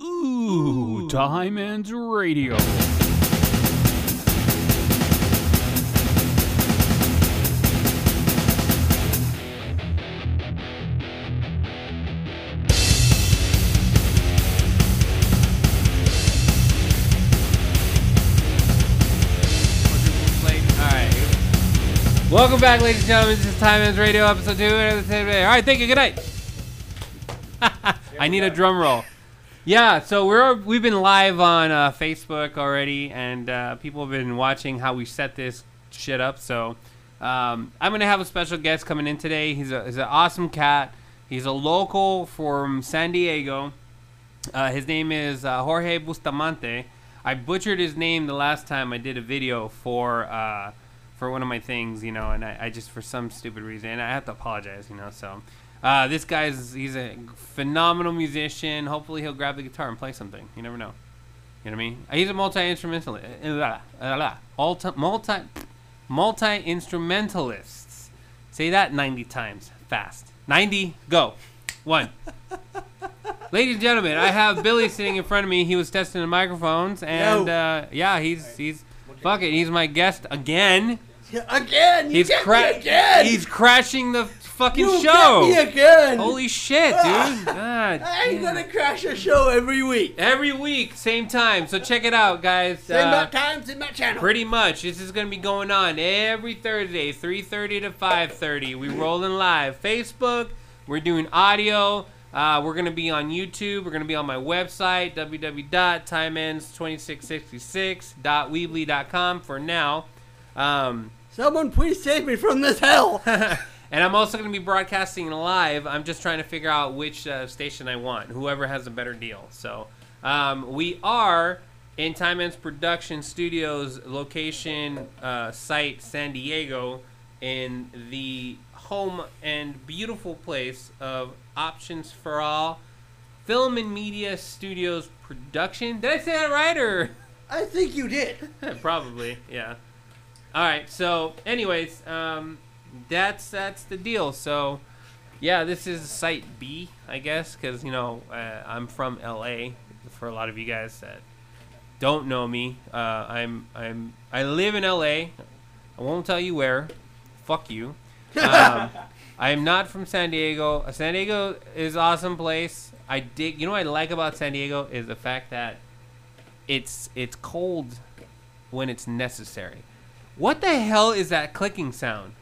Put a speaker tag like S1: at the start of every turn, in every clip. S1: Ooh, Diamonds Radio.
S2: Welcome back, ladies and gentlemen. This is Time Ends Radio, episode two. and it's- All right, thank you. Good night. I need a drum roll. Yeah, so we're we've been live on uh, Facebook already, and uh, people have been watching how we set this shit up. So um, I'm gonna have a special guest coming in today. He's a he's an awesome cat. He's a local from San Diego. Uh, his name is uh, Jorge Bustamante. I butchered his name the last time I did a video for uh, for one of my things, you know, and I, I just for some stupid reason and I have to apologize, you know. So uh, this guy's he's a phenomenal musician. Hopefully he'll grab the guitar and play something. You never know. You know what I mean? He's a multi instrumentalist. eh, Multi multi instrumentalist. Say that ninety times fast. Ninety go one. Ladies and gentlemen, I have Billy sitting in front of me. He was testing the microphones, and
S3: Yo.
S2: uh, yeah, he's he's fuck it. He's my guest again.
S3: Again, you
S2: He's
S3: get
S2: cra-
S3: me again.
S2: He's crashing the fucking
S3: you
S2: show.
S3: Get me again.
S2: Holy shit, dude! God.
S3: I ain't gonna crash a show every week.
S2: Every week, same time. So check it out, guys.
S3: Same
S2: Uh,
S3: about time, same about channel.
S2: Pretty much, this is gonna be going on every Thursday, 3:30 to 5:30. We rolling live, Facebook. We're doing audio. Uh, we're gonna be on YouTube. We're gonna be on my website, www.timeends2666.weebly.com for now. Um,
S3: Someone please save me from this hell.
S2: and I'm also going to be broadcasting live. I'm just trying to figure out which uh, station I want, whoever has a better deal. So um, we are in Time Ends Production Studios location uh, site San Diego in the home and beautiful place of Options for All Film and Media Studios Production. Did I say that right or?
S3: I think you did.
S2: Probably, yeah. All right. So, anyways, um, that's that's the deal. So, yeah, this is site B, I guess, because you know uh, I'm from LA. For a lot of you guys that don't know me, uh, I'm I'm I live in LA. I won't tell you where. Fuck you. Um, I am not from San Diego. Uh, San Diego is awesome place. I dig. You know what I like about San Diego is the fact that it's it's cold when it's necessary. What the hell is that clicking sound?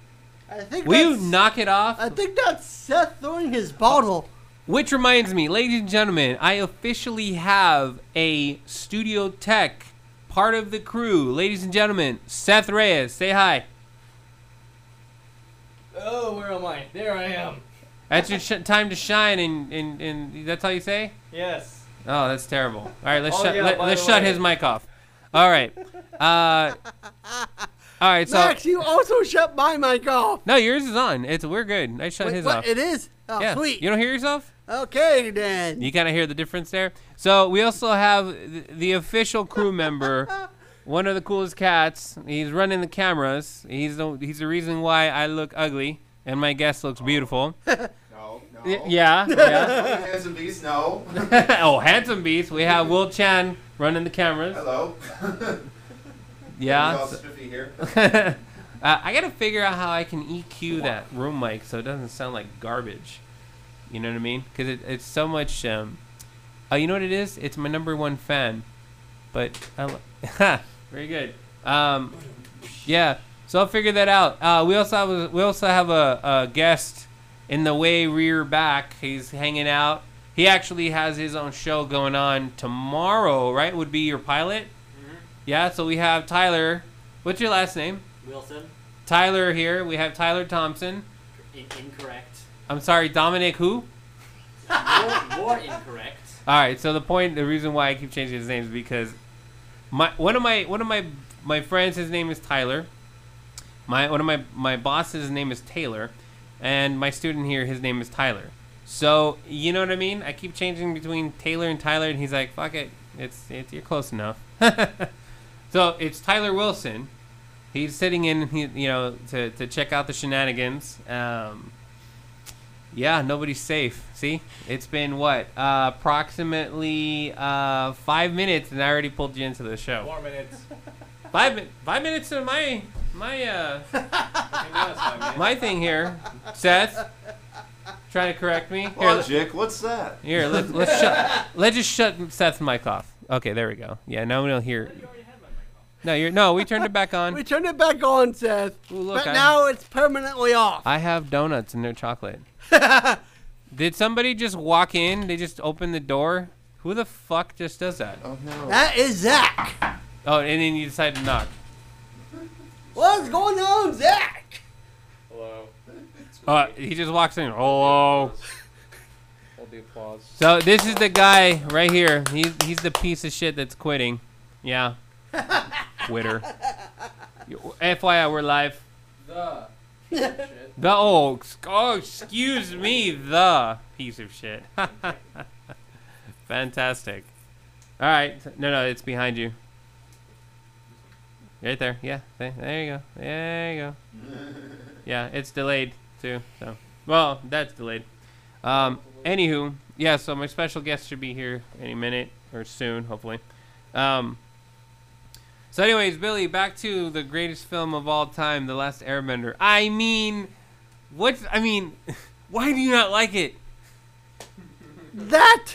S3: I think.
S2: Will you
S3: that's-
S2: knock it off?
S3: I think that's Seth throwing his bottle.
S2: Which reminds me, ladies and gentlemen, I officially have a studio tech part of the crew. Ladies and gentlemen, Seth Reyes, say hi.
S4: Oh, where am I? There I am.
S2: That's your sh- time to shine, and, and, and that's all you say?
S4: Yes.
S2: Oh, that's terrible. All right, let's
S4: Oh,
S2: shut
S4: yeah,
S2: let,
S4: by
S2: let's
S4: the
S2: shut
S4: way.
S2: his mic off. All right. Uh, all right. So
S3: Max, you also shut my mic off.
S2: no, yours is on. It's we're good. I shut
S3: Wait,
S2: his
S3: what?
S2: off.
S3: It is. Oh,
S2: yeah.
S3: sweet.
S2: You don't hear yourself?
S3: okay, then.
S2: You kind of hear the difference there. So we also have th- the official crew member, one of the coolest cats. He's running the cameras. He's the he's the reason why I look ugly and my guest looks beautiful.
S5: No, no.
S2: Y- Yeah, yeah.
S5: Handsome beast, no.
S2: oh, handsome beast. We have Will Chan running the
S6: Oh,
S2: cameras.
S5: Hello.
S2: Yeah.
S5: Y'all
S2: so-
S5: spiffy here.
S2: uh, I gotta figure out how I can EQ that room mic so it doesn't sound like garbage. You know what I mean? Because it, it's so much. Um, oh, you know what it is? It's my number one fan. But I li- Ha, very good. Um, yeah. So I'll figure that out. Uh, we also have a, we also have a, a guest in the way rear back. He's hanging out. He actually has his own show going on tomorrow. Right? Would be your pilot. Yeah. So we have Tyler. What's your last name?
S4: Wilson,
S2: Tyler here. We have Tyler Thompson.
S4: in- incorrect.
S2: I'm sorry, Dominic who?
S4: More, more incorrect.
S2: All right. So the point, the reason why I keep changing his name is because my one of my one of my my friends, his name is Tyler. My one of my my bosses, his name is Taylor, and my student here, his name is Tyler. So you know what I mean? I keep changing between Taylor and Tyler, and he's like, "Fuck it, it's, it's you're close enough." so it's Tyler Wilson. He's sitting in, he, you know, to, to check out the shenanigans. Um, Yeah, nobody's safe. See, it's been what uh, approximately uh, five minutes, and I already pulled you into the show.
S7: Four minutes.
S2: Five min- five minutes to my my uh,
S7: Hey, now it's five minutes.
S2: my thing here, Seth. Trying to correct me. Here, let-
S5: Logic, what's that?
S2: here let, let's shut. Let's just shut Seth's mic off. Okay, there we go. Yeah, no one will hear. No, you're no. We turned it back
S3: We
S2: on.
S3: turned it back on, Seth.
S2: Ooh, look,
S3: but
S2: I-
S3: now it's permanently off.
S2: I have donuts and they're chocolate. Did somebody just walk in? They just opened the door. Who the fuck just does that?
S5: Oh no.
S3: That is Zach.
S2: Oh, and then you decide to knock.
S3: What's going on, Zach?
S7: Hello.
S2: Uh, he just walks in. Hello.
S7: Hold the applause.
S2: So this is the guy right here. He's he's the piece of shit that's quitting. Yeah. Quitter. You- FYI, we're live.
S7: The.
S2: The oh, ex- oh excuse me, the piece of shit. Fantastic. All right. No, no, it's behind you. Right there. Yeah. There, there you go. There you go. Yeah, it's delayed too. So, well, that's delayed. Um, anywho, yeah. So my special guest should be here any minute or soon, hopefully. Um. So, anyways, Billy, back to the greatest film of all time, The Last Airbender. I mean, what's I mean, why do you not like it?
S3: That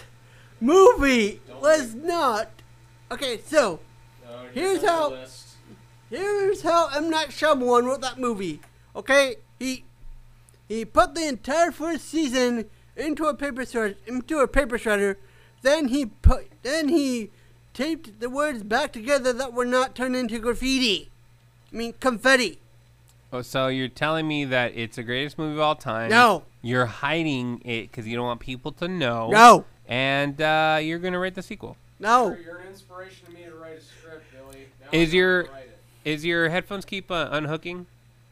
S3: movie was not. Okay, so
S7: No, you're
S3: Here's
S7: not
S3: how-
S7: the list.
S3: Here's how M. Night Shyamalan wrote that movie. Okay, he he put the entire first season into a paper shred, into a paper shredder. Then he put then he taped the words back together that were not turned into graffiti. I mean confetti.
S2: Oh, so you're telling me that it's the greatest movie of all time?
S3: No.
S2: You're hiding it because you don't want people to know.
S3: No,
S2: And uh, you're gonna write the sequel.
S3: no.
S7: You're an inspiration to me to write a script, Billy. Now
S2: Is
S7: I know
S2: your-
S7: how to write it.
S2: Is your headphones keep uh, unhooking,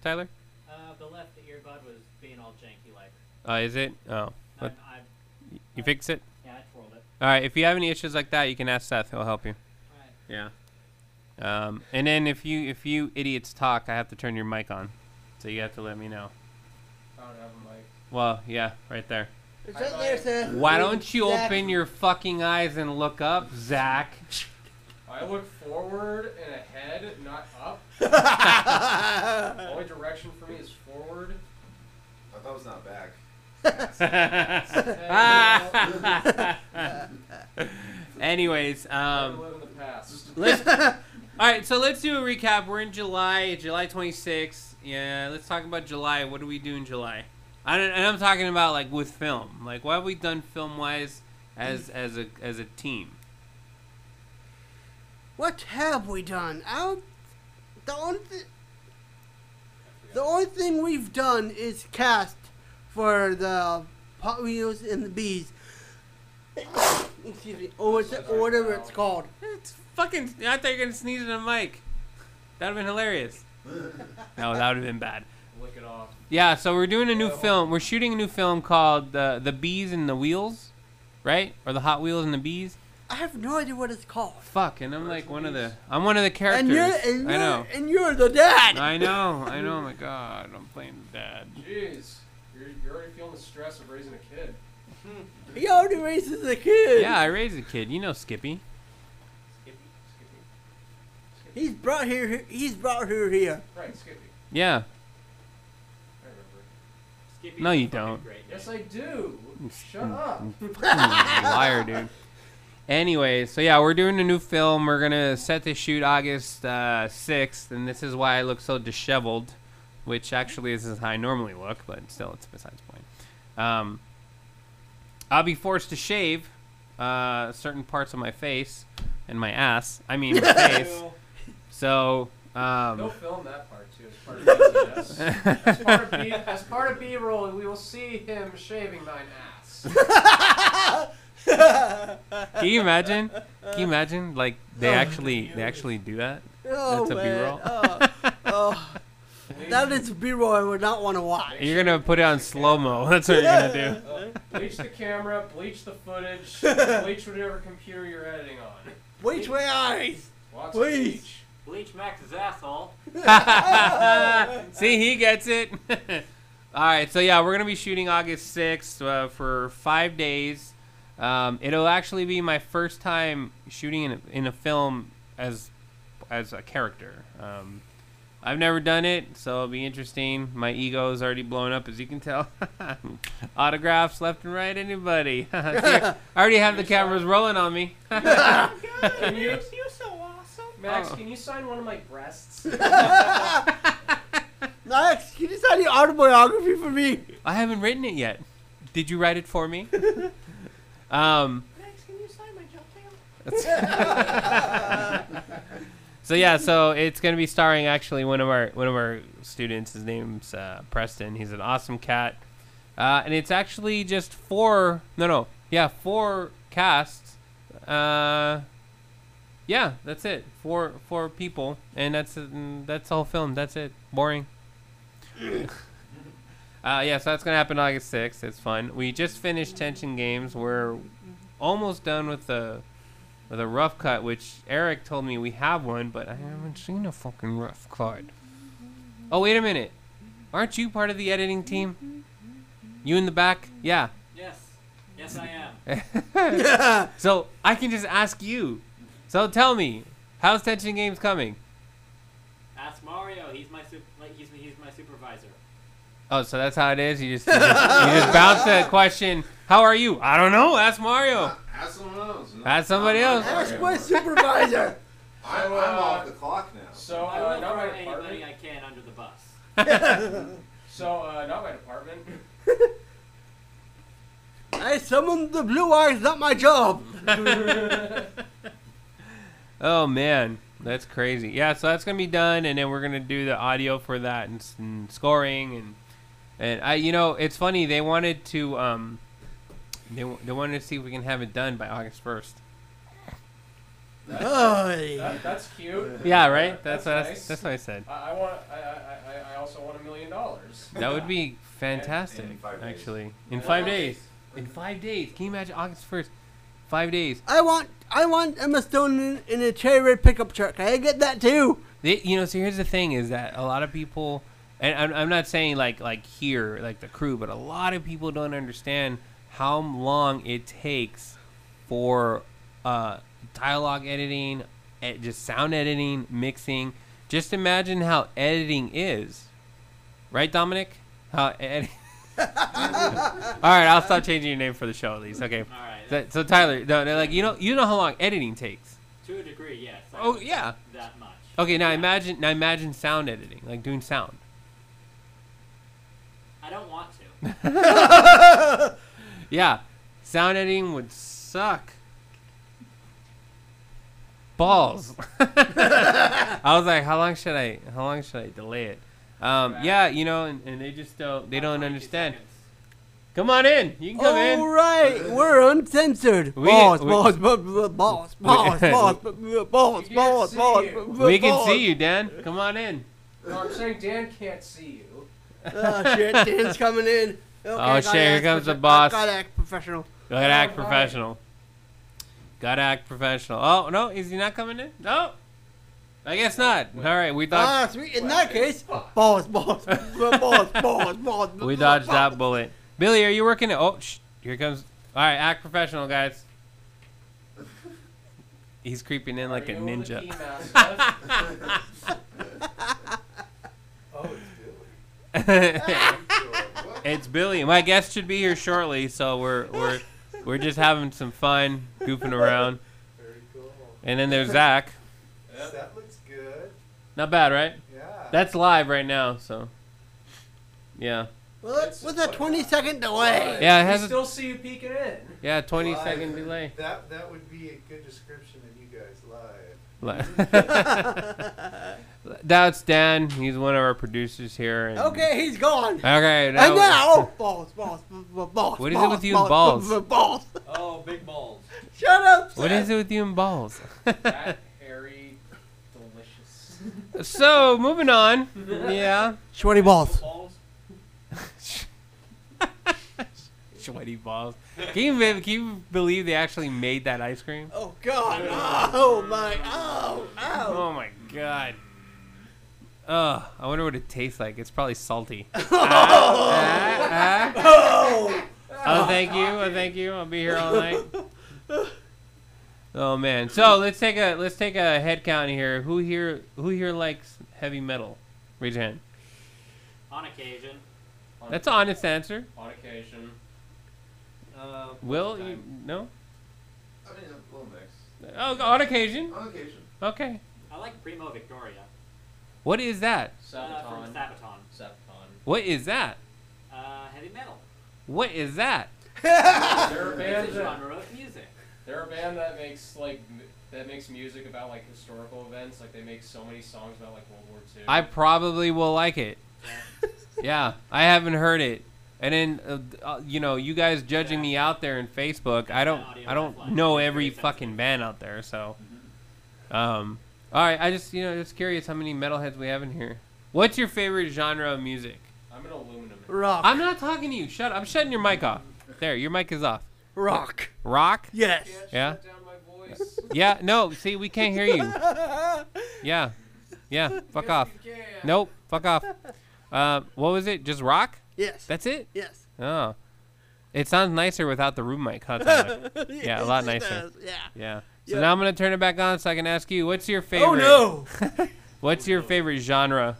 S2: Tyler?
S4: Uh, the left earbud was being all janky like.
S2: Uh, is it? Oh,
S4: I, I,
S2: What? you fix it.
S4: yeah, I twirled it.
S2: All right. If you have any issues like that, you can ask Seth. He'll help you.
S4: Alright.
S2: Yeah. Um, and then if you if you idiots talk, I have to turn your mic on, so you have to let me know.
S7: I don't have a mic.
S2: Well, yeah, right there.
S3: It's right there, Seth.
S2: Why don't you
S3: Zach.
S2: open your fucking eyes and look up, Zach?
S7: I look forward and ahead, not up. The only direction for me is forward.
S5: I thought it was not back.
S2: Anyways,
S7: I
S2: um,
S7: live in the past.
S2: let's. All right, so let's do a recap. We're in July, July 26th. Yeah, let's talk about July. What do we do in July? I don't, and I'm talking about like with film. Like, what have we done film wise as as a as a team?
S3: What have we done? Our, the only th- the only thing we've done is cast for the pot wheels and the bees. Excuse me, or, it's, or whatever it's called.
S2: It's fucking. I thought you were gonna sneeze in the mic. That'd have been hilarious. no, that would have been bad.
S7: Lick it off.
S2: Yeah, so we're doing a new film. We're shooting a new film called uh, the the Bees and the Wheels, right? Or the Hot Wheels and the Bees.
S3: I have no idea what it's called.
S2: Fuck, and I'm like one of the I'm one of the characters.
S3: And you're, and you're,
S2: I know.
S3: and you're the dad.
S2: I know. I know. My God, I'm playing dad.
S7: Jeez. You're, you're already feeling the stress of raising a kid.
S3: He already raises a kid.
S2: Yeah, I raised a kid. You know Skippy.
S7: Skippy. Skippy.
S3: He's brought here. He's brought her here.
S7: Right, Skippy.
S2: Yeah.
S7: I remember.
S4: Skippy
S2: No,
S4: is
S2: you
S4: a fucking
S2: don't.
S4: Great name.
S7: Yes, I do.
S2: Mm,
S7: Shut up.
S2: Fucking Hmm, liar, dude. Anyway, so yeah, we're doing a new film. We're gonna set to shoot August uh, sixth, and this is why I look so disheveled, which actually isn't how I normally look, but still, it's besides the point. Um, I'll be forced to shave uh, certain parts of my face and my ass. I mean, my face. So,
S7: They'll
S2: um,
S7: film that part too. As part of, BTS. as, part of B, as part of B-roll, we will see him shaving thine ass.
S2: can you imagine? Can you imagine? Like they actually they actually do that?
S3: Oh,
S2: That's a
S3: man.
S2: B-roll.
S3: Oh, oh. that is B-roll I would not want to watch.
S2: You're gonna put it on slow mo. That's what you're gonna do.
S7: Bleach the camera, bleach the footage, bleach whatever computer you're editing on.
S3: Which way eyes?
S7: Lots of
S3: Please.
S7: bleach.
S4: Bleach Max's asshole.
S2: See, he gets it. All right, so yeah, we're gonna be shooting August sixth uh, for five days. Um, it'll actually be my first time shooting in a, in a film as as a character. Um, I've never done it, so it'll be interesting. My ego is already blown up, as you can tell. Autographs left and right, anybody. See, I already have the cameras rolling on me.
S7: Can you,
S4: You're so awesome.
S7: Max,
S2: Oh.
S7: can you sign one of my breasts?
S3: Max, can you sign your autobiography for me?
S2: I haven't written it yet. Did you write it for me? um,
S4: Max, can you sign my jump tail?
S2: so yeah, so it's gonna be starring actually one of our one of our students. His name's uh, Preston. He's an awesome cat, uh, and it's actually just four. No, no, yeah, four casts. Uh, yeah, that's it. Four four people, and that's mm, that's the whole film. That's it. Boring. uh, yeah, so that's gonna happen August sixth. It's fun. We just finished Tension Games. We're almost done with the with a rough cut, which Eric told me we have one, but I haven't seen a fucking rough cut. Oh wait a minute, aren't you part of the editing team? You in the back? Yeah.
S4: Yes. Yes, I am.
S2: Eh. So I can just ask you. So tell me, how's Tension Games coming?
S4: Ask Mario. He's my sup- like, he's, he's my supervisor.
S2: Oh, so that's how it is. You just you just, you just bounce that question. How are you? I don't know. Ask Mario.
S5: Ask someone else.
S2: Ask somebody
S5: I'm-
S2: else.
S3: Ask my supervisor.
S5: I, I'm off the clock now.
S7: So,
S4: I
S7: uh,
S4: will
S7: not my
S4: throw
S7: department.
S4: anybody I can under the bus.
S7: So, uh, not my department.
S3: I summoned the blue eyes, not my job.
S2: Oh man, that's crazy. Yeah, so that's gonna be done, and then we're gonna do the audio for that and, s- and scoring and and I, you know, it's funny they wanted to um they w- they wanted to see if we can have it done by August first. Oh.
S3: Oy.
S7: That, that's cute.
S2: Yeah, right. That's
S7: That's
S2: what I,
S7: nice.
S2: that's what I said.
S7: I, I want. I, I, I- I also want a million dollars.
S2: That would be fantastic,
S5: In five days.
S2: actually. In
S7: Yeah.
S2: five days. In five days. Can you imagine August first? Five days.
S3: I want, I want Emma Stone in, in a cherry red pickup truck. Can I get that too?
S2: They, you know, so here's the thing: is that a lot of people, and I'm, I'm not saying like like here, like the crew, but a lot of people don't understand how long it takes for uh, dialogue editing, ed- just sound editing, mixing. Just imagine how editing is, right, Dominic? How e-, ed- All right, I'll stop changing your name for the show at least. Okay.
S4: All right.
S2: So, so Tyler, no, no, like you know, you know how long editing takes.
S4: to a degree, yes. I
S2: Oh
S4: don't
S2: yeah.
S4: think That much.
S2: Okay, now
S4: Yeah.
S2: imagine now imagine sound editing, like doing sound.
S4: I don't want to.
S2: Yeah, sound editing would suck. Balls. I was like, how long should I? How long should I delay it? Um, yeah, you know, and, and they just don't. They don't
S4: 22
S2: understand.
S4: seconds.
S2: Come on in. You can come in.
S3: All right, we're uncensored.
S2: We-
S3: balls,
S2: we-
S3: balls, bu- bu- balls, balls, balls, bu- bu- balls,
S7: We
S3: balls,
S7: can't see
S3: balls,
S7: you.
S3: bu- bu-
S2: We can
S3: balls.
S2: see you, Dan. Come on in.
S7: No, I'm saying Dan can't see you.
S3: Oh shit, Dan's coming in. Okay, gotta
S2: Oh, shit, here
S3: act
S2: comes the
S3: profe-
S2: boss.
S3: Gotta act professional.
S2: Gotta act
S7: All right.
S2: professional. Gotta act professional. Oh no, is he not coming in? No. I guess not. All right, we thought.
S3: Ah, sweet. In that case, balls, balls, bu- balls, balls, balls. bu-
S2: We
S3: bu-
S2: dodged
S3: balls.
S2: that bullet. Billy, are you working? At, oh, sh- here comes. All right, act professional, guys. He's creeping in like
S7: Are
S2: a
S7: you the
S2: ninja.
S7: key mascot?
S5: Oh,
S2: it's Billy. My guest should be here shortly, so we're we're we're just having some fun, goofing around.
S5: Very cool.
S2: And then there's Zach.
S5: That looks good.
S2: Not bad, right?
S5: Yeah.
S2: That's live right now, so yeah,
S3: Well, that's- What's that 20 second delay?
S2: yeah. It
S7: we
S2: has a,
S7: still see you peeking in.
S2: yeah, 20 second delay.
S5: That that would be a good description of you guys live.
S2: Li- That's Dan. He's one of our producers here. And
S3: Okay, he's gone.
S2: Okay.
S3: And now, balls, balls, bu- bu- balls.
S2: What is it with you and
S3: bu- bu- Balls.
S4: Oh, big balls.
S3: Shut up.
S2: What
S3: Seth.
S2: is it with you and balls?
S7: That hairy, delicious.
S2: so moving on. Yeah.
S3: Shorty balls.
S4: Balls.
S2: Sweaty balls. Can you, be- can you believe they actually made that ice cream?
S3: Oh God. Oh my. Oh. Oh.
S2: Oh my god. Ugh, I wonder what it tastes like. It's probably salty. Ah, ah, ah.
S3: Oh!
S2: Oh, thank you. Oh, thank you. I'll be here all night. Oh man. So let's take a let's take a head count here. Who here who here likes heavy metal? Raise your hand.
S4: On occasion.
S7: On,
S2: That's an honest answer.
S7: on occasion.
S4: Uh,
S2: Will you, no?
S5: I mean, a little mix.
S2: Oh, on occasion.
S5: On occasion.
S2: Okay.
S4: I like Primo Victoria.
S2: What is that?
S4: Uh,
S7: Sabaton.
S4: from Sabaton.
S7: Sabaton.
S2: What is that?
S4: Uh, heavy metal.
S2: What is that?
S7: They're a band
S4: It's a
S7: that
S4: genre of music.
S7: they're a band that makes like m- that makes music about like historical events. Like they make so many songs about like World War II.
S2: I probably will like it. yeah, I haven't heard it. And then uh, uh, you know, you guys judging me out there in Facebook, I don't
S4: audio
S2: I
S4: lifeline.
S2: don't know
S4: Very
S2: every
S4: sensitive.
S2: fucking band out there, so
S5: Mm-hmm.
S2: um all right, I just you know, just curious how many metalheads we have in here. What's your favorite genre of music?
S7: I'm an aluminum.
S3: Rock.
S2: I'm not talking to you. Shut I'm shutting your mic off. There, your mic is off.
S3: Rock.
S2: Rock?
S3: Yes.
S2: Yeah.
S7: Shut down my voice.
S2: Yeah, no, see, we can't hear you. Yeah. Yeah, fuck off. Nope, fuck off. Uh, what was it? Just rock?
S3: yes.
S2: That's it?
S3: yes.
S2: Oh. It sounds nicer without the room mic, huh? Tyler? Yeah, a lot
S3: It
S2: nicer.
S3: does, Yeah.
S2: yeah. So
S3: Yeah.
S2: now I'm gonna turn it back on so I can ask you, what's your favorite?
S3: Oh no.
S2: What's your favorite genre,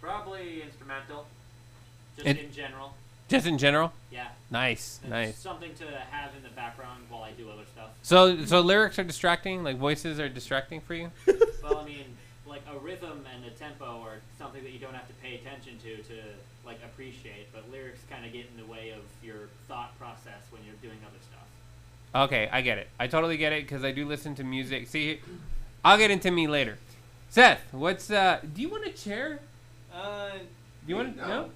S4: Probably instrumental. Just
S2: It-
S4: in general.
S2: just in general?
S4: Yeah.
S2: Nice,
S4: It's
S2: nice.
S4: Something to have in the background while I do other stuff.
S2: So, so lyrics are distracting, like voices are distracting for you.
S4: Well, I mean, like a rhythm and a tempo are something that you don't have to pay attention to to like appreciate, but lyrics kind of get in the way of your thought process when you're doing other stuff.
S2: Okay, I get it. I totally get it because I do listen to music. See, I'll get into me later. Seth, what's uh? Do you want a chair?
S5: Uh,
S2: Do you want
S5: no.
S2: to? No.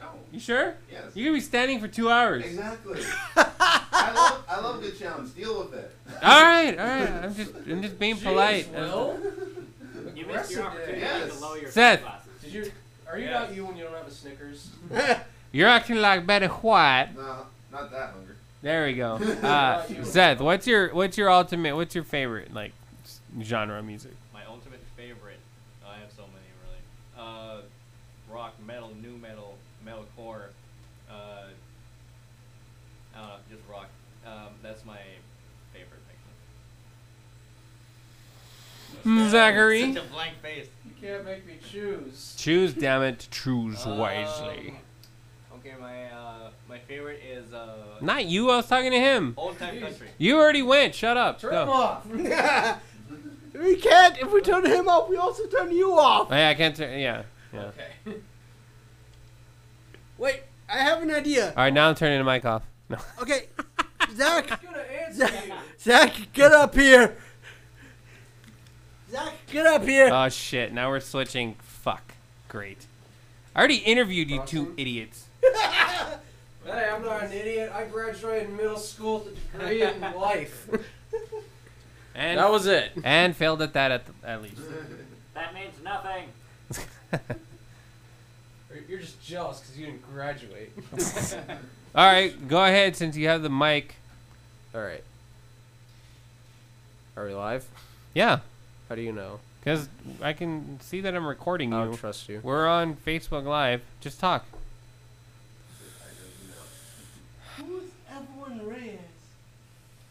S5: No.
S2: You sure?
S5: Yes.
S2: You're gonna be standing for two hours.
S5: Exactly. I love, I love good challenge. Deal with it.
S2: All right, all right. I'm just, I'm just being
S7: Jeez,
S2: polite.
S7: Will?
S4: You missed your opportunity
S7: Aggressive.
S5: Yes.
S4: to lower your
S2: Seth.
S4: sunglasses.
S7: Did you? Are you
S4: Yes.
S7: not you when you don't have a Snickers?
S2: You're acting like Betty White.
S5: No, not that hungry.
S2: There we go. Uh, Seth, what's your what's your ultimate what's your favorite like s- genre of music?
S8: My ultimate favorite. I have so many really. Uh, rock, metal, new metal, metalcore. Uh, I don't know, just rock. Um, that's my favorite. Actually.
S2: Zachary,
S8: Such a blank face.
S7: You can't make me choose.
S2: choose, damn it, choose wisely.
S8: Um, okay, my uh, my favorite is uh,
S2: Not you. I was talking to him.
S8: old time
S7: Jeez.
S8: country.
S2: You already went. Shut up.
S7: Turn
S2: Go.
S7: them off.
S3: we can't. If we turn him off, we also turn you off.
S2: Oh, yeah, I can't. Turn, yeah. Yeah. All
S7: Okay.
S3: Wait, I have an idea.
S2: right, now I'm turning the mic off. No.
S3: Okay, Zach,
S7: I'm gonna answer
S3: Zach,
S7: you.
S3: Zach, get up here. Zach, get up here.
S2: Oh shit. Now we're switching. Fuck. Great. I already interviewed you two
S7: Awesome.
S2: idiots.
S7: Hey, I'm not an idiot. I graduated middle school with a degree in life.
S2: And
S7: was it.
S2: and failed at that at, the, at least.
S4: That means nothing.
S7: You're just jealous because you didn't graduate.
S2: All right, go ahead since you have the mic.
S9: All right. Are we live?
S2: Yeah,
S9: How do you know?
S2: because I can see that I'm recording
S9: I
S2: you.
S9: don't trust you.
S2: We're on Facebook Live. Just talk.
S3: Who's Evelyn Reyes?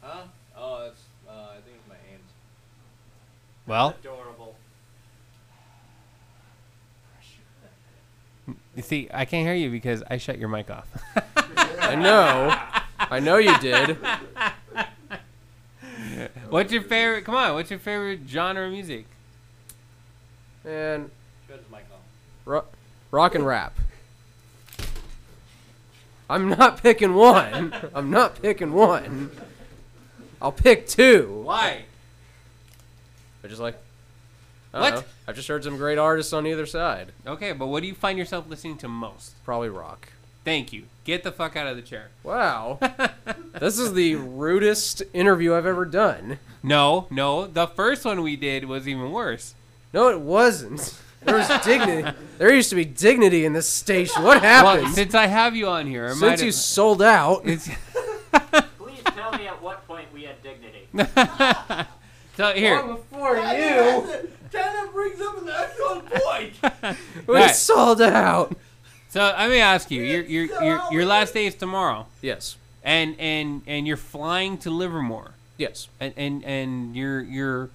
S8: Huh? Oh, it's uh, I think it's my aims.
S2: Well,
S4: Adorable.
S2: you see, I can't hear you because I shut your mic off.
S9: I know. I know you did.
S2: what's your favorite? Come on, what's your favorite genre of music?
S9: Man,
S8: Shut his mic off.
S9: ro- rock and rap. I'm not picking one. I'm not picking one. I'll pick two.
S2: Why?
S9: I just like. I don't
S2: What?
S9: know. I've just heard some great artists on either side.
S2: Okay, but what do you find yourself listening to most?
S9: Probably rock.
S2: Thank you. Get the fuck out of the chair.
S9: Wow. this is the rudest interview I've ever done.
S2: No, no. The first one we did was even worse.
S9: No, it wasn't. There was dignity. There used to be dignity in this station. What happened?
S2: Well, since I have you on here, I might
S9: since you sold out,
S2: it's,
S4: Please tell me at what point we had dignity.
S2: so here.
S7: Long before
S3: Hey,
S7: you.
S3: listen, Tell him
S10: brings up an excellent point.
S7: We
S2: Alright.
S7: sold out.
S2: So let me ask you, your your your, your last day is tomorrow,
S7: Yes.
S2: and and and you're flying to Livermore,
S7: Yes.
S2: and and and you're you're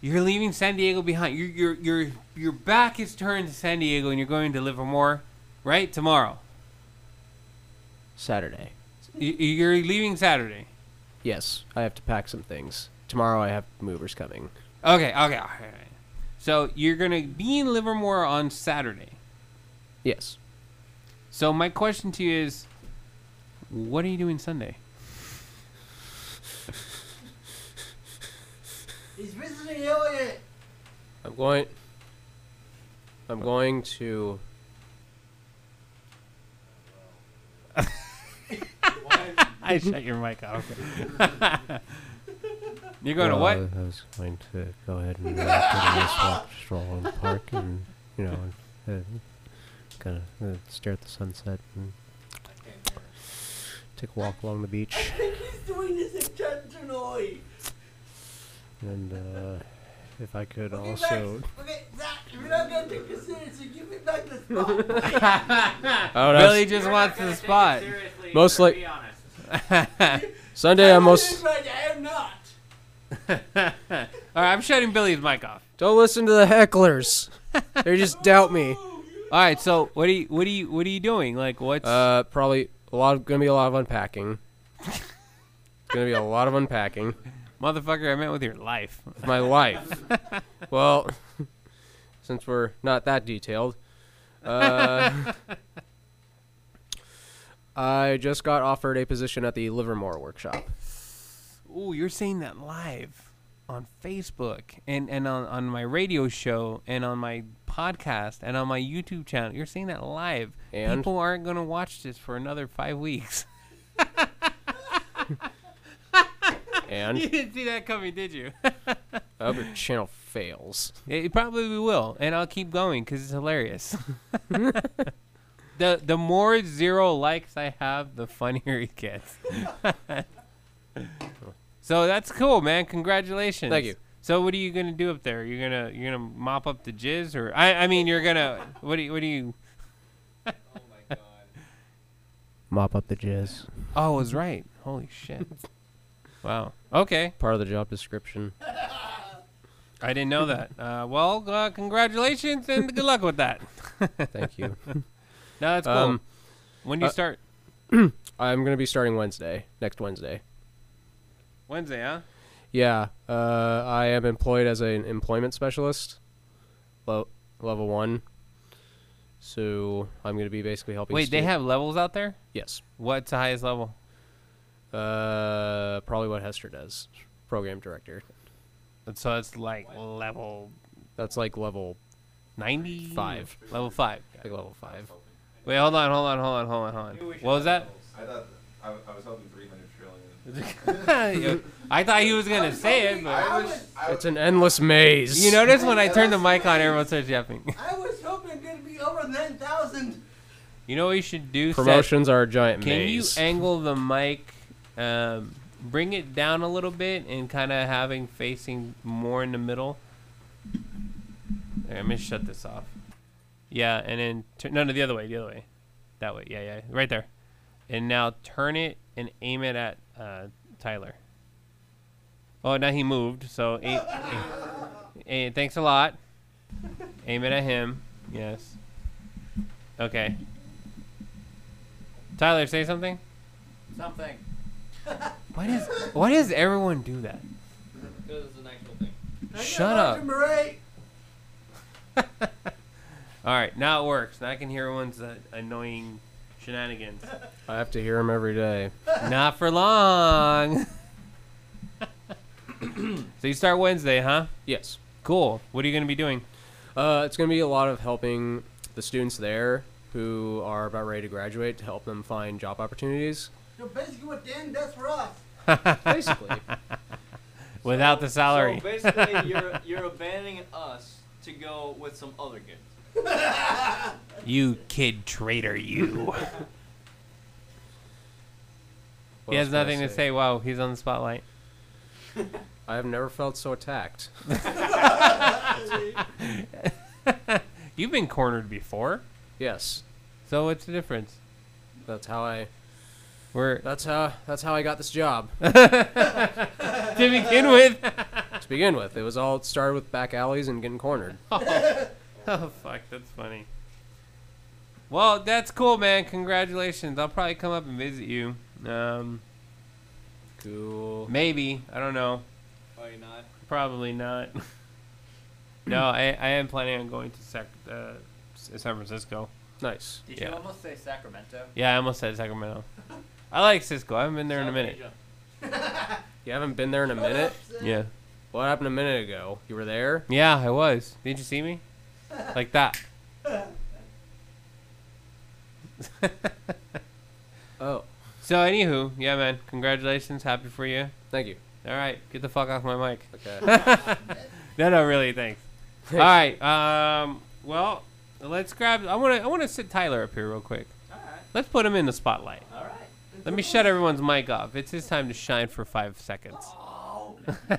S2: you're leaving San Diego behind. Your your your your back is turned to San Diego, and you're going to Livermore, right tomorrow.
S7: Saturday.
S2: You- You're leaving Saturday.
S7: Yes. I have to pack some things. Tomorrow I have movers coming.
S2: Okay, okay, all right, all right. So you're gonna be in Livermore on Saturday.
S7: Yes.
S2: So my question to you is, what are you doing Sunday?
S3: He's visiting Elliot.
S7: I'm going. I'm going to.
S2: I shut your mic off. you're going
S7: Well,
S2: to what?
S7: Uh, I was going to go ahead and uh, get a nice walk, stroll in the park, and you know, and, uh, kind of uh, stare at the sunset and take a walk along the
S3: I
S7: beach.
S3: think he's doing this intentionally.
S7: And uh, if I could
S3: Okay,
S7: also,
S3: Max, okay, Zach, you're not gonna take this seriously. Give me back the spot.
S7: oh,
S2: Billy just wants
S4: You're
S2: the
S4: not
S2: spot.
S4: gonna take it seriously,
S7: Most
S4: or
S7: like-
S4: Be honest.
S7: Sunday. I
S3: That's
S7: almost
S3: right, I am not.
S2: All right, I'm shutting Billy's mic off.
S7: don't listen to the hecklers. They just doubt me.
S2: All right, so what are you what are you what are you doing? Like what's
S7: Uh, probably a lot. Of, gonna be a lot of unpacking. It's gonna be a lot of unpacking.
S2: motherfucker? I meant with your life.
S7: of my life. well, since we're not that detailed, uh, I just got offered a position at the Livermore workshop.
S2: Ooh, you're saying that live on Facebook and and on on my radio show and on my podcast and on my YouTube channel. You're saying that live.
S7: And?
S2: People aren't gonna watch this for another five weeks. you
S7: And
S2: didn't see that coming, did you?
S7: I hope your channel fails.
S2: It probably will, and I'll keep going because it's hilarious. the The more zero likes I have, the funnier it gets. so that's cool, man. Congratulations.
S7: Thank you.
S2: So what are you gonna do up there? You're gonna you're gonna mop up the jizz, or I I mean you're gonna what do you, what do you?
S8: Oh my god.
S7: Mop up the jizz.
S2: Oh, I was right. Holy shit. wow. Okay.
S7: Part of the job description.
S2: I didn't know that. Uh, well, uh, congratulations and good luck with that.
S7: Thank you.
S2: No, that's cool.
S7: Um,
S2: when do you
S7: uh,
S2: start?
S7: I'm gonna be starting Wednesday. Next Wednesday.
S2: Wednesday, huh?
S7: Yeah. Uh, I am employed as an employment specialist, lo- level one. So I'm gonna be basically helping.
S2: Wait, they
S7: stu-
S2: have levels out there?
S7: yes.
S2: What's the highest level?
S7: Uh, probably what Hester does, program director.
S2: So it's like level
S7: That's like level,
S2: 90?
S7: Five.
S2: Level 5.
S7: like level five.
S2: Wait, hold on, hold on, hold on, hold on, hold on. What was that?
S6: I thought I, I was hoping three minute trillion.
S2: I thought he was going to say it, but.
S6: I was. I
S7: It's an endless maze.
S2: You notice when I turn the mic on, everyone starts yapping.
S3: I was hoping it would be over 9,000.
S2: You know what you should do? Seth?
S7: promotions are a giant
S2: Can you
S7: maze.
S2: angle the mic, um, bring it down a little bit, and kind of having facing more in the middle? There, I'm gonna shut this off. Yeah, and then turn, no, no, the other way, the other way, that way. Yeah, yeah, right there. And now turn it and aim it at uh, Tyler. Oh, now he moved. So, aim, aim- thanks a lot. Aim it at him. Yes. Okay. Tyler, say something.
S8: Something.
S2: Why does why does everyone do that?
S8: Because it's an actual thing.
S2: Shut up.
S3: Murray.
S2: All right, now it works. Now I can hear everyone's uh, annoying shenanigans.
S7: I have to hear them every day.
S2: Not for long. so you start Wednesday, huh?
S7: Yes.
S2: Cool. What are you going to be doing?
S7: Uh, it's gonna be a lot of helping the students there who are about ready to graduate to help them find job opportunities.
S3: So basically what Dan does for us.
S7: Basically,
S2: Without the salary.
S8: So basically, you're you're abandoning us to go with some other kid.
S2: You kid traitor, you.
S7: What
S2: he
S7: else
S2: has
S7: can I
S2: nothing to say. Wow, he's on the spotlight.
S7: I have never felt so attacked.
S2: You've been cornered before,
S7: Yes,
S2: so what's the difference?
S7: that's how I.
S2: We're
S7: That's how. That's how I got this job.
S2: to begin with.
S7: to begin with, it was all it started with back alleys and getting cornered.
S2: oh fuck, that's funny. Well, that's cool, man. Congratulations. I'll probably come up and visit you. Um,
S7: Cool.
S2: maybe I don't know.
S4: Probably not.
S2: Probably not. no, I, I am planning on going to Sac- uh, S- San Francisco.
S7: Nice.
S4: Did
S2: Yeah.
S4: you almost say Sacramento?
S2: Yeah, I almost said Sacramento. I like Cisco. I haven't been there in a
S4: South
S2: minute.
S4: Asia.
S7: You haven't been there in a minute.
S2: Yeah.
S7: What happened a minute ago? You were there.
S2: Yeah, I was. Didn't you see me? Like that.
S7: Oh,
S2: so, anywho, yeah, man. Congratulations. Happy for you.
S7: thank you.
S2: All right. Get the fuck off my mic.
S7: Okay.
S2: no, no, really, thanks. All right. Um, well, let's grab. I want to. I want to sit Tyler up here real quick.
S4: All right.
S2: Let's put him in the spotlight.
S4: All right.
S2: Let me shut everyone's mic off. It's his time to shine for five seconds.
S11: Treat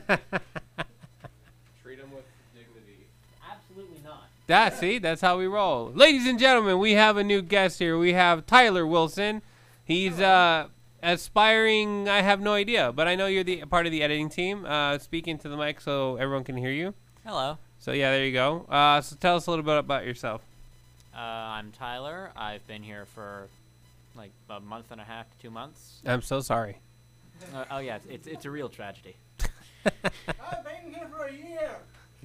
S11: him with dignity.
S12: Absolutely not.
S2: that see, that's how we roll, ladies and gentlemen. We have a new guest here. We have Tyler Wilson. He's uh, aspiring. I have no idea, but I know you're the part of the editing team. Uh, speak into the mic so everyone can hear you.
S4: Hello.
S2: So yeah, there you go. Uh, so tell us a little bit about yourself.
S4: Uh, I'm Tyler. I've been here for like a month and a half to two months.
S2: I'm so sorry.
S4: Uh, oh yeah, it's, it's it's a real tragedy.
S3: I've been here for a year.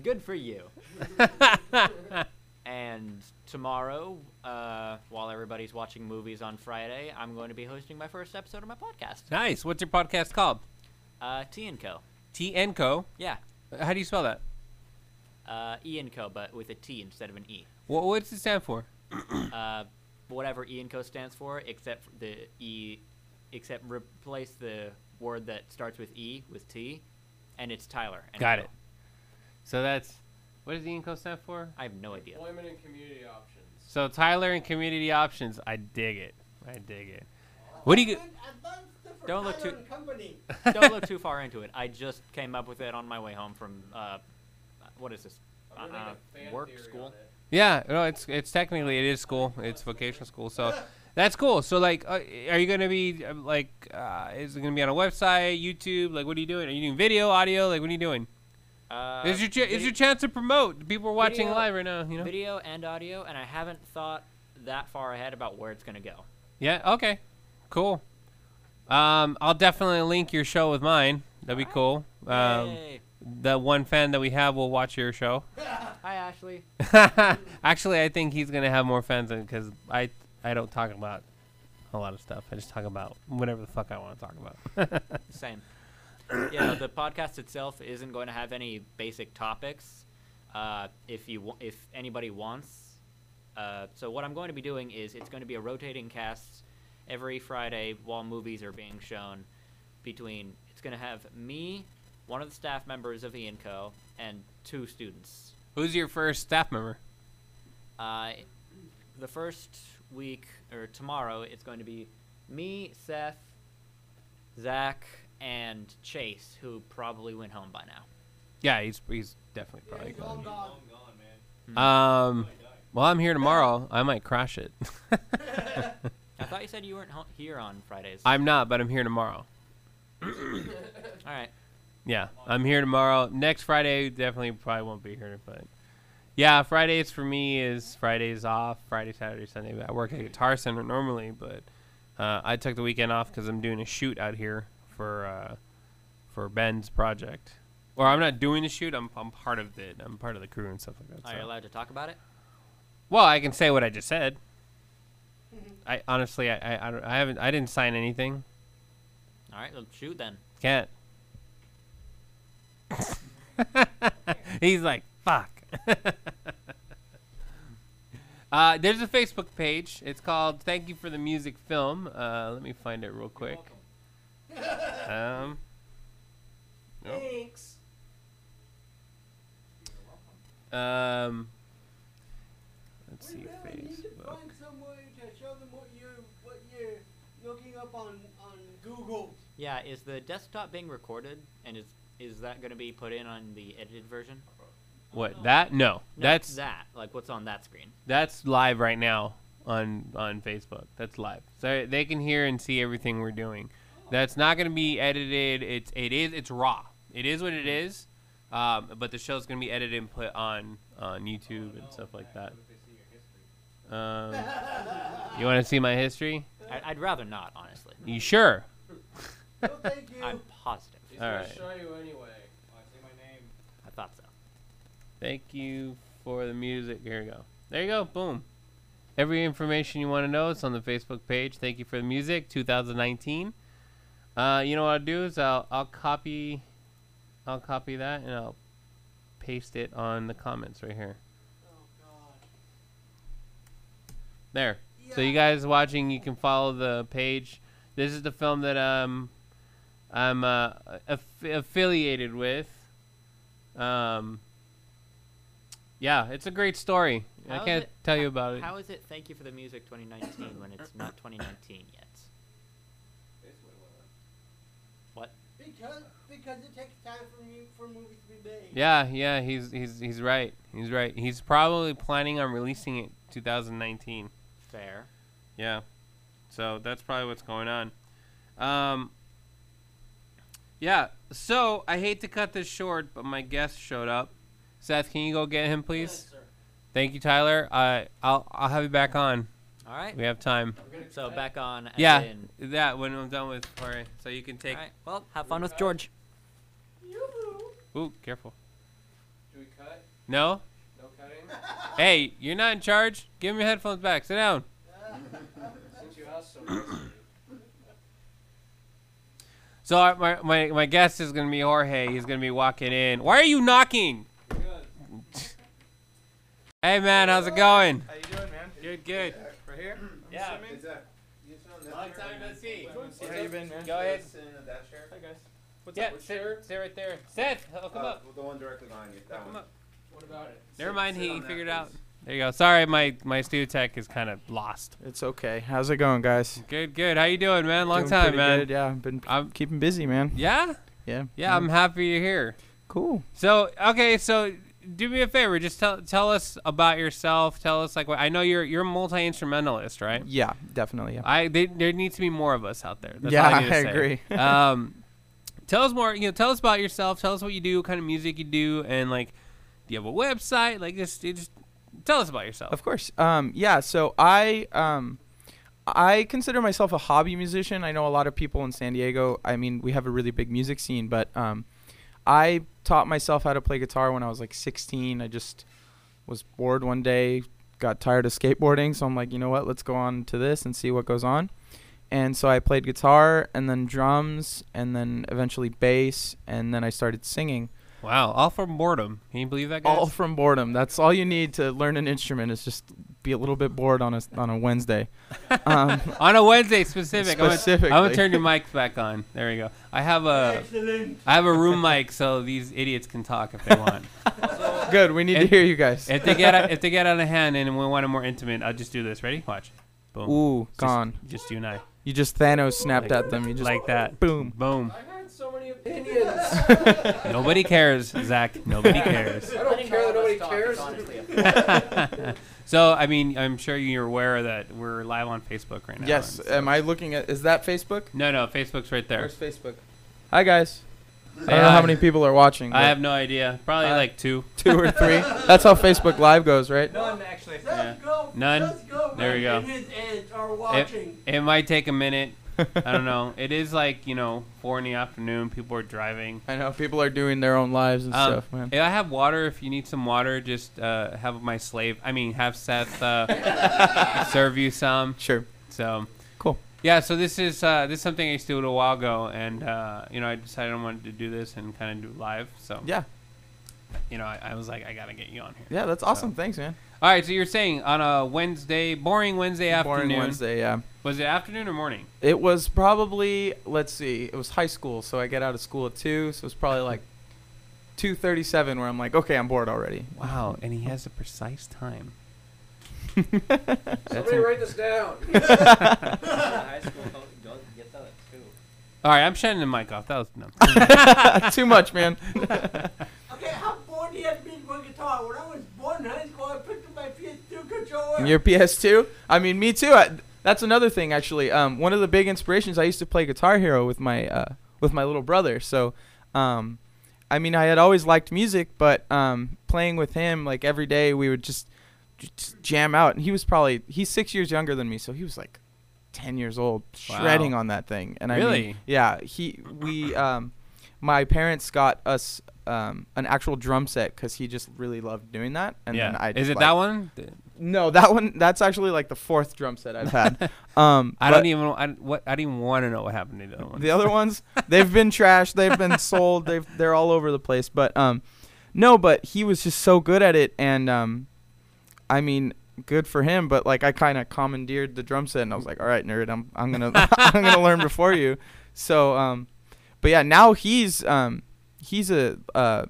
S4: Good for you. and tomorrow, uh, while everybody's watching movies on Friday, I'm going to be hosting my first episode of my podcast,
S2: Nice. What's your podcast called?
S4: uh, Tea and Co.
S2: T and Co.
S4: Yeah,
S2: How do you spell that?
S4: uh, E and Co. But with a T instead of an E.
S2: What what does it stand for?
S4: Uh, whatever E and Co. stands for, except for the E, except replace the word that starts with E with T, and it's Tyler. And
S2: Got
S4: Co.
S2: it. So that's what does the Inco stand for?
S4: I have no idea.
S11: Employment and community options.
S2: So Tyler and Community Options. I dig it. I dig it. What do you?
S4: Don't look too-
S3: Company.
S4: Don't look too far into it. I just came up with it on my way home from uh, what is this?
S11: I'm reading
S4: Uh,
S2: Uh-huh.
S11: a fan
S4: work
S11: theory on
S4: school.
S11: it.
S2: Yeah. No, it's it's technically it is school. It's vocational school. So that's cool. So like, uh, are you gonna be uh, like? Uh, is it gonna be on a website, YouTube? Like, what are you doing? Are you doing video, audio? Like, what are you doing?
S4: Uh,
S2: Is your ch- is your chance to promote? People are watching
S4: video-
S2: live right now. You know.
S4: video and audio, and I haven't thought that far ahead about where it's gonna go.
S2: Yeah. Okay. Cool. Um, I'll definitely link your show with mine. That'd be cool. Um,
S4: Yay.
S2: the one fan that we have will watch your show.
S4: Hi Ashley.
S2: Actually, I think he's gonna have more fans because I I don't talk about a lot of stuff. I just talk about whatever the fuck I want to talk about.
S4: Same. yeah, no, the podcast itself isn't going to have any basic topics. Uh, if you wa- if anybody wants, uh, so what I'm going to be doing is it's going to be a rotating cast every Friday while movies are being shown. Between it's going to have me, one of the staff members of Ian Co, and two students.
S2: Who's your first staff member?
S4: Uh, the first week or tomorrow, it's going to be me, Seth, Zach, and Chase, who probably went home by now.
S2: Yeah, he's he's definitely probably
S3: Long
S2: good.
S3: gone.
S4: I'm gone, man.
S2: Um, well, I'm here tomorrow. I might crash it.
S4: I thought you said you weren't ho- here on Fridays.
S2: I'm not, but I'm here tomorrow.
S4: All right.
S2: Yeah, I'm here tomorrow. Next Friday, definitely probably won't be here, but yeah, Fridays for me is Fridays off. Friday, Saturday, Sunday. I work at Guitar Center normally, but uh, I took the weekend off because I'm doing a shoot out here for uh, for Ben's project. Or I'm not doing the shoot. I'm I'm part of it. I'm part of the crew and stuff like that.
S4: Are you
S2: so-
S4: allowed to talk about it?
S2: Well, I can say what I just said. I honestly, I I, I, don't, I haven't I didn't sign anything.
S4: All right. Well, shoot then.
S2: Can't. He's like, fuck. uh, there's a Facebook page. It's called Thank You for the Music Film. Uh, let me find it real quick. Um,
S13: Thanks.
S2: um, let's
S3: We
S2: see
S3: really need to
S2: Facebook.
S3: find some way to show them what you're, what you're looking up on, on Google.
S4: Yeah, is the desktop being recorded, and is is that going to be put in on the edited version?
S2: What that? No,
S4: No,
S2: that's
S4: that. Like, what's on that screen?
S2: that's live right now on on Facebook. That's live, so they can hear and see everything we're doing. That's not going to be edited. It's it is it's raw. It is what it is. Um, but the show's going to be edited and put on on YouTube and stuff like that. Um, you want to see my history?
S4: I, I'd rather not, honestly.
S2: You sure?
S3: No, thank you.
S4: I'm positive.
S7: He's
S2: All
S7: gonna
S2: right.
S7: show you anyway.
S8: say my name.
S4: I thought so.
S2: Thank you for the music. Here we go. There you go. Boom. Every information you want to know, it's on the Facebook page. Thank you for the music, 2019. Uh, you know what I'll do is I'll I'll copy, I'll copy that and I'll paste it on the comments right here.
S3: Oh,
S2: There. So you guys watching, you can follow the page. This is the film that um, I'm uh, aff- affiliated with. Um, yeah, it's a great story.
S4: How
S2: I
S4: is
S2: can't
S4: it-
S2: tell you about it.
S4: How is it? Thank you for the music 2019 when it's not 2019 yet.
S3: Because because it takes time for mu- for movies to be made.
S2: yeah, yeah, he's he's he's right. He's right. He's probably planning on releasing it 2019.
S4: Fair.
S2: Yeah. So that's probably what's going on. Um, yeah. So I hate to cut this short, but my guest showed up. Seth, can you go get him, please? Thank you, Tyler. I I'll I'll have you back on.
S4: All right.
S2: We have time.
S4: So back on. as
S2: Yeah.
S4: in-
S2: That when I'm done with Corey, so you can
S4: all
S2: take.
S4: right. Well, have fun with George.
S2: Ooh, careful.
S7: Do we cut?
S2: No.
S7: No cutting?
S2: Hey, you're not in charge. Give him your headphones back. Sit down.
S7: Since you asked so nicely.
S2: So I, my, my my guest is gonna be Jorge. He's gonna be walking in. Why are you knocking?
S7: Good.
S2: Hey man, how's it going?
S5: How you doing, man?
S2: Good, good.
S5: Right here?
S6: Mm-hmm.
S2: Yeah.
S5: Is that? You smell that
S2: Long
S5: chair,
S2: time
S5: man.
S2: no see.
S5: How you been, man?
S2: Go ahead.
S5: Sitting in that chair.
S7: Hi guys. What's
S2: Yeah,
S7: up? What's
S2: sit,
S7: your,
S2: sit right there. Seth, oh, come
S14: Uh,
S2: up.
S14: well, The one directly behind you. That
S2: Come
S14: one.
S2: up.
S7: what about it?
S2: Never
S14: Sit-
S2: mind,
S14: sit
S2: he
S14: on that,
S2: figured out.
S14: please.
S2: There you go. Sorry, my my studio tech is kind of lost.
S5: It's okay. How's it going, guys?
S2: Good, good. How you doing, man? Long time, man.
S5: Yeah, I've been
S2: I'm-
S5: keeping busy, man.
S2: Yeah,
S5: Yeah.
S2: yeah. I'm happy you're here.
S5: cool.
S2: So okay, so do me a favor. Just tell tell us about yourself. Tell us like what I know you're you're a multi instrumentalist, right?
S5: Yeah, definitely. Yeah.
S2: I they, there needs to be more of us out there. That's
S5: Yeah,
S2: all I, need to
S5: I
S2: say.
S5: agree.
S2: um, tell us more. You know, tell us about yourself. Tell us what you do, what kind of music you do, and like, do you have a website? Like, just you just tell us about yourself.
S5: Of course. Um, yeah. So I um, I consider myself a hobby musician. I know a lot of people in San Diego. I mean, we have a really big music scene, but um, I taught myself how to play guitar when I was like 16. I just was bored one day, got tired of skateboarding, so I'm like, you know what? Let's go on to this and see what goes on. And so I played guitar and then drums and then eventually bass and then I started singing.
S2: Wow, all from boredom. Can you believe that, guys?
S5: All from boredom. That's all you need to learn an instrument is just be a little bit bored on a on a Wednesday. Um,
S2: on a Wednesday specific. I'm gonna- I'm gonna
S5: Specifically.
S2: turn your mic back on. There we go. I have a
S3: Excellent.
S2: I have a room mic, so these idiots can talk if they want.
S5: good. We need to
S2: And-
S5: hear you guys.
S2: if they get if they get out of hand and we want it more intimate, I'll just do this. Ready? Watch. Boom.
S5: Ooh,
S2: Just-
S5: gone.
S2: Just, you and I.
S5: You just Thanos snapped
S2: Like-
S5: at them. You just
S2: like that.
S5: Boom.
S2: Boom.
S7: I've had so many opinions.
S2: Nobody cares, Zach. Nobody cares.
S7: I don't care that nobody cares.
S2: so I mean, I'm sure you're aware that we're live on Facebook right now.
S5: Yes.
S2: and so-
S5: Am I looking at? Is that Facebook?
S2: no, no, Facebook's right there.
S5: Where's Facebook? Hi guys. I don't
S2: Hey,
S5: know
S2: hi.
S5: how many people are watching.
S2: I
S5: but
S2: have no idea. Probably
S5: Uh,
S2: like two.
S5: two or three. That's how Facebook Live goes, right?
S8: None actually.
S3: Let's go.
S2: None?
S3: Let's go.
S2: There we
S3: man.
S2: go.
S3: And his ants are watching.
S2: It might take a minute. I don't know. It is like you know four in the afternoon. People are driving.
S5: I know people are doing their own lives and
S2: Um,
S5: stuff, man.
S2: If I have water, if you need some water, just uh, have my slave. I mean, have Seth uh, serve you some.
S5: Sure.
S2: So
S5: Cool.
S2: Yeah, so this is uh, this is something I used to do a little while ago, and uh, you know I decided I wanted to do this and kind of do it live. So
S5: Yeah.
S2: you know I, I was like, I gotta get you on here.
S5: Yeah. That's awesome. Thanks, man.
S2: All right, so you're saying on a Wednesday, boring Wednesday afternoon.
S5: Boring Wednesday. Yeah.
S2: Was it afternoon or morning?
S5: It was probably let's see, it was high school, so I get out of school at two, so it's probably like two thirty seven where I'm like, okay, I'm bored already.
S2: Wow, and he has a precise time.
S7: Somebody write this down.
S8: High school don't, don't get that too.
S2: All right, I'm shutting the mic off. That was no.
S5: Too much, man.
S3: Okay, how bored do you have to be to play guitar? When I was born in high school, I picked up my PS2 controller.
S5: Your PS2? I mean, me too. I, that's another thing, actually. Um, one of the big inspirations. I used to play Guitar Hero with my uh, with my little brother. So, um, I mean, I had always liked music, but um, playing with him, like every day, we would just, just jam out. And he was probably he's six years younger than me, so he was like ten years old, shredding
S2: Wow.
S5: on that thing. And I
S2: Really?
S5: mean, yeah, he we um, my parents got us. Um, an actual drum set because he just really loved doing that, and then I
S2: is
S5: just,
S2: it
S5: like-
S2: that one?
S5: no, that one. That's actually like the fourth drum set I've had. Um,
S2: I
S5: but
S2: don't even. I what? I didn't want to know what happened to the other one.
S5: The other ones, they've been trashed. They've been sold. They've they're all over the place. But um, no, but he was just so good at it, and um, I mean, good for him. But like, I kind of commandeered the drum set, and I was like, all right, nerd, I'm I'm gonna I'm gonna learn before you. So um, but yeah, now he's um, he's a uh.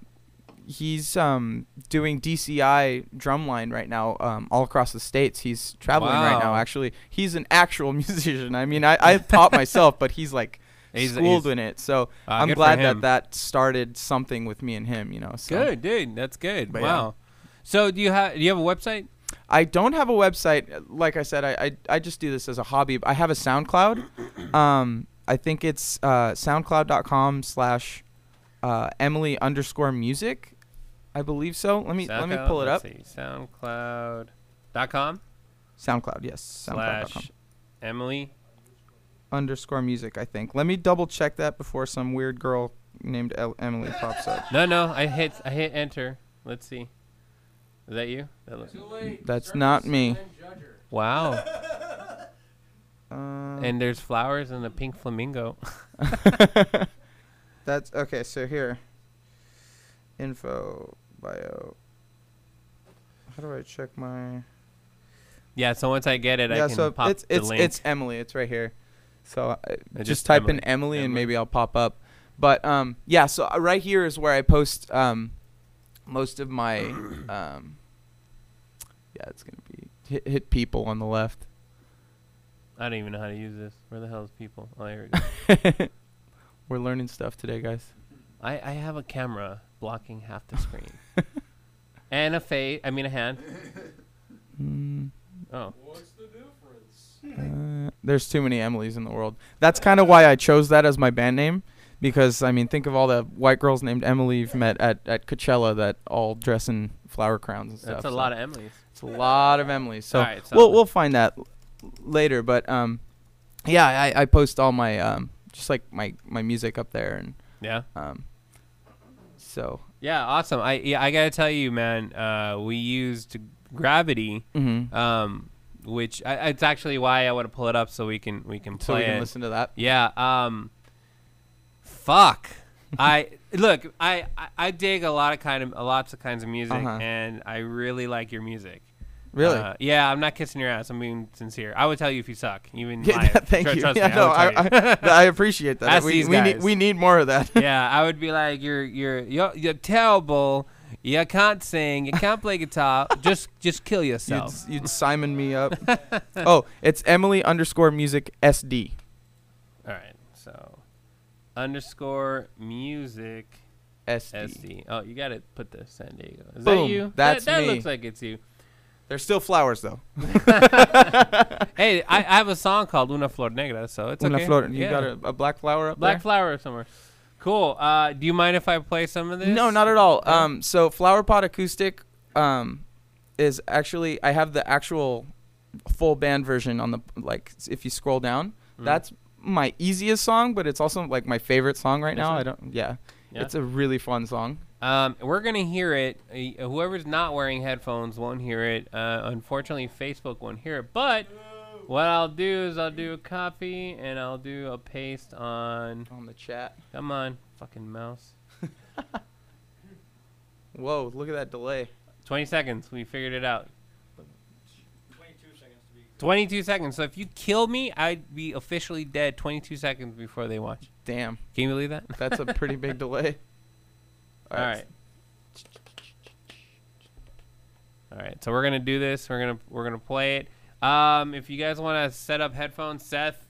S5: He's um, doing DCI drumline right now, um, all across the states. He's traveling right now.
S2: Wow.
S5: Actually, he's an actual musician. I mean, I, I taught myself, but he's like
S2: He's-
S5: schooled
S2: he's-
S5: in it. So
S2: Uh,
S5: I'm
S2: good for
S5: glad that
S2: him.
S5: that started something with me and him. You know, so.
S2: Good, dude. That's good.
S5: But yeah.
S2: wow. So do you have? Do you have a website?
S5: I don't have a website. Like I said, I I, I just do this as a hobby. I have a SoundCloud. um, I think it's uh, SoundCloud.com slash uh, Emily underscore music. I believe so. Let me let me
S2: SoundCloud?
S5: pull it up.
S2: Let's see. SoundCloud.com
S5: SoundCloud, yes. SoundCloud.com
S2: slash Emily.
S5: underscore music. I think. Let me double check that before some weird girl named El- Emily pops up.
S2: No, no. I hit. I hit enter. Let's see. Is that you? That looks,
S7: Too late.
S5: That's
S7: Start
S5: not
S7: with
S5: me.
S7: Stan Judger.
S2: wow.
S5: Um,
S2: and there's flowers and a pink flamingo.
S5: That's okay. So here, info bio. How do I check my?
S2: yeah. So once I get it,
S5: yeah,
S2: I can
S5: so
S2: pop
S5: it's
S2: the
S5: it's
S2: link.
S5: it's Emily. It's right here. So I, just,
S2: just
S5: type
S2: Emily.
S5: in Emily, and
S2: Emily.
S5: maybe I'll pop up. But um, yeah. So uh, right here is where I post um, most of my um. Yeah, it's gonna be hit, hit people on the left.
S2: I don't even know how to use this. Where the hell is people? Oh, here it is.
S5: We're learning stuff today, guys.
S2: I, I have a camera blocking half the screen. and a face. I mean, a hand.
S5: Mm.
S2: Oh.
S7: What's the difference?
S5: Uh, there's too many Emilys in the world. That's kind of why I chose that as my band name, because I mean, think of all the white girls named Emily you've met at, at Coachella that all dress in flower crowns and stuff.
S2: That's a lot of Emily's.
S5: It's a lot of Emilys. So
S2: All right, so-
S5: we'll we'll find that l- later. But um, yeah, I, I post all my um, just like my my music up there and
S2: Yeah.
S5: um, so
S2: Yeah, awesome. I yeah, I gotta tell you, man. Uh, we used gravity,
S5: mhm.
S2: um, which I, it's actually why I want to pull it up so we can we can play
S5: so we can
S2: it.
S5: listen to that.
S2: Yeah. Um. Fuck. I look. I, I I dig a lot of kind of lots of kinds of music,
S5: Uh-huh.
S2: and I really like your music.
S5: Really?
S2: Uh, yeah. I'm not kissing your ass. I'm being sincere. I would tell you if you suck, even.
S5: yeah,
S2: live.
S5: thank
S2: Tr-
S5: you.
S2: Trust
S5: yeah,
S2: me,
S5: no,
S2: I,
S5: I,
S2: would tell you.
S5: I, I appreciate that.
S2: Ask
S5: we
S2: these
S5: we need
S2: guys.
S5: we need more of that.
S2: yeah, I would be like, you're you're you're, you're terrible. You can't sing. You can't play guitar. just just kill
S5: You'd,
S2: yourself.
S5: you'd Simon me up. oh, it's Emily underscore music SD.
S2: All right. So underscore music
S5: SD.
S2: SD. Oh, you gotta put the San Diego. Is
S5: Boom,
S2: that you?
S5: that's
S2: that, that
S5: me.
S2: looks like it's you.
S5: They're still flowers though.
S2: Hey, I, I have a song called Una Flor Negra, so it's
S5: Una
S2: okay.
S5: flor. You
S2: Yeah.
S5: got a, a black flower up
S2: black
S5: there.
S2: flower somewhere. Cool. Uh, do you mind if I play some of this?
S5: no, not at all.
S2: Yeah.
S5: Um, so flower pot acoustic, um, is actually I have the actual full band version on the like s- if you scroll down.
S2: Mm.
S5: That's my easiest song, but it's also like my favorite song right
S2: This
S5: now.
S2: one?
S5: I don't. Yeah.
S2: Yeah.
S5: It's a really fun song.
S2: Um, we're gonna hear it. Uh, whoever's not wearing headphones won't hear it. Uh, unfortunately, Facebook won't hear it. But what I'll do is I'll do a copy and I'll do a paste on.
S5: On the chat.
S2: Come on, fucking mouse.
S5: Whoa! Look at that delay.
S2: 20 seconds. We figured it out.
S8: 22 seconds to be.
S2: 22 seconds. So if you kill me, I'd be officially dead 22 seconds before they watch.
S5: Damn.
S2: Can you believe that?
S5: That's a pretty big delay.
S2: All right. All right. So we're gonna do this. We're gonna we're gonna play it. Um, if you guys want to set up headphones, Seth,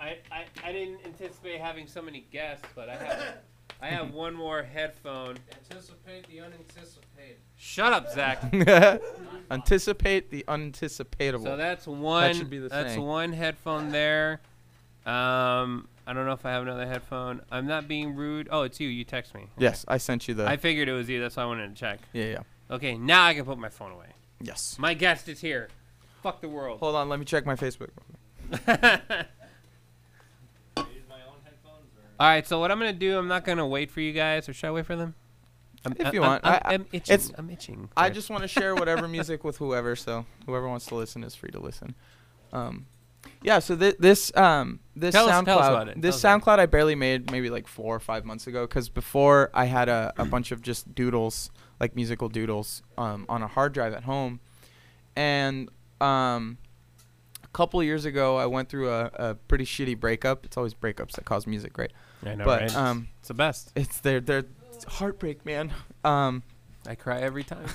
S8: I
S2: I, I, I didn't anticipate having so many guests, but I have I have one more headphone.
S7: Anticipate the unanticipated.
S2: Shut up, Zach.
S5: Anticipate the unanticipatable.
S2: So that's one.
S5: should be the
S2: that's
S5: thing.
S2: one headphone there. Um, I don't know if I have another headphone. I'm not being rude. Oh, it's you. You text me.
S5: yes, I sent you the.
S2: I figured it was you. That's why I wanted to check.
S5: yeah, yeah.
S2: Okay, now I can put my phone away.
S5: Yes.
S2: My guest is here. Fuck the world.
S5: Hold on, let me check my Facebook.
S8: I use my own headphones or
S2: All right, so what I'm gonna do? I'm not gonna wait for you guys, or should I wait for them? I'm,
S5: If you
S2: I'm-
S5: want.
S2: I'm,
S5: I- I-
S2: I'm itching.
S5: it's-
S2: I'm itching.
S5: I
S2: Chris.
S5: just want to share whatever music with whoever, so whoever wants to listen is free to listen. Um, yeah, so thi- this um, this
S2: Tell
S5: SoundCloud
S2: us- tell us about it.
S5: this
S2: Tell us
S5: SoundCloud I barely made maybe like four or five months ago because before I had a, a bunch of just doodles like musical doodles um, on a hard drive at home, and um, a couple years ago I went through a, a pretty shitty breakup. It's always breakups that cause music, right?
S2: I know,
S5: but
S2: right?
S5: um,
S2: it's the best.
S5: it's their their it's heartbreak, man. Um,
S2: I cry every time.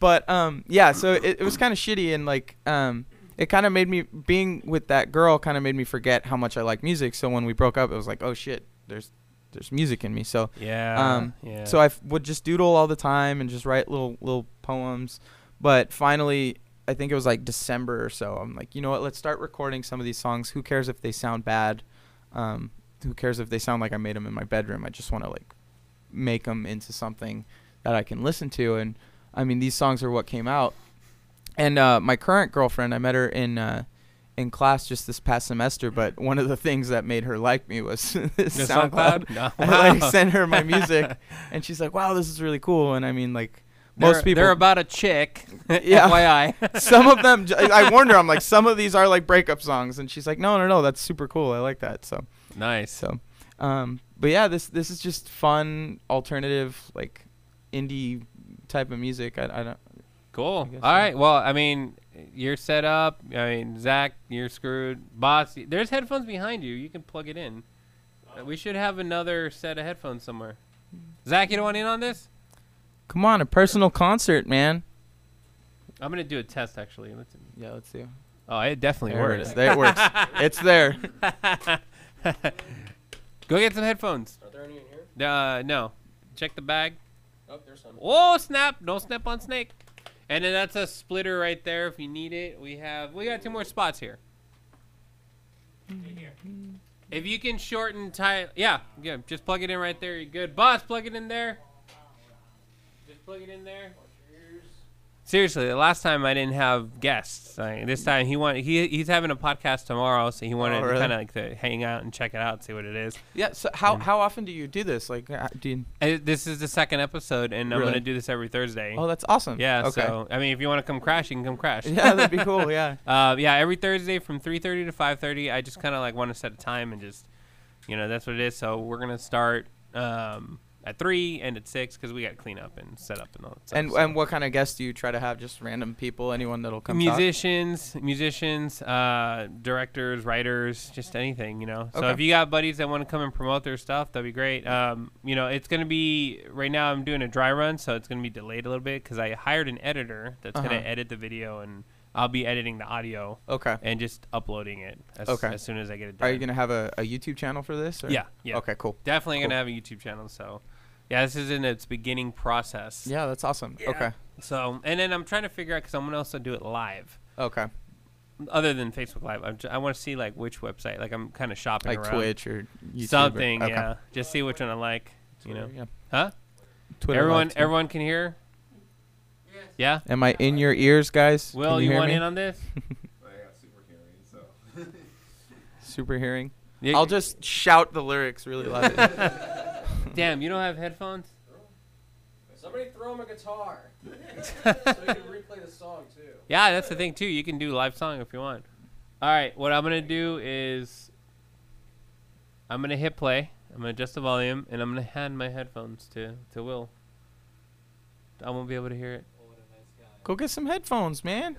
S5: but um yeah so it, it was kind of shitty and like um it kind of made me being with that girl kind of made me forget how much i like music so when we broke up it was like oh shit there's there's music in me so
S2: Yeah.
S5: Um,
S2: yeah.
S5: so i f- would just doodle all the time and just write little little poems but finally i think it was like december or so i'm like you know what let's start recording some of these songs who cares if they sound bad um who cares if they sound like i made them in my bedroom i just want to like make them into something that i can listen to and i mean these songs are what came out and uh my current girlfriend i met her in uh in class just this past semester, but one of the things that made her like me was
S2: The
S5: SoundCloud.
S2: No.
S5: I like sent her my music, and she's like, "Wow, this is really cool." And I mean, like
S2: They're-
S5: most people,
S2: They're about a chick.
S5: Yeah.
S2: FYI.
S5: some of them. j- I warned her. I'm like, some of these are like breakup songs, and she's like, "No, no, no, that's super cool. I like that." So,
S2: Nice.
S5: so, um, but yeah, this this is just fun alternative like indie type of music. I, I don't.
S2: Cool.
S5: guess
S2: All
S5: so.
S2: right. Well, I mean, you're set up. I mean, Zach, you're screwed. Boss, y- there's headphones behind you. You can plug it in. Uh, We should have another set of headphones somewhere. Zach, you don't want in on this?
S5: Come on, a personal concert, man.
S2: I'm gonna do a test actually. Let's-
S5: Yeah, let's see.
S2: Oh, it definitely
S5: There it
S2: works.
S5: is. There it works. it's there.
S2: Go get some headphones.
S7: Are there any in here?
S2: Uh, no. Check the bag.
S7: Oh, there's some.
S2: Oh snap! Don't snap on snake. And then that's a splitter right there if you need it. We have we got two more spots here. If you can shorten tie, yeah, yeah. Just plug it in right there. You're good, boss. Plug it in there. Just plug it in there. Seriously, the last time I didn't have guests. Like, this time he wanted he he's having a podcast tomorrow, so he wanted
S5: Oh, really?
S2: kind of like to hang out and check it out, and see what it is.
S5: Yeah. So how how often do you do this? Like, uh, do you,
S2: Uh, This is the second episode, and I'm
S5: Really?
S2: gonna do this every Thursday.
S5: oh, that's awesome.
S2: Yeah.
S5: Okay.
S2: So I mean, if you want to come crash, you can come crash.
S5: yeah, that'd be cool. Yeah.
S2: Uh, yeah. Every Thursday from 3:30 to 5:30, I just kind of like want to set a time and just, you know, that's what it is. So we're gonna start um, at three and at six because we got clean up and set up and all that stuff.
S5: And
S2: so.
S5: and what kind of guests do you try to have? Just random people, anyone that'll come. talk?
S2: musicians, musicians, uh, directors, writers, just anything, you know. So
S5: Okay.
S2: if you got buddies that want to come and promote their stuff, that'd be great. Um, you know, it's gonna be right now. I'm doing a dry run, so it's gonna be delayed a little bit because I hired an editor that's gonna
S5: Uh-huh.
S2: edit the video, and I'll be editing the audio
S5: Okay.
S2: and just uploading it as,
S5: Okay.
S2: as soon as I get it done.
S5: Are you gonna have a, a YouTube channel for this? Or?
S2: Yeah, yeah.
S5: Okay. Cool.
S2: Definitely
S5: Cool.
S2: gonna have a YouTube channel. So, yeah, this is in its beginning process.
S5: Yeah, that's awesome. Okay.
S2: So, and then I'm trying to figure out because I'm gonna also do it live.
S5: Okay.
S2: other than Facebook Live, I'm j- I want to see like which website. Like I'm kind of shopping
S5: Like
S2: around.
S5: Twitch or YouTube or-
S2: something.
S5: okay.
S2: Yeah, just see which one I like. You know,
S5: Twitter, yeah.
S2: huh?
S5: Twitter.
S2: everyone,
S5: live too.
S2: everyone can hear. Yeah.
S5: Am I in your ears, guys? Can
S2: Will, you,
S5: hear
S2: want
S5: me?
S2: in on this?
S14: But I got super hearing, so.
S5: Super hearing.
S2: You-
S5: I'll just shout the lyrics really loud.
S2: Damn, you don't have headphones.
S7: Somebody throw him a guitar. so he can replay the song too.
S2: Yeah, that's the thing too. You can do live song if you want. All right, what I'm gonna do is I'm gonna hit play. I'm gonna adjust the volume, and I'm gonna hand my headphones to to Will. I won't be able to hear it.
S8: oh, what a nice guy.
S5: Go get some headphones, man.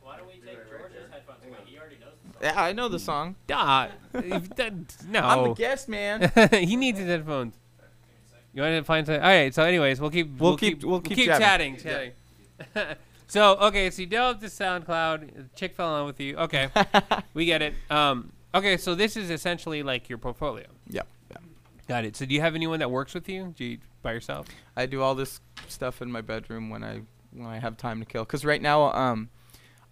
S4: Why don't we take George's headphones away? He already knows this.
S5: Yeah, I know the song.
S2: Ah, if that- no.
S5: I'm the guest, man.
S2: he needs his headphones. You want to find some? All right. So, anyways, we'll keep
S5: We'll keep- we'll keep
S2: chatting,
S5: jabbing.
S2: chatting. so, okay. So you download the SoundCloud. Chick fell in love with you. Okay, we get it. Um, Okay, so this is essentially like your portfolio.
S5: Yeah, yeah.
S2: Got it. So do you have anyone that works with you? Do you by yourself?
S5: I do all this stuff in my bedroom when I when I have time to kill. Cause right now, um,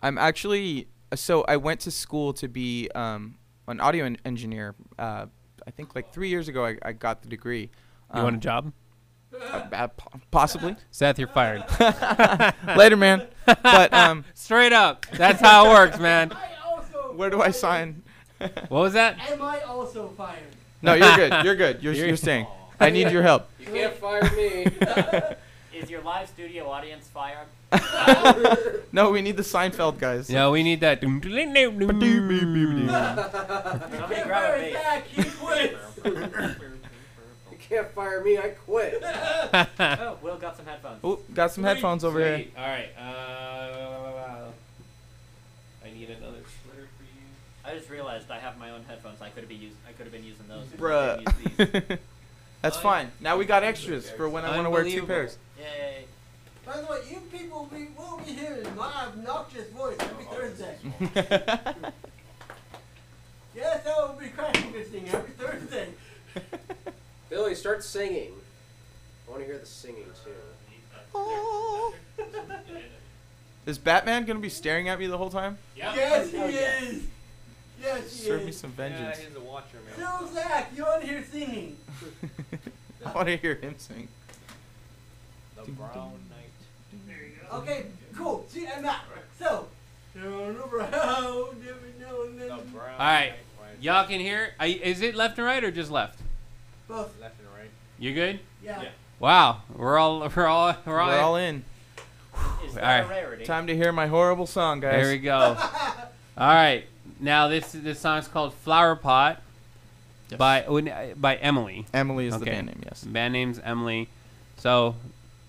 S5: I'm actually so I went to school to be um an audio en- engineer. Uh, I think like three years ago I, I got the degree.
S2: You
S5: Um,
S2: want a job?
S5: job? Uh, po- possibly
S2: Seth, you're fired.
S5: later, man. But um,
S2: Straight up. That's how it works, man.
S3: I also.
S5: where do I sign?
S2: What was that?
S3: Am I also fired?
S5: No, you're good. You're good. You're
S2: You're-
S5: you're staying. I need your help.
S7: You can't fire me.
S4: Is your live studio audience fired?
S5: No, we need the Seinfeld guys.
S2: No, we need that.
S4: Somebody grab a bass.
S7: You can't fire me. I quit.
S4: Oh, Will got some headphones.
S5: Ooh, got some headphones over here.
S8: All right. Uh, I need another sweater for you.
S4: I just realized I have my own headphones. I could have been using. I could have been using those.
S5: Bruh.
S4: Use these.
S5: That's fine. Now we got extras for when I want to wear two
S2: Unbelievable.
S5: pairs.
S4: Yay.
S3: By the way, you people we will be hearing my obnoxious voice every Thursday. Yes, I will be crashing this thing every Thursday.
S7: Billy, start singing. I want to hear the singing too.
S5: Is Batman gonna be staring at me the whole time?
S3: Yes, he is. Yes, he
S5: Serve me
S3: is.
S5: some
S8: Yeah,
S5: vengeance.
S8: he's a watcher, man.
S3: So, Zach, you're on here singing.
S5: I want to hear him sing.
S8: The Brown Knight.
S3: Okay, cool. See, I'm out. So, down around every now and then.
S8: The Brown.
S2: Alright.
S8: Knight.
S2: Y'all can hear? I, is it left and right or just left?
S3: Both.
S8: Left and right.
S2: You good?
S3: Yeah.
S8: Yeah.
S2: Wow, we're all we're all we're all,
S5: We're all in.
S4: Is
S2: All
S4: that
S2: right.
S4: a rarity?
S5: Time to hear my horrible song, guys.
S2: there we go. all right, now this this song's called Flower Pot by when- by Emily.
S5: Emily is the
S2: Okay.
S5: band name. Yes.
S2: Band name's Emily. So,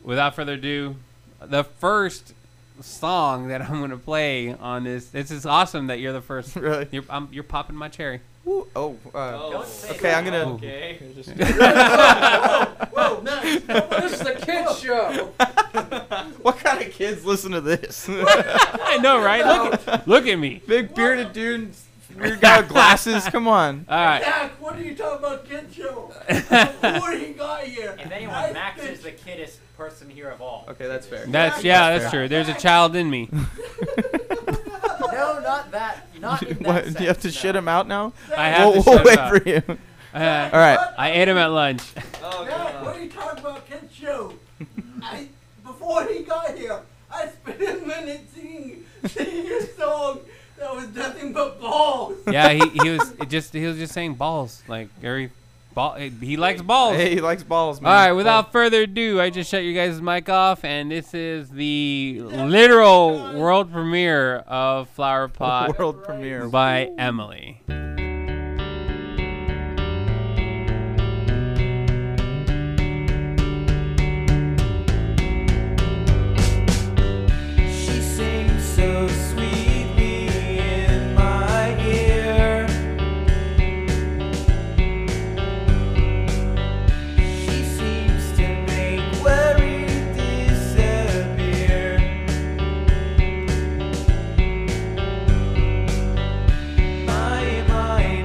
S2: without further ado, the first song that I'm gonna play on this. This is awesome that you're the first.
S5: Really?
S2: You're i you're popping my cherry.
S5: Woo. Oh. Uh,
S8: Oh.
S5: okay, I'm gonna.
S8: Okay.
S3: Whoa, nice.
S7: This is the kid show.
S5: What kind of kids listen to this?
S2: I know, right? Look, at- look at me.
S5: Big bearded dude, and s- weird guy with glasses. Come on.
S2: All right.
S3: Zach, what are you talking about, kid show? what he got here?
S4: If anyone,
S3: Nice
S4: Max
S3: bitch.
S4: is the kiddest person here of all.
S5: Okay, that's fair.
S2: That's yeah, that's true. There's a child in me.
S4: No, not that. Not in that
S5: What,
S4: sense.
S5: you have to
S4: no.
S5: shit him out now.
S2: I have
S5: we'll
S2: to
S5: we'll
S2: shut
S5: wait
S2: it up.
S5: for you.
S2: Uh,
S5: All right.
S2: I ate him at lunch.
S8: Oh,
S3: Zach,
S8: God.
S3: what are you talking about, kid show? I, before he got here, I spent a minute singing, singing a song that was nothing but balls.
S2: Yeah, he, he was it just he was just saying balls like every ball. eh, He likes balls.
S5: Hey, he likes balls,
S2: All
S5: man.
S2: right, without further ado, I just shut you guys' mic off, and this is the literal world premiere of Flower
S5: Ball.
S2: Pot
S5: world premiere.
S2: by Emily.
S5: She sings so sweetly in my ear. She seems to make worry disappear. My, my.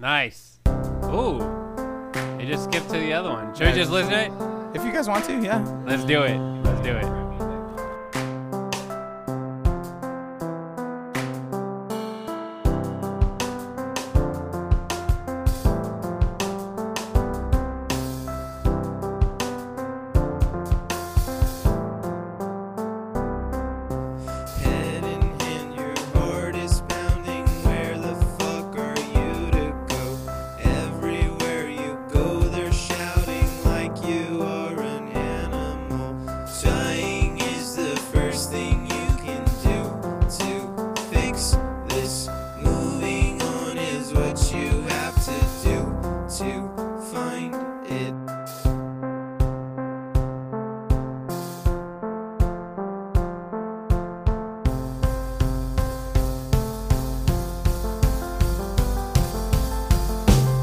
S2: Nice. Ooh. They just skipped to the other one. Should we just listen to it?
S5: If you guys want to, yeah.
S2: Let's do it. Let's do it.
S6: Head in hand, your heart is pounding. Where the fuck are you to go? Everywhere you go, they're shouting like you are an animal. Dying is the first thing you can do to fix this. Moving on is what you have to do to find it.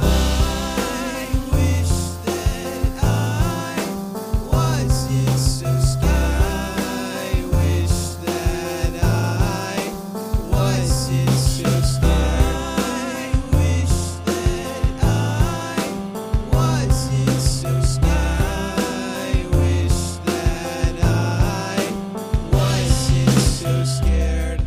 S6: I wish that I was in some sky. Wish that I was in some sky. Wish that I was in some sky. Wish that I wasn't so scared.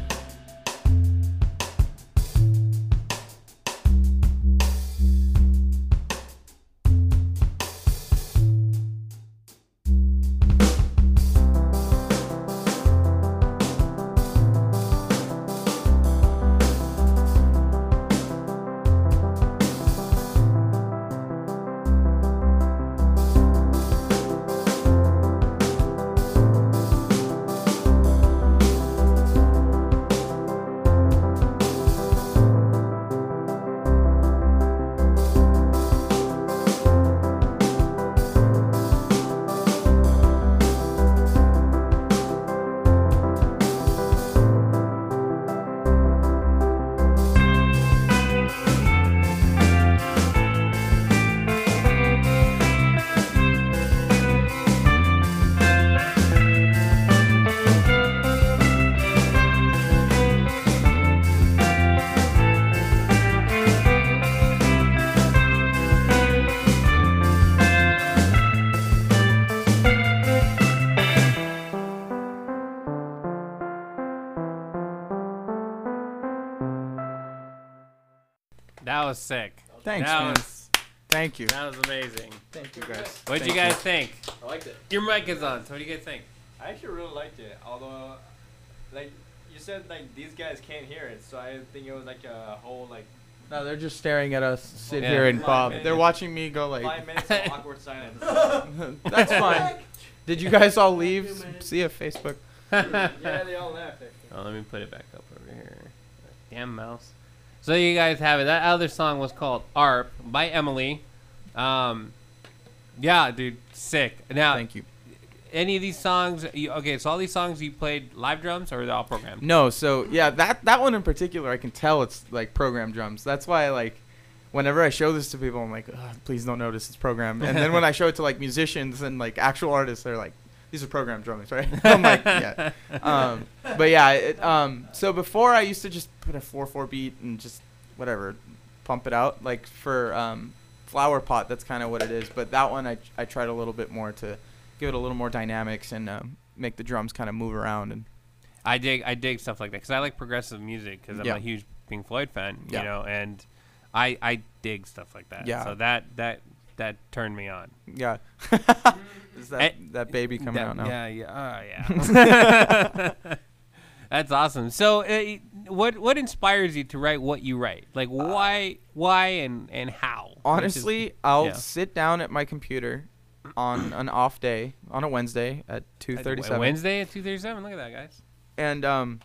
S2: That was sick.
S5: Thanks,
S2: that
S5: man.
S2: was
S5: Thank you.
S2: that was amazing.
S5: Thank you guys.
S2: What'd you
S5: Thank
S2: guys think?
S8: I liked it.
S2: Your mic is on, so what do you guys think?
S8: I actually really liked it, although, like, you said like these guys can't hear it, so I think it was like a whole like
S5: No, they're just staring at us sit
S2: Yeah.
S5: here and
S8: Five
S5: Bob.
S8: minutes.
S5: They're watching me go
S8: five
S5: like,
S8: minutes of awkward silence.
S5: that's fine. Did you guys all leave? See you Facebook.
S8: yeah, they all laughed. Actually.
S2: Oh, let me put it back up over here. Damn mouse. So you guys have it. That other song was called "Arp" by Emily. Um, yeah, dude, sick. Now,
S5: Thank you.
S2: any of these songs? You, okay, so all these songs you played live drums or they're all programmed?
S5: No, so yeah, that that one in particular, I can tell it's like program drums. That's why like, whenever I show this to people, I'm like, "Ugh, please don't notice it's programmed. And then when I show it to like musicians and like actual artists, they're like, these are program drums, right? I'm like, yeah. Um, but yeah, it, um, so before I used to just put a four four beat and just whatever, pump it out. Like for um, flower pot, that's kind of what it is. But that one, I I tried a little bit more to give it a little more dynamics and um, make the drums kind of move around and
S2: I dig I dig stuff like that because I like progressive music because I'm
S5: Yeah.
S2: a huge Pink Floyd fan,
S5: Yeah.
S2: you know, and I I dig stuff like that.
S5: Yeah.
S2: So that that that turned me on.
S5: Yeah. Is that
S2: Eh,
S5: that baby coming
S2: That-
S5: out now?
S2: Yeah, oh, yeah, oh, yeah. That's awesome. So, uh, what what inspires you to write what you write? Like why why and and how? Which is-
S5: Uh, Honestly, I'll
S2: yeah.
S5: sit down at my computer on an off day on a Wednesday at two
S2: Uh,
S5: thirty seven,
S2: Wednesday at two thirty seven. Look at that, guys.
S5: and um,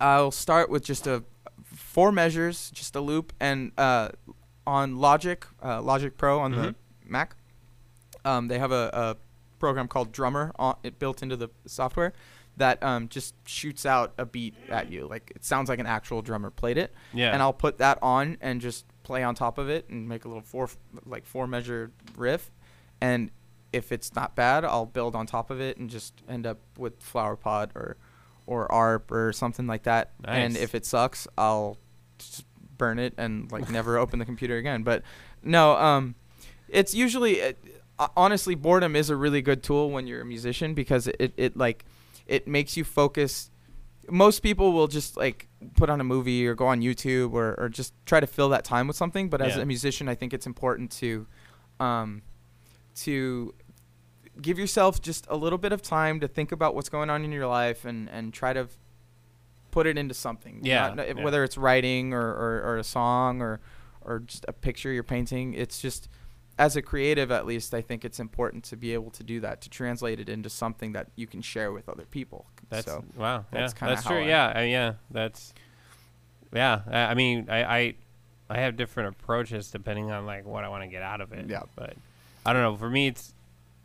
S5: I'll start with just a four measures, just a loop, and uh, on Logic, uh, Logic Pro on the Mac, um, they have a, a program called Drummer on, it built into the software that um, just shoots out a beat at you. Like it sounds like an actual drummer played it.
S2: Yeah.
S5: And I'll put that on and just play on top of it and make a little four like four measure riff. And if it's not bad, I'll build on top of it and just end up with flower pot or or arp or something like that. And
S2: Nice.
S5: if it sucks, I'll just burn it and like never open the computer again. But no, um, it's usually it, uh, honestly boredom is a really good tool when you're a musician because it, it, it like it makes you focus. Most people will just like put on a movie or go on YouTube or, or just try to fill that time with something. But as
S2: Yeah.
S5: a musician, I think it's important to um, to give yourself just a little bit of time to think about what's going on in your life and and try to f- put it into something
S2: Yeah,
S5: Not- not-
S2: yeah.
S5: whether it's writing or, or or a song or or just a picture you're painting it's just as a creative at least i think it's important to be able to do that to translate it into something that you can share with other people
S2: That's
S5: so
S2: wow.
S5: that's
S2: yeah,
S5: kinda
S2: that's
S5: how
S2: true.
S5: I-
S2: yeah, I, yeah, that's yeah. I, I mean, I, I I have different approaches depending on like what I want to get out of it.
S5: Yeah.
S2: but I don't know. For me, it's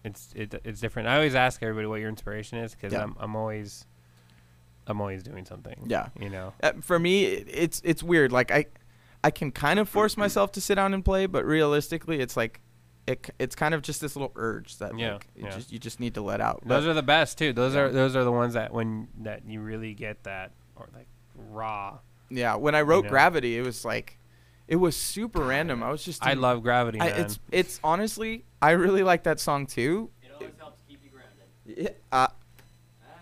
S2: it's it, it's different. I always ask everybody what your inspiration is because
S5: Yeah.
S2: I'm I'm always I'm always doing something.
S5: Yeah.
S2: you know.
S5: uh, for me it- it's it's weird like i i can kind of force myself to sit down and play but realistically it's like it, c- it's kind of just this little urge that
S2: Yeah,
S5: like, you
S2: yeah.
S5: just you just need to let out But-
S2: Those are the best too. Those
S5: Yeah.
S2: are those are the ones that when that you really get that or like raw.
S5: Yeah, when I wrote
S2: know?
S5: Gravity, it was like, it was super random. I was just
S2: I
S5: in-
S2: love Gravity,
S5: I,
S2: man.
S5: it's it's honestly, I really like that song too.
S4: It always helps keep you grounded.
S5: Yeah, uh,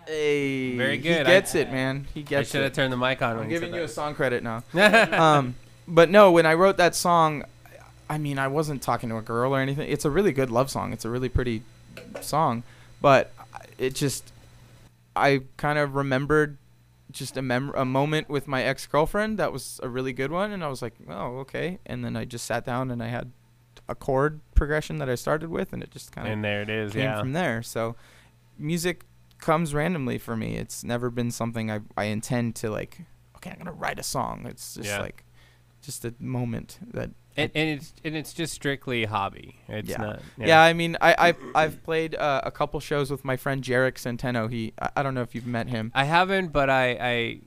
S5: hey,
S2: Very
S5: He
S2: good. I-
S5: gets it, man. He
S2: I
S5: gets
S2: should have
S5: it.
S2: turned the mic on.
S5: I'm
S2: when you
S5: giving you a
S2: said
S5: song credit now.
S2: that.
S5: um, but no, when I wrote that song, I mean, I wasn't talking to a girl or anything. It's a really good love song. It's a really pretty song, but I- it just, I kind of remembered just a mem- a moment with my ex girlfriend that was a really good one, and I was like, oh, okay. And then I just sat down and I had a chord progression that I started with, and it just kind of
S2: and there it is.
S5: came
S2: Yeah.
S5: from there. So music comes randomly for me. It's never been something I, I intend to like, okay, I'm going to write a song. It's just
S2: Yeah.
S5: like just a moment that
S2: And, and it's and it's just strictly hobby. It's
S5: Yeah.
S2: not.
S5: yeah. I mean, I I've, I've played uh, a couple shows with my friend Jarek Centeno. He I, I don't know if you've met him.
S2: I haven't, but I I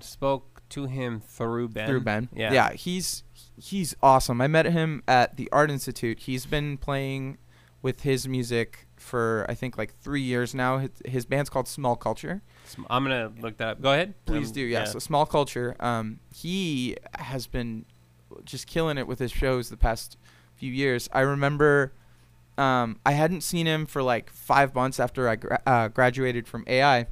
S2: spoke to him through Ben.
S5: Through Ben.
S2: Yeah.
S5: Yeah. He's he's awesome. I met him at the Art Institute. He's been playing with his music for I think like three years now. His, his band's called Small Culture.
S2: Sm- I'm gonna look that up. Go ahead.
S5: Please
S2: Um,
S5: do. Yeah. So Small Culture. Um, he has been just killing it with his shows the past few years. I remember. Um, I hadn't seen him for like five months after I gra- uh, graduated from AI,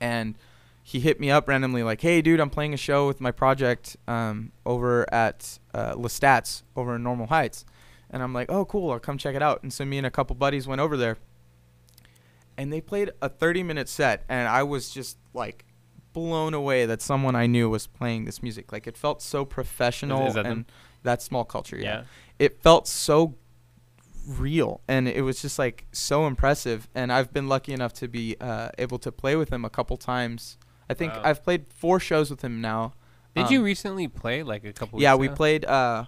S5: and he hit me up randomly like, "Hey, dude, I'm playing a show with my project um, over at uh, Lestat's over in Normal Heights," and I'm like, "Oh, cool! I'll come check it out." And so me and a couple buddies went over there, and they played a 30 minute set, and I was just like blown away that someone I knew was playing this music. Like it felt so professional
S2: that
S5: and
S2: them?
S5: that's small culture. Yeah.
S2: Yeah.
S5: It felt so real and it was just like so impressive and I've been lucky enough to be uh, able to play with him a couple times. I think
S2: Wow.
S5: I've played four shows with him now.
S2: Did
S5: Um,
S2: you recently play like a couple?
S5: yeah,
S2: weeks
S5: we
S2: ago?
S5: played uh,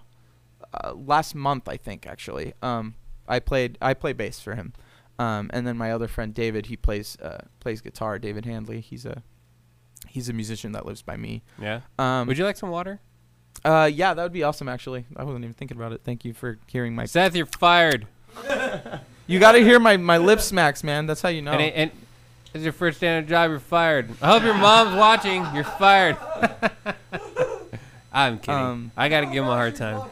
S5: uh, last month, I think actually. Um, I played I play bass for him, um, and then my other friend David, he plays uh, plays guitar. David Handley, he's a he's a musician that lives by me.
S2: Yeah.
S5: Um,
S2: Would you like some water?
S5: uh, yeah, that would be awesome. Actually, I wasn't even thinking about it. Thank you for hearing my.
S2: Seth, you're fired.
S5: You got to hear my my lip smacks, man. That's how you know.
S2: And, it- and it's your first day on a job. You're fired. I hope your mom's watching. You're fired. I'm kidding.
S5: Um,
S2: I gotta give him a hard time.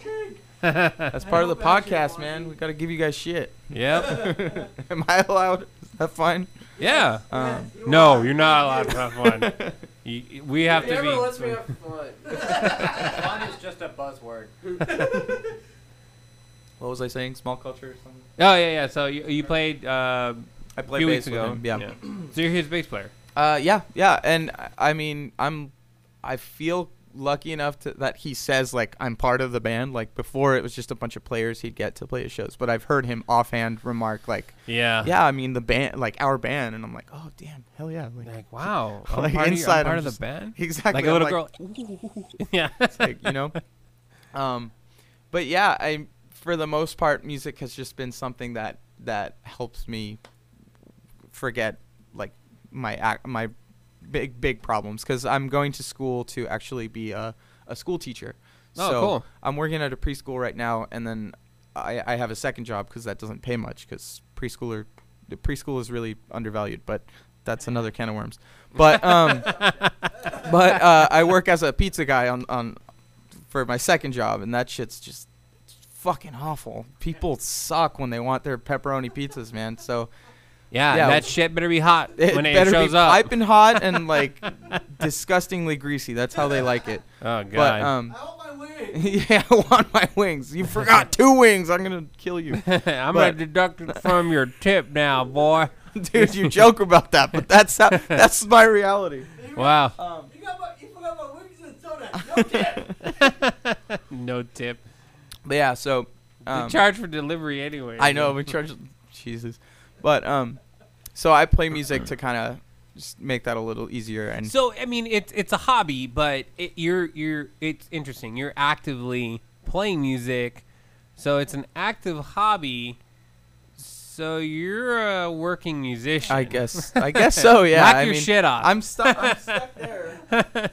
S5: That's part of the podcast, man. We got to give you guys shit.
S2: Yep.
S5: Am I allowed? Is that fine?
S2: Yeah.
S5: Um,
S2: No, you're not allowed to have fun. You- you- we have to
S7: Never lets me
S2: be.
S7: have fun.
S8: Fun is just a buzzword.
S5: what was I saying? Small culture or something?
S2: Oh yeah, yeah. So you, you played uh,
S5: I
S2: a
S5: played
S2: few weeks
S5: bass with
S2: ago.
S5: him, Yeah.
S2: So you're his bass player.
S5: Uh, yeah, yeah, and I- I mean, I'm, I feel lucky enough to, that he says like I'm part of the band. Like before, it was just a bunch of players he'd get to play his shows, but I've heard him offhand remark like,
S2: Yeah.
S5: "Yeah, I mean the band, like our band," and I'm like, "Oh, damn, hell yeah!" Like,
S2: Like wow. I'm
S5: Like,
S2: part
S5: inside,
S2: of, your- I'm part
S5: I'm
S2: of the
S5: just-
S2: band.
S5: exactly.
S2: Like a
S5: I'm
S2: little girl. yeah.
S5: like, you know um but yeah i for the most part music has just been something that that helps me forget like my ac- my big big problems cuz i'm going to school to actually be a a school teacher
S2: Oh,
S5: so
S2: cool.
S5: i'm working at a preschool right now and then i i have a second job cuz that doesn't pay much cuz preschooler the preschool is really undervalued but that's another can of worms but um but uh, I work as a pizza guy on on for my second job, and that shit's just it's fucking awful. People suck when they want their pepperoni pizzas, man. So
S2: Yeah, that shit better be hot
S5: it
S2: when it
S5: better
S2: shows
S5: be
S2: up.
S5: piping hot and like disgustingly greasy. That's how they like it.
S2: Oh,
S5: But
S2: God.
S5: um, yeah, I want my wings. You forgot two wings. I'm gonna kill you.
S2: I'm
S5: But-
S2: gonna deduct it from your tip now, boy.
S5: dude. You joke about that, but that's how, that's my reality.
S2: Wow.
S5: Um,
S3: You got my, you forgot my wings and soda. No tip.
S2: no tip.
S5: but yeah, so um,
S2: we charge for delivery anyway.
S5: I know we charge. Jesus, but um, so I play music to kind of just make that a little easier and
S2: So I mean, it's it's a hobby, but it, you're you're it's interesting. You're actively playing music, so it's an active hobby. So you're a working musician.
S5: I guess I guess so. Yeah,
S2: Knock
S5: I
S2: your
S5: mean,
S2: shit off.
S5: I'm stuck. I'm stuck there.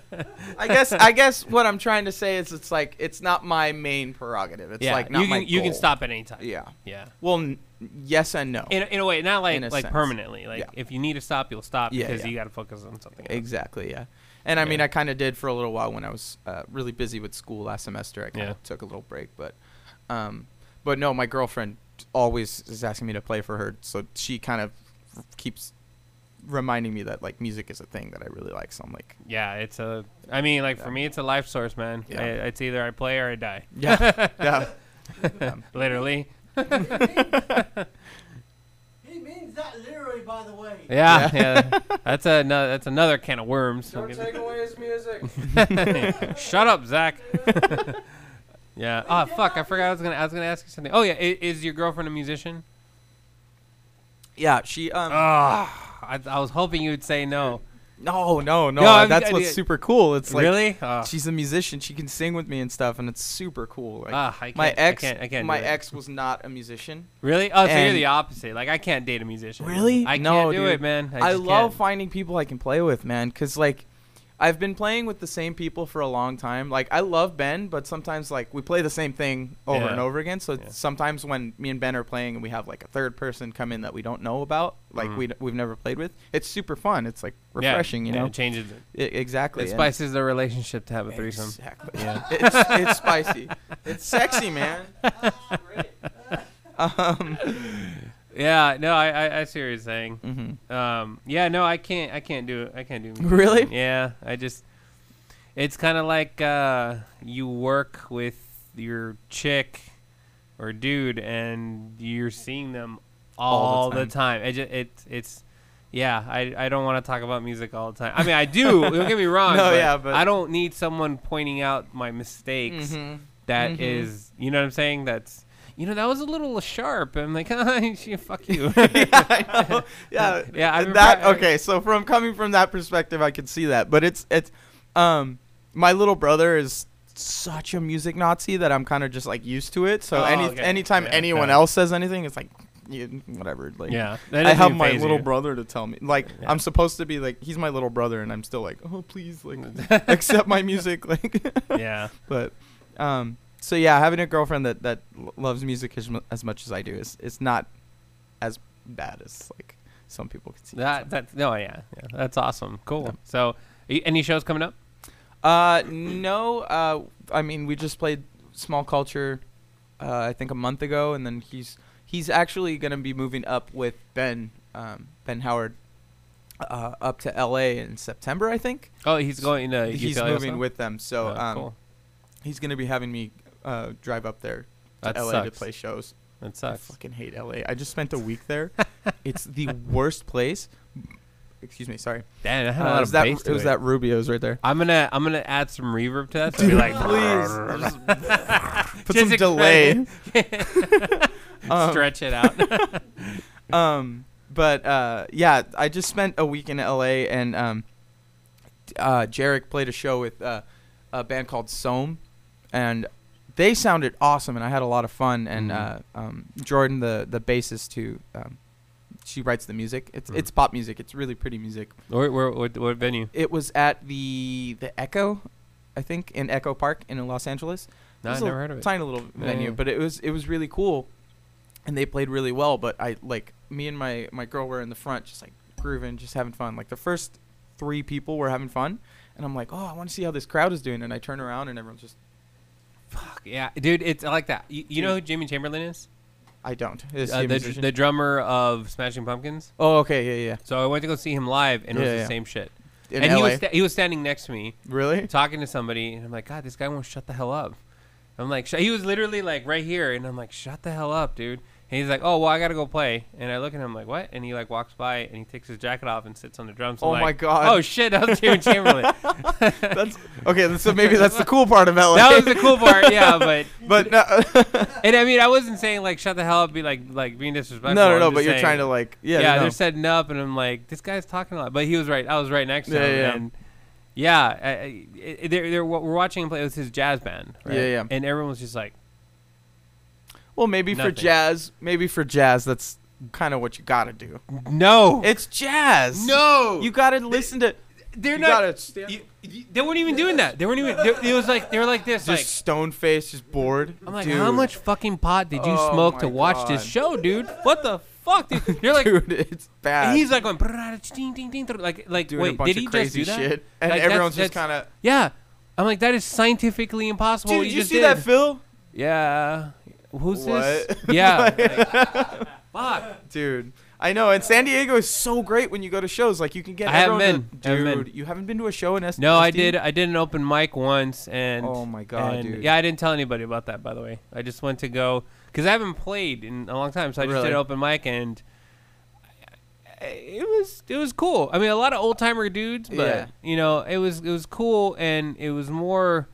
S5: I guess I guess what I'm trying to say is it's like it's not my main prerogative. It's
S2: yeah,
S5: like not
S2: you
S5: my
S2: can you can
S5: goal.
S2: stop at any time.
S5: Yeah.
S2: Yeah.
S5: Well, n- yes and no.
S2: In, in a way, not like
S5: In a
S2: like
S5: sense.
S2: permanently. Like
S5: Yeah.
S2: if you need to stop, you'll stop
S5: Yeah,
S2: because
S5: yeah.
S2: you got to focus on something. Else.
S5: Exactly. Yeah. And I mean,
S2: Yeah.
S5: I kind of did for a little while when I was uh, really busy with school last semester. I kind
S2: Yeah.
S5: of took a little break, but, um, but no, my girlfriend always is asking me to play for her, so she kind of keeps reminding me that like music is a thing that I really like. So I'm like,
S2: Yeah, it's a. I mean, like for me, it's a life source, man.
S5: Yeah.
S2: I, it's either I play or I die.
S5: yeah, yeah,
S2: Literally.
S3: He means that literally, by the way.
S2: Yeah, yeah. That's a no, that's another can of worms.
S7: Don't take away his music.
S2: Shut up, Zach. yeah. Oh fuck! I forgot I was gonna I was gonna ask you something. Oh yeah, is, is your girlfriend a musician?
S5: yeah. She um,
S2: Ah, I, I was hoping you would say no.
S5: no, no, no.
S2: No, I'm-
S5: that's
S2: I-
S5: what's super cool. It's like
S2: really? Ah,
S5: she's a musician. She can sing with me and stuff, and it's super cool. Like,
S2: ah, I can't,
S5: my ex,
S2: I can't, I can't
S5: my
S2: do that.
S5: ex was not a musician.
S2: Really? Oh, so you're
S5: and-
S2: the opposite. Like I can't date a musician.
S5: Really?
S2: I can't
S5: No,
S2: do
S5: dude.
S2: it, man. I,
S5: I,
S2: just
S5: love
S2: Can't.
S5: finding people I can play with, man, cuz like I've been playing with the same people for a long time. Like I love Ben, but sometimes like we play the same thing over
S2: Yeah.
S5: and over again. So
S2: Yeah.
S5: sometimes when me and Ben are playing and we have like a third person come in that we don't know about, like
S2: Mhm.
S5: we d- we've never played with, it's super fun. It's like
S2: Yeah,
S5: refreshing, you
S2: yeah,
S5: know.
S2: It changes. It,
S5: I- exactly.
S2: it
S5: and-
S2: spices the relationship to have a threesome.
S5: Exactly. it's it's spicy. It's sexy, man. um
S2: Yeah. No, I I, I see what you're saying.
S5: mhm.
S2: Um. Yeah. No, I can't. I can't do it. I can't do. music.
S5: Really?
S2: Yeah. I just. It's kind of like uh, you work with your chick or dude, and you're seeing them all, the time. It just, it it's. Yeah, I, I don't want to talk about music all the time. I mean, I do. don't get me wrong.
S5: No,
S2: but
S5: yeah, but-
S2: I don't need someone pointing out my mistakes.
S5: Mhm.
S2: That is,
S5: Mhm.
S2: you know what I'm saying? That's, you know, that was a little sharp. I'm like, ah, fuck you.
S5: yeah, I know. Yeah,
S2: Yeah, I
S5: and that
S2: remember-
S5: okay. So from coming from that perspective, I can see that. But it's it's um my little brother is such a music Nazi that I'm kind of just like used to it. So
S2: Oh,
S5: any
S2: okay.
S5: anytime
S2: Yeah,
S5: anyone
S2: okay.
S5: else says anything, it's like yeah, whatever. Like
S2: yeah, that
S5: I
S2: doesn't
S5: have
S2: even
S5: my
S2: faze
S5: little
S2: you.
S5: brother to tell me. Like
S2: Yeah.
S5: I'm supposed to be like he's my little brother, and I'm still like oh please like accept my music like
S2: yeah.
S5: but um so yeah having a girlfriend that that lo- loves music as, mu- as much as i do is it's not as bad as like some people could see
S2: That that no yeah, yeah that's awesome cool so a- any shows coming up
S5: uh no uh i mean we just played small culture uh i think a month ago and then he's he's actually gonna be moving up with ben um ben howard uh up to la in september i think
S2: oh he's going to
S5: he's
S2: UCLA
S5: moving
S2: also?
S5: with them so
S2: Oh,
S5: um
S2: cool.
S5: he's gonna be having me uh drive up there to
S2: That
S5: la to
S2: sucks.
S5: play shows
S2: that
S5: I
S2: sucks
S5: fucking hate LA. I just spent a week there. it's the worst place. Excuse me, sorry.
S2: damn I had
S5: Uh,
S2: a
S5: it
S2: lot
S5: was
S2: of
S5: that,
S2: bass
S5: it was that Rubio's right there.
S2: I'm gonna I'm gonna add some reverb to that so it'll be like
S5: please. Put
S2: Just
S5: some delay. Um,
S2: stretch it out
S5: um, but uh, yeah, I just spent a week in LA, and um, uh, Jarek played a show with uh, a band called Soam, and they sounded awesome, and I had a lot of fun. And
S2: Mhm.
S5: uh, um, Jordan, the the bassist, who um, she writes the music. It's
S2: Mhm.
S5: it's pop music. It's really pretty music.
S2: or, or, what what venue
S5: It was at the the Echo, I think, in Echo Park in Los Angeles.
S2: no, I've
S5: was a
S2: never heard of it
S5: Tiny little
S2: Yeah,
S5: venue,
S2: yeah.
S5: but it was it was really cool, and they played really well. But I like me and my my girl were in the front, just like grooving, just having fun. Like the first three people were having fun, and I'm like, oh, I want to see how this crowd is doing. And I turn around and everyone's just
S2: Fuck yeah, dude! It's I like that. You, you know who Jamie Chamberlain is?
S5: I don't. Is
S2: Uh,
S5: he a
S2: the,
S5: musician?
S2: the drummer of Smashing Pumpkins.
S5: Oh, okay, yeah, yeah.
S2: So I went to go see him live, and it was
S5: Yeah,
S2: the
S5: yeah.
S2: same shit.
S5: In
S2: and he was
S5: LA?
S2: sta- he was standing next to me,
S5: Really?
S2: talking to somebody, and I'm like, God, this guy won't shut the hell up. I'm like, sh-. he was literally like right here, and I'm like, shut the hell up, dude. And he's like, oh well, I gotta go play. And I look at him like, what? And he like walks by, and he takes his jacket off and sits on the drums. I'm
S5: Oh my
S2: like,
S5: God.
S2: Oh shit, that was Jamie Chamberlain.
S5: that's okay. So maybe that's the cool part of LA.
S2: oh. That was the cool part, yeah, but-
S5: but no,
S2: And I mean, I wasn't saying like shut the hell up, be like like being disrespectful.
S5: No, no,
S2: I'm
S5: no,
S2: just
S5: but you're
S2: saying-
S5: trying to, like- yeah,
S2: yeah,
S5: no.
S2: they're setting up, and I'm like, this guy's talking a lot, but he was right. I was right next to
S5: Yeah,
S2: him,
S5: yeah.
S2: and yeah, I, I, it- they're, they're we're watching him play with his jazz band, right?
S5: Yeah, yeah.
S2: and everyone was just like,
S5: well, maybe for
S2: Nothing.
S5: jazz, maybe for jazz, that's kind of what you gotta do.
S2: no,
S5: It's jazz.
S2: no,
S5: you gotta listen to.
S2: they're
S5: you
S2: not.
S5: gotta stand-
S2: you- you- they weren't even doing that. They weren't even. They, it was like they were like this,
S5: just stone faced, just bored.
S2: like I'm like,
S5: Dude.
S2: how much fucking pot did you
S5: Oh
S2: smoke to
S5: my
S2: watch this
S5: God.
S2: show, dude? What the fuck, dude? You're like,
S5: Dude, it's bad.
S2: And he's like going "Brrrr, ding, ding, ding," like like
S5: Doing a
S2: wait
S5: bunch
S2: did
S5: of
S2: he just
S5: crazy
S2: do that?
S5: shit. And
S2: Like,
S5: everyone's
S2: that's-
S5: just
S2: that's-
S5: kinda-
S2: yeah. I'm like that is scientifically impossible.
S5: dude,
S2: what
S5: did
S2: you,
S5: you
S2: just
S5: see
S2: did.
S5: that, Phil?
S2: Yeah. Who's this?
S5: What?
S2: Yeah.
S5: Like-
S2: Like, fuck.
S5: dude. I know, and San Diego is so great when you go to shows. Like you can get.
S2: I haven't
S5: everyone
S2: been.
S5: To,
S2: I
S5: dude,
S2: haven't been.
S5: you haven't been to a show in S.
S2: No, I
S5: SD?
S2: did. I did an open mic once, and
S5: Oh my God,
S2: and-
S5: dude.
S2: Yeah, I didn't tell anybody about that, by the way. I just went to go because I haven't played in a long time, so I just
S5: Really?
S2: did an open mic, and I- I- it was it was cool. I mean, a lot of old timer dudes, but
S5: Yeah.
S2: you know, it was it was cool, and it was more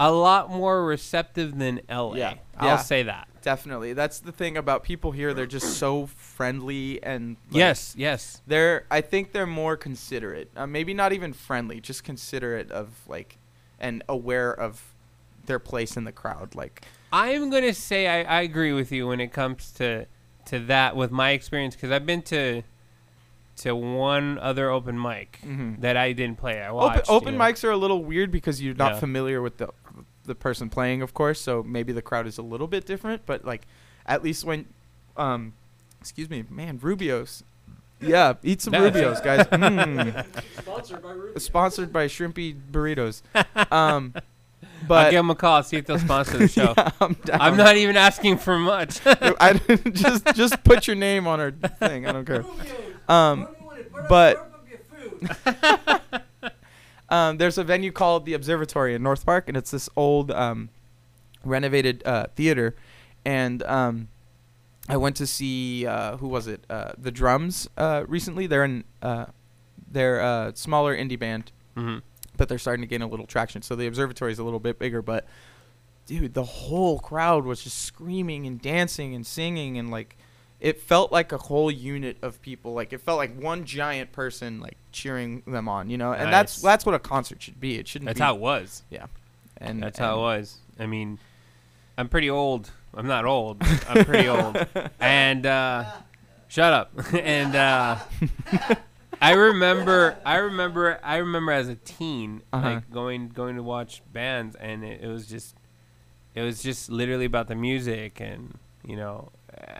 S2: a lot more receptive than L.A.
S5: Yeah.
S2: I'll
S5: Yeah.
S2: say that.
S5: Definitely. That's the thing about people here. They're just so friendly and. like,
S2: yes, yes.
S5: They're. I think they're more considerate. Uh, maybe not even friendly. Just considerate of like, and aware of their place in the crowd. Like.
S2: I'm gonna say I, I agree with you when it comes to to that with my experience because I've been to to one other open mic
S5: Mhm.
S2: that I didn't play. I
S5: Open,
S2: watched
S5: open
S2: you know.
S5: mics are a little weird because you're not
S2: Yeah.
S5: familiar with the the person playing, of course. So maybe the crowd is a little bit different, but like at least when, um, excuse me, man, Rubios. Yeah, eat some
S2: That's-
S5: Rubios, guys. Mm.
S7: Sponsored by Ruby.
S5: Sponsored by Shrimpy Burritos. Um,
S2: I'll
S5: but
S2: give them a call see if they'll sponsor the show.
S5: Yeah, um, I'm, down.
S2: I'm not even asking for much.
S5: I just just put your name on our thing. I don't care. Um, but um, there's a venue called the Observatory in North Park, and it's this old um, renovated uh, theater. And um, I went to see uh, who was it? Uh, the Drums uh, recently. They're in uh, they're a smaller indie band,
S2: Mhm.
S5: but they're starting to gain a little traction. So the Observatory is a little bit bigger, but dude, the whole crowd was just screaming and dancing and singing and like it felt like a whole unit of people. Like it felt like one giant person like cheering them on, you know. And that's
S2: Nice.
S5: that's what a concert should be. It shouldn't
S2: That's
S5: be
S2: how it was.
S5: Yeah. And
S2: That's how it
S5: and-
S2: was. I mean, I'm pretty old. I'm not old. but I'm pretty old. And uh, shut up. and uh, I remember. I remember. I remember as a teen,
S5: Uh-huh.
S2: like going going to watch bands, and it, it was just, it was just literally about the music, and you know,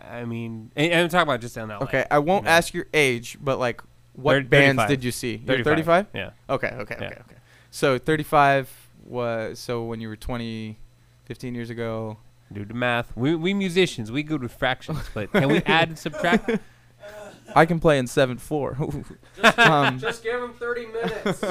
S2: I mean, and, and I'm talking about just in LA.
S5: Okay, I won't
S2: you know.
S5: ask your age, but like what
S2: Thir-
S5: bands
S2: 35.
S5: did you see? You're
S2: 35,
S5: 35?
S2: yeah.
S5: Okay, okay,
S2: Yeah.
S5: okay, okay. So 35 was so when you were 20 15 years ago.
S2: Do the math. We we musicians, we good with fractions, but can we add and subtract?
S5: I can play in 7/4. um,
S7: Just give him 30 minutes.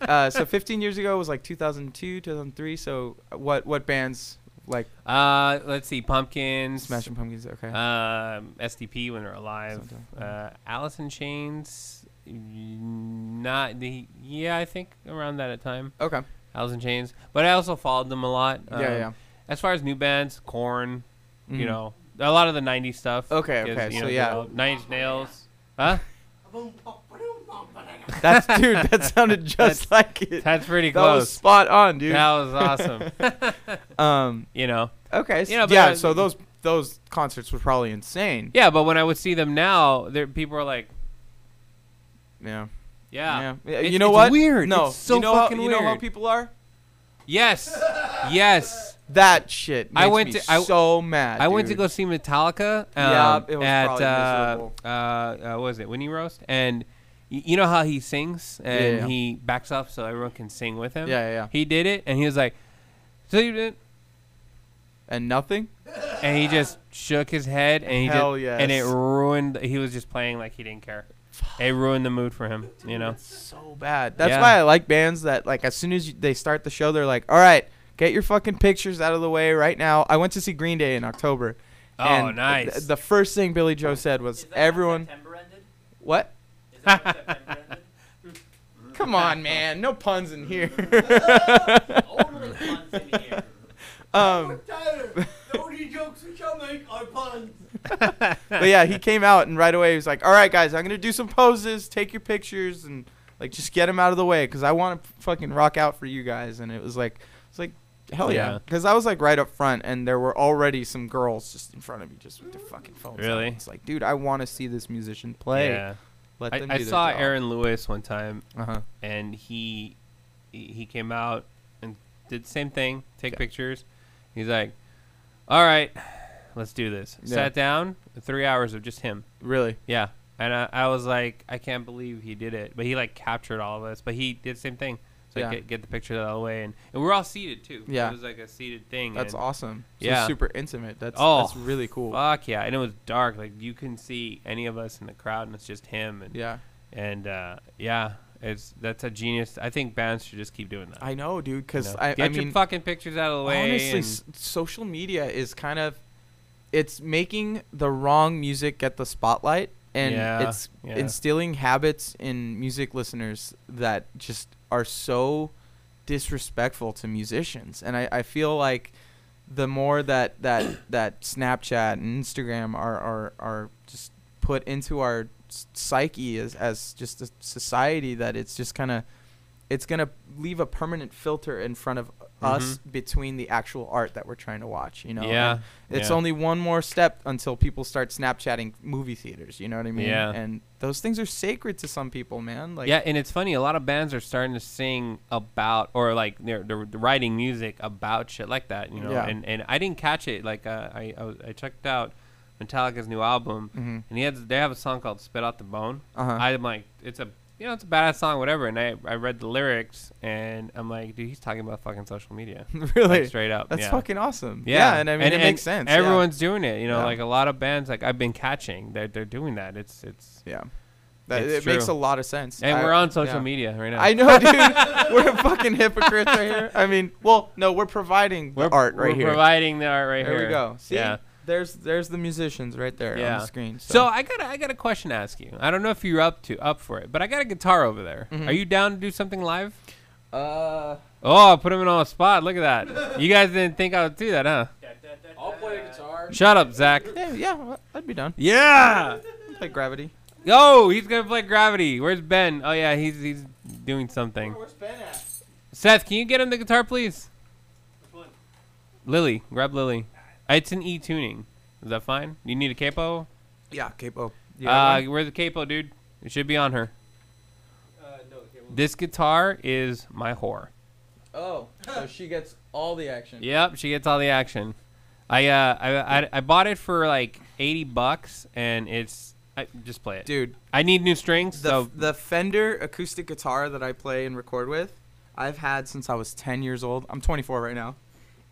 S5: uh, so 15 years ago was like 2002, 2003. So uh, what what bands like
S2: Uh, let's see, Pumpkins,
S5: Smashing Pumpkins? Okay.
S2: Um, SDP when they're alive.
S5: Sometime,
S2: Uh, Alice in Chains. mm, Not the yeah, I think around that time.
S5: okay.
S2: Alice in Chains, but I also followed them a lot. um,
S5: Yeah, yeah.
S2: As far as new bands, Corn,
S5: Mhm.
S2: you know, a lot of the '90s stuff.
S5: Okay,
S2: is,
S5: okay,
S2: you
S5: so yeah.
S2: developed. Nine Inch Nails, huh?
S5: That's dude. That sounded just
S2: That's-
S5: like it.
S2: That's pretty
S5: that was
S2: close.
S5: spot on, dude.
S2: That was awesome.
S5: um.
S2: you know,
S5: Okay. So,
S2: You know, but uh,
S5: yeah.
S2: I-
S5: So those those concerts were probably insane.
S2: yeah. But when I would see them now, there people are like,
S5: Yeah.
S2: yeah,
S5: Yeah.
S2: It's-
S5: you know
S2: it's
S5: what?
S2: Weird.
S5: No.
S2: it's so
S5: you know
S2: fucking
S5: how,
S2: weird.
S5: You know how people are.
S2: yes, yes.
S5: That shit. Makes
S2: I went
S5: me
S2: to- I-
S5: so mad.
S2: I went to
S5: dude.
S2: go see Metallica. Um,
S5: Yeah, it was
S2: at
S5: probably
S2: uh,
S5: miserable.
S2: uh, uh, what was it Winnie Roast, and y- you know how he sings and
S5: yeah.
S2: he backs up so everyone can sing with him.
S5: Yeah, yeah, yeah.
S2: He did it, and he was like, So you did.
S5: And nothing.
S2: And he just shook his head, and he
S5: Hell
S2: just,
S5: yes.
S2: and it ruined. He was just playing like he didn't care. It ruined the mood for him, you know.
S5: so bad. That's
S2: Yeah.
S5: why I like bands that like as soon as you, they start the show, they're like, "All right, get your fucking pictures out of the way right now." I went to see Green Day in October.
S2: Oh,
S5: and th-
S2: nice.
S5: the first thing Billy Joe said was, "Everyone." What? Come on, man. No puns in here.
S3: Only puns in here.
S5: Um,
S3: Tyler, the only jokes we shall make are puns.
S5: but yeah, he came out and right away he was like, "All right, guys, I'm gonna do some poses, take your pictures, and like just get him out of the way because I want to fucking rock out for you guys." And it was like, it's like, hell yeah,
S2: Yeah.
S5: because I was like right up front, and there were already some girls just in front of me, just with their fucking phones. out.
S2: Really?
S5: It's like, dude, I want to see this musician play.
S2: Yeah.
S5: Let
S2: I,
S5: them
S2: I
S5: do their
S2: saw
S5: job.
S2: Aaron Lewis one time,
S5: Uh-huh.
S2: and he he he came out and did the same thing, take pictures. He's like, "All right, let's do this."
S5: Yeah.
S2: Sat down, three hours of just him.
S5: Really?
S2: Yeah, and I, I was like, I can't believe he did it, but he like captured all of us. But he did the same thing. So
S5: Yeah.
S2: get, get the picture out of the way, and, and we're all seated too.
S5: Yeah.
S2: it was like a seated thing.
S5: That's
S2: and-
S5: awesome. So
S2: Yeah.
S5: super intimate. That's
S2: Oh,
S5: that's really cool.
S2: Fuck yeah! And it was dark, like you couldn't see any of us in the crowd, and it's just him. And
S5: Yeah.
S2: and uh, yeah, it's that's a genius. I think bands should just keep doing that.
S5: I know, dude. Because
S2: you know?
S5: I,
S2: get
S5: I mean,
S2: your fucking pictures out of the way.
S5: honestly
S2: and-
S5: s- social media is kind of it's making the wrong music get the spotlight and
S2: Yeah,
S5: it's
S2: yeah.
S5: instilling habits in music listeners that just are so disrespectful to musicians and i, I feel like the more that that that snapchat and instagram are are, are just put into our s- psyche as, as just a society that it's just kind of it's going to leave a permanent filter in front of us between the actual art that we're trying to watch you know
S2: Mm-hmm. Yeah,
S5: And it's
S2: yeah.
S5: only one more step until people start snapchatting movie theaters you know what i mean
S2: Yeah.
S5: and those things are sacred to some people man like
S2: yeah, and it's funny. A lot of bands are starting to sing about, or like they're, they're writing music about shit like that, you know.
S5: Yeah.
S2: And and I didn't catch it. Like uh, I, I was- I checked out Metallica's new album,
S5: Mhm.
S2: and he has they have a song called "Spit Out the Bone."
S5: Uh-huh.
S2: I'm like, it's a you know it's a badass song, whatever. And I I read the lyrics, and I'm like, dude, he's talking about fucking social media,
S5: really
S2: like, straight up.
S5: that's
S2: yeah.
S5: fucking awesome
S2: Yeah.
S5: and i mean it makes sense yeah.
S2: Everyone's doing it, you know.
S5: Yeah.
S2: Like a lot of bands, like I've been catching, they're they're doing that. It's it's.
S5: yeah, That, it
S2: It's
S5: makes a
S2: true.
S5: lot of sense
S2: And
S5: I-
S2: we're on social
S5: yeah.
S2: media right now.
S5: I know, dude. we're fucking hypocrites right here. I mean, well, no, we're providing the art right
S2: we're
S5: here.
S2: providing the art right
S5: there
S2: here.
S5: we go. See,
S2: Yeah.
S5: there's there's the musicians right there on
S2: Yeah.
S5: the screen.
S2: So. I got a, I got a question to ask you. I don't know if you're up to up for it, but I got a guitar over there.
S5: Mhm.
S2: Are you down to do something live?
S5: uh,
S2: Oh, I put him in on the spot. Look at that. you guys didn't think I would do that, huh?
S7: I'll play the guitar.
S2: Shut up, Zach.
S5: yeah, yeah, well, I'd be done.
S2: Yeah.
S5: Play Gravity.
S2: Oh, he's gonna play Gravity. Where's Ben? Oh yeah, he's he's doing something.
S5: Where's Ben at?
S2: Seth, can you get him the guitar, please? Lily, grab Lily. It's an E tuning. Is that fine? You need a capo?
S5: Yeah, capo.
S2: Uh, where's the capo, dude? It should be on her.
S5: uh, no, capo.
S2: This guitar is my whore.
S5: Oh, so she gets all the action.
S2: Yep, she gets all the action. I uh I I, I bought it for like eighty bucks, and it's I, just play it.
S5: Dude,
S2: I need new strings,
S5: the
S2: so
S5: the Fender acoustic guitar that I play and record with, I've had since I was 10 years old. I'm 24 right now,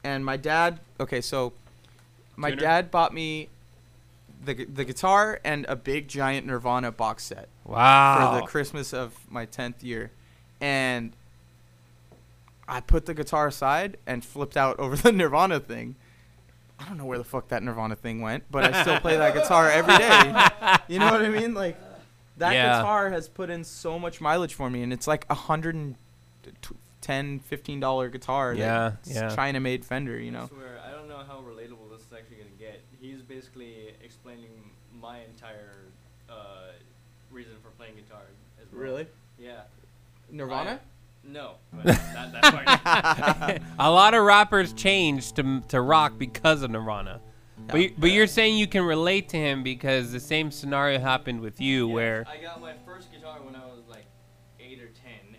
S5: and my dad. Okay, so my
S2: Tuner?
S5: dad bought me the gu- the guitar and a big giant Nirvana box set
S2: wow.
S5: for the Christmas of my 10th year, and I put the guitar aside and flipped out over the Nirvana thing. I don't know where the fuck that Nirvana thing went, but I still play that guitar every day. You know what I mean? Like that
S2: Yeah.
S5: guitar has put in so much mileage for me, and it's like a hundred and tw- ten, fifteen dollar guitar.
S2: Yeah,
S5: that's
S2: yeah.
S5: China made Fender, you
S8: I
S5: know.
S8: swear, I don't know how relatable this is actually going to get. He's basically explaining my entire uh, reason for playing guitar as well. Yeah.
S5: Nirvana?
S8: No. But not that part.
S2: a lot of rappers changed to to rock because of Nirvana. But, you, but you're saying you can relate to him because the same scenario happened with you
S8: Yes,
S2: where
S8: I got my first guitar when I was like 8 or 10,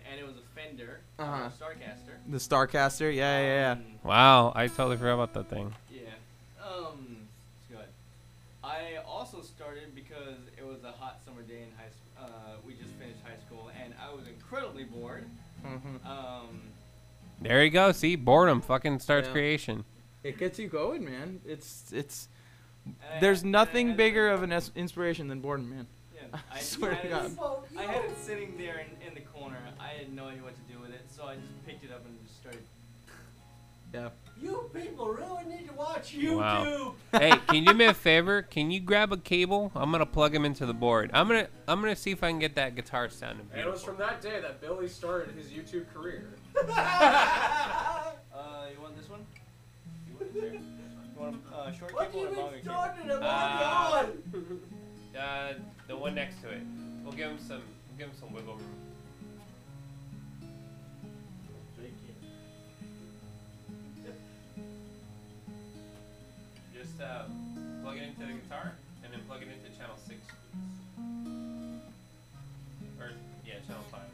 S8: and it was a Fender,
S5: Uh-huh.
S8: a Starcaster.
S5: The Starcaster, yeah, yeah, yeah.
S8: Um,
S2: wow I totally forgot about that thing
S8: Yeah. Um, it's good. I also started because it was a hot summer day in high school.
S5: Mm-hmm.
S8: Uh, we just finished high school, and I was incredibly bored.
S5: Mhm.
S8: Um,
S2: There you go. See, boredom fucking starts
S5: Yeah.
S2: creation.
S5: It gets you going, man. It's it's. There's nothing bigger of an es- inspiration than boredom, man.
S8: Yeah,
S5: I swear to God.
S8: I had it sitting there in, in the corner. I had no idea what to do with it, so I just picked it up and just started.
S5: Yeah.
S3: You people really need to watch
S2: Wow.
S3: YouTube.
S2: hey, can you do me a favor? Can you grab a cable? I'm gonna plug him into the board. I'm gonna I'm gonna see if I can get that guitar sounding
S7: And it was
S2: beautiful.
S7: from that day that Billy started his YouTube career.
S8: Uh, you want this one? You want it there? You want a uh, short
S3: What
S8: cable
S3: you
S8: or a longer
S3: even
S8: cable?
S3: started? I'm
S2: Ah.
S3: already on.
S2: Uh, the one next to it. We'll give him some we'll give him some wiggle room. Just uh, plug it into the guitar and then plug it into channel six. Or yeah, channel five.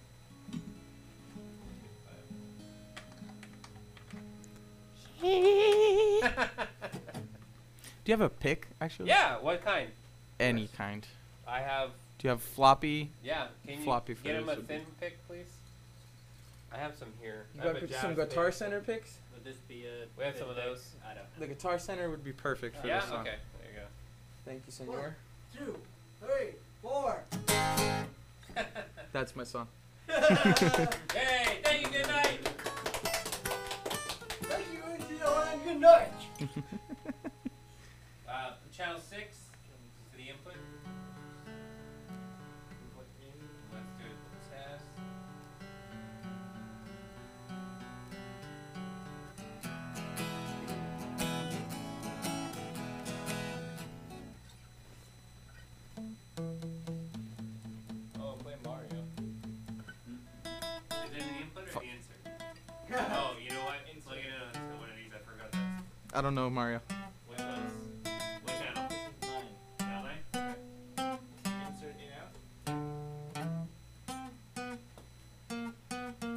S5: Do you have a pick, actually?
S2: Yeah, what kind?
S5: Any kind.
S2: I have
S5: Do you have floppy?
S2: Yeah, can you
S5: Floppy
S2: get him
S5: photos
S2: a
S5: would be-
S2: thin pick, please? I have some here.
S5: You
S2: I have
S5: got
S2: a
S5: some
S2: jazz pick.
S5: Guitar Center picks?
S4: Would this be a?
S2: We have some of
S4: a-
S2: those.
S4: I don't know.
S5: The Guitar Center would be perfect for
S2: yeah.
S5: this song.
S2: Okay. There you go.
S5: Thank you, senor.
S3: Two, three, four.
S5: That's my song.
S2: Hey, thank you. Good night.
S3: Thank you, NCO, and good night.
S2: Uh, channel six to the input. Input in. Let's do a test.
S8: Oh, play Mario.
S2: Is it an input or the insert? oh, you know what? Plug it in onto one of these. I forgot this.
S5: I don't know, Mario.
S2: Which ones? What channel?
S8: Nine.
S2: Channel nine.
S8: Insert in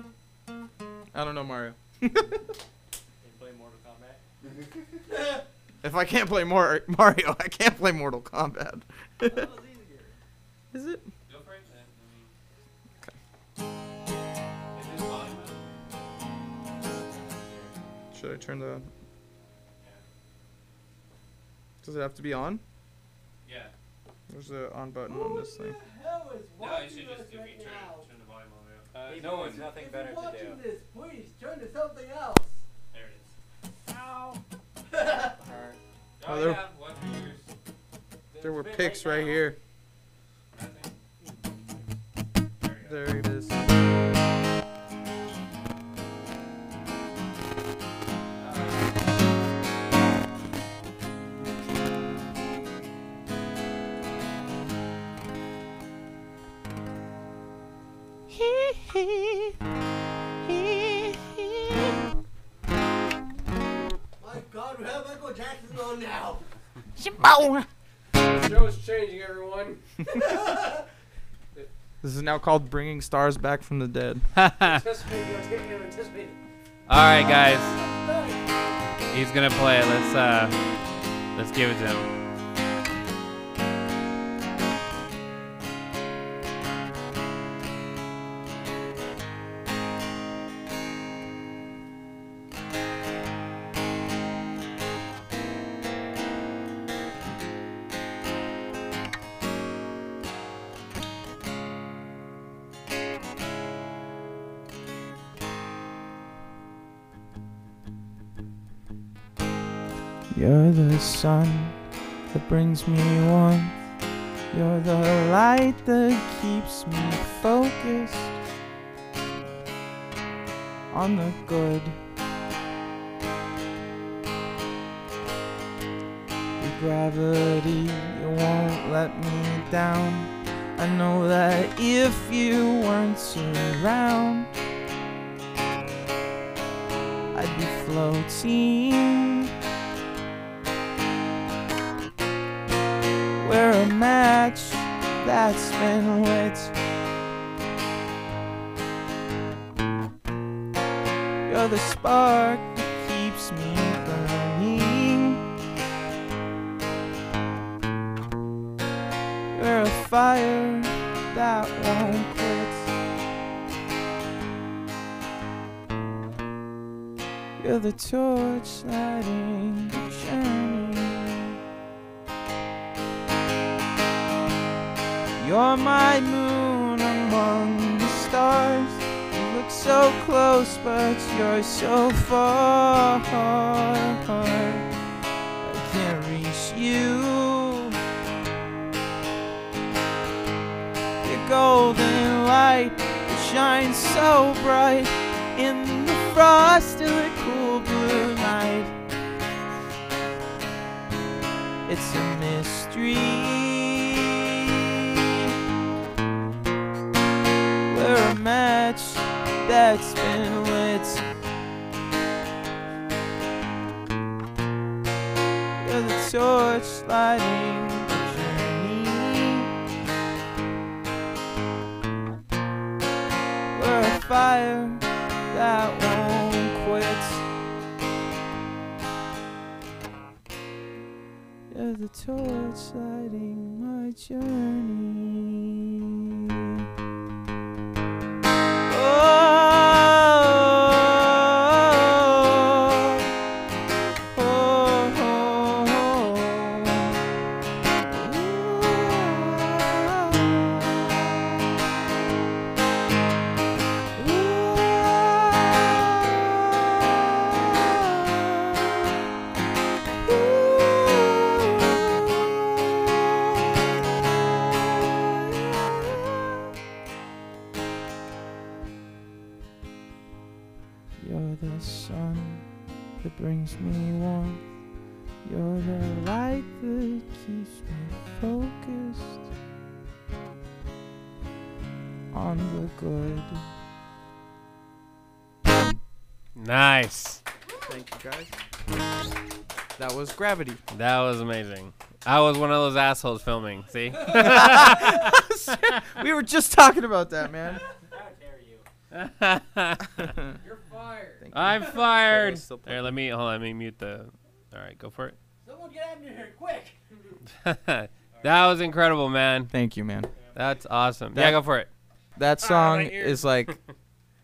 S8: out.
S5: I don't know, Mario.
S8: Can you play Mortal Kombat?
S5: If I can't play more Mario, I can't play Mortal Kombat.
S8: That was easier.
S5: Is it?
S2: Go for it. Then. I mean, is this volume up?
S5: Should I turn the? Does it have to be on?
S2: Yeah.
S5: There's the on button on this thing.
S3: Hell is
S2: No, you
S3: watching
S2: should
S3: us
S2: just do
S3: right
S2: turn,
S3: now.
S2: turn the volume all the way up.
S8: Uh,
S4: If
S8: no
S4: you-
S8: one's nothing
S3: If
S8: better
S3: you're
S8: to
S3: watching
S8: do.
S3: this, please turn to something else.
S2: There it is.
S8: Alright.
S2: Oh,
S5: there-
S2: yeah, one for yours.
S5: There were
S8: Spit
S5: picks right
S8: now.
S5: here.
S2: Nothing. There we go.
S5: There it is.
S3: My God, we have Michael Jackson on now.
S7: Show's changing, everyone.
S5: This is now called Bringing Stars Back from the Dead.
S7: Anticipated, anticipated, anticipated.
S2: All right, guys. He's gonna play. Let's uh, let's give it to him.
S5: You're the sun that brings me warmth. You're the light that keeps me focused on the good. Your gravity, you won't let me down. I know that if you weren't around, I'd be floating. We're a match that's been lit. You're the spark that keeps me burning. You're a fire that won't quit. Feel the torch lighting, shining. You're my moon among the stars. You look so close, but you're so far. I can't reach you. Your golden light that shines so bright in the frost in the cool blue night. It's a mystery. We're a match that's been lit. You're the torch lighting the journey. We're a fire that won't quit. You're the torch lighting my journey. Oh, oh, You're the sun that brings me warmth. You're the light that keeps me focused on the good.
S2: Nice.
S5: Thank you guys. That was gravity.
S2: That was amazing. I was one of those assholes filming. See?
S5: we were just talking about that, man.
S7: You're fired.
S5: Thank you.
S2: I'm
S5: That
S2: fired.
S5: was still
S2: There, let me hold. on, Let me mute the. All right, go for it.
S4: Someone get out of here quick!
S2: that was incredible, man.
S5: Thank you, man.
S2: That's awesome.
S5: That-
S2: yeah, go for it.
S5: That song
S2: right here.
S5: is like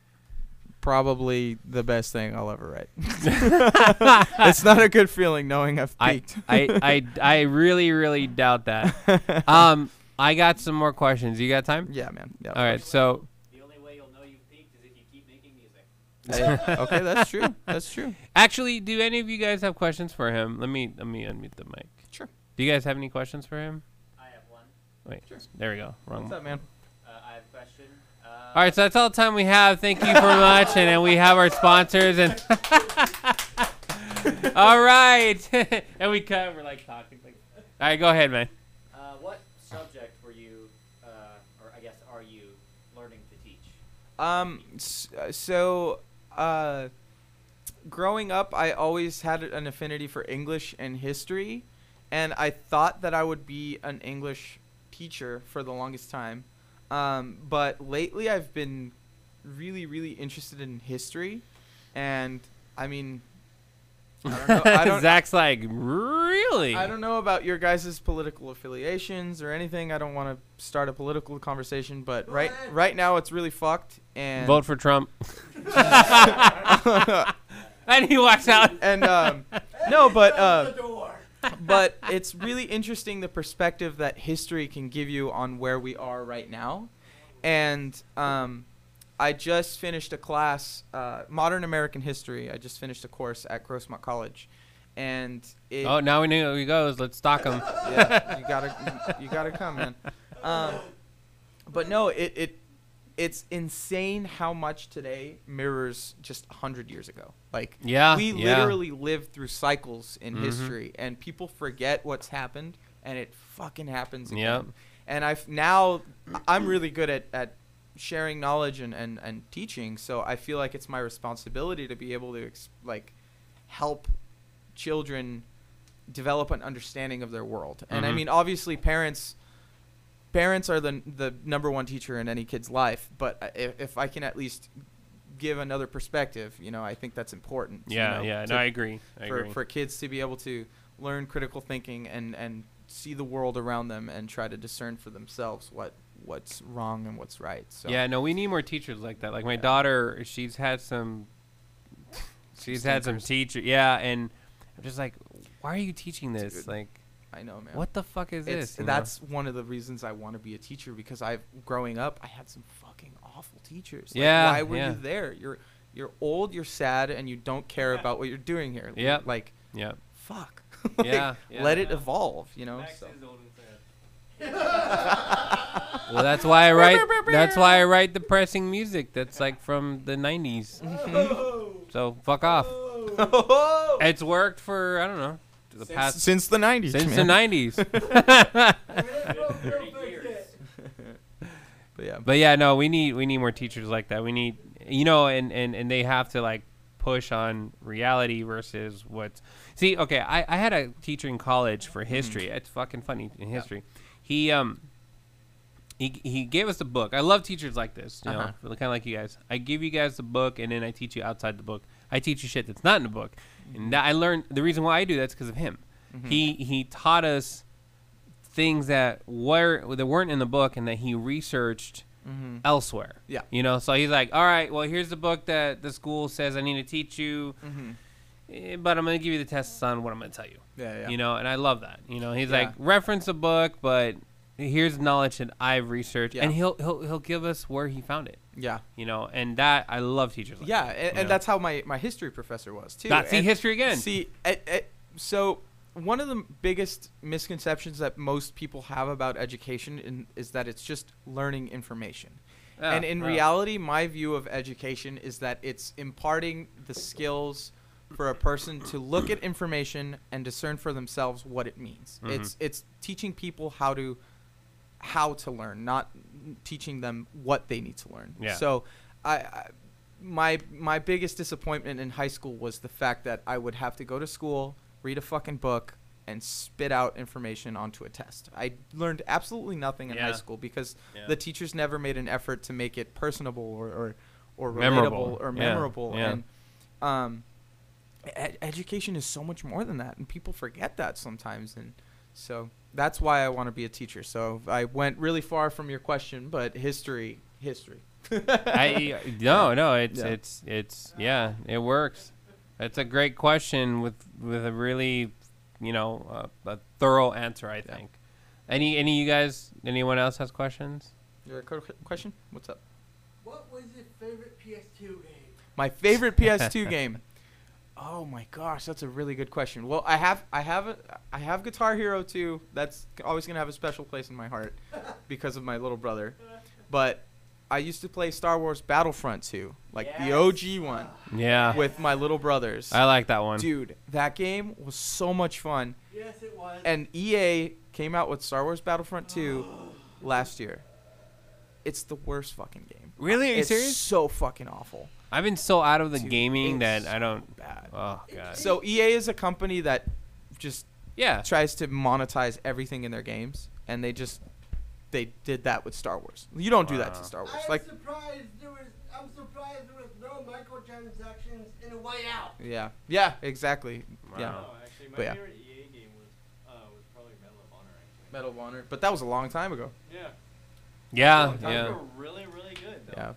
S5: probably the best thing I'll ever write. it's not a good feeling knowing I've
S2: I,
S5: peaked.
S2: I, I, I really, really doubt that. Um, I got some more questions. You got time?
S5: yeah, man. Yeah, of
S2: All right. So,
S4: The only way you'll know you've peaked is if you keep making music.
S5: course. okay, that's true. That's true.
S2: actually, do any of you guys have questions for him? Let me let me unmute the mic.
S5: Sure.
S2: Do you guys have any questions for him?
S4: I have one.
S2: Wait. There we go. Wrong.
S5: What's up, man?
S4: Uh, I have a question. Uh,
S2: All right, so that's all the time we have. Thank you very much, and then we have our sponsors and. all right, and we cut. We're like talking. Like... All right, go ahead, man.
S4: Uh, what subject were you, uh, or I guess are you, learning to teach?
S5: Um, s- uh, so, uh, growing up, I always had an affinity for English and history, and I thought that I would be an English teacher for the longest time. Um, but lately, I've been really, really interested in history, and I mean, I don't know. I don't,
S2: Zach's like, really?
S5: I don't know about your guys' political affiliations or anything. I don't want to start a political conversation, but right right now it's really fucked. And
S2: Vote for Trump. and he walks out.
S5: and um, no, but uh, but it's really interesting the perspective that history can give you on where we are right now, and um, I just finished a class, uh, modern American history. I just finished a course at Grossmont College, and it,
S2: Oh, now we knew who he goes. Let's stalk him.
S5: yeah, you gotta you gotta come, man. Um, but no, it, it it's insane how much today mirrors just hundred years ago. Like
S2: Yeah,
S5: we
S2: yeah.
S5: literally live through cycles in
S2: Mhm.
S5: history, and people forget what's happened, and it fucking happens again.
S2: Yep.
S5: And I've now I'm really good at at sharing knowledge and, and, and teaching so i feel like it's my responsibility to be able to ex- like help children develop an understanding of their world. And I
S2: Mhm.
S5: mean, obviously, parents parents are the the number one teacher in any kid's life. But I- if, if I can at least give another perspective, you know, I think that's important. you
S2: Yeah,
S5: know,
S2: yeah.
S5: to-
S2: No, I agree. I
S5: for
S2: agree.
S5: for kids to be able to learn critical thinking and and see the world around them and try to discern for themselves what what's wrong and what's right. So
S2: Yeah, no, we need more teachers like that. Like my daughter, she's had some She's had some teacher. Yeah, and I'm just like, why are you teaching this?
S5: Dude.
S2: Like,
S5: I know, man.
S2: What the fuck is
S5: It's-
S2: this, you know?
S5: That's one of the reasons I want to be a teacher because I've growing up I had some fucking awful teachers. Like,
S2: Yeah,
S5: Why were
S2: yeah.
S5: you there? You're you're old, you're sad, and you don't care about what you're doing here.
S2: Yep.
S5: Like
S2: Yep.
S5: fuck.
S2: Yeah, yeah.
S5: Let it evolve, you know?
S8: Max
S5: so.
S8: is old and sad.
S2: well, that's why I write. that's why I write depressing music that's like from the '90s. so fuck off. It's worked for I don't know the past
S5: Oh. since the 90s,
S2: Since
S5: man.
S2: the '90s.
S5: But yeah.
S2: But yeah, no, we need we need more teachers like that. We need you know, and and and they have to like push on reality versus what's see. Okay, I I had a teacher in college
S5: Mm-hmm.
S2: for history. It's fucking funny in history. He um. He, he gave us the book. I love teachers like this, you
S5: Uh-huh.
S2: know, kind of like you guys. I give you guys the book, and then I teach you outside the book. I teach you shit that's not in the book,
S5: Mm-hmm.
S2: and that I learned the reason why I do that's because of him. He he taught us things that were that weren't in the book and that he researched
S5: Mhm.
S2: elsewhere.
S5: Yeah.
S2: You know, so he's like, "All right, well, here's the book that the school says I need to teach you,
S5: Mhm.
S2: eh, but I'm going to give you the tests on what I'm going to tell you."
S5: Yeah, yeah.
S2: You know, and I love that. You know, he's
S5: Yeah.
S2: like, "Reference a book, but here's knowledge that I've researched."
S5: Yeah.
S2: And he'll he'll he'll give us where he found it,
S5: yeah.
S2: you know. And that I love teachers like
S5: Yeah,
S2: that,
S5: and,
S2: you know?
S5: and that's how my, my history professor was too.
S2: Not see
S5: And
S2: history again.
S5: See, I, I, so one of the biggest misconceptions that most people have about education in, is that it's just learning information.
S2: Yeah,
S5: and in
S2: yeah.
S5: reality, my view of education is that it's imparting the skills for a person to look at information and discern for themselves what it means.
S2: Mm-hmm.
S5: It's it's teaching people how to how to learn, not teaching them what they need to learn.
S2: Yeah.
S5: So, I, I my my biggest disappointment in high school was the fact that I would have to go to school, read a fucking book, and spit out information onto a test. I learned absolutely nothing in high
S2: Yeah.
S5: school because
S8: Yeah.
S5: the teachers never made an effort to make it personable or or, or relatable
S2: Memorable.
S5: or
S2: Yeah,
S5: memorable.
S2: yeah.
S5: And um, ed- education is so much more than that, and people forget that sometimes. And so that's why I want to be a teacher. So I went really far from your question, but history, history.
S2: I no no it's
S5: Yeah.
S2: it's it's yeah it works. That's a great question with with a really you know a, a thorough answer I think. Any any you guys anyone else has questions?
S5: Your co- question? What's up?
S3: What was your favorite PS2 game?
S5: My favorite PS2 game. Oh my gosh, that's a really good question. Well, I have I have a, I have Guitar Hero 2. That's always going to have a special place in my heart because of my little brother. But I used to play Star Wars Battlefront 2, like
S4: Yes.
S5: the OG one
S2: Yeah,
S5: with my little brothers.
S2: I like that one.
S5: Dude, that game was so much fun.
S3: Yes, it was.
S5: And EA came out with Star Wars Battlefront 2 last year. It's the worst fucking game.
S2: Really? Are you
S5: it's
S2: serious?
S5: so fucking awful.
S2: I've been so out of the
S5: Dude,
S2: gaming
S5: it's
S2: that I don't.
S5: Bad.
S2: Oh god.
S5: So EA is a company that just
S2: Yeah.
S5: tries to monetize everything in their games, and they just they did that with Star Wars. You don't do that
S2: Wow.
S5: to Star Wars.
S3: I'm
S5: Like,
S3: surprised there was. I'm surprised there was no microtransactions in a way out.
S5: yeah, yeah, exactly. Yeah,
S2: Wow.
S8: No, actually, my
S5: But yeah.
S8: favorite EA game was uh, was probably Medal of Honor. Actually.
S5: Medal of Honor, but that was a long time ago.
S8: Yeah.
S2: Yeah.
S8: Those
S2: Yeah.
S8: were really, really good. Though.
S5: Yeah,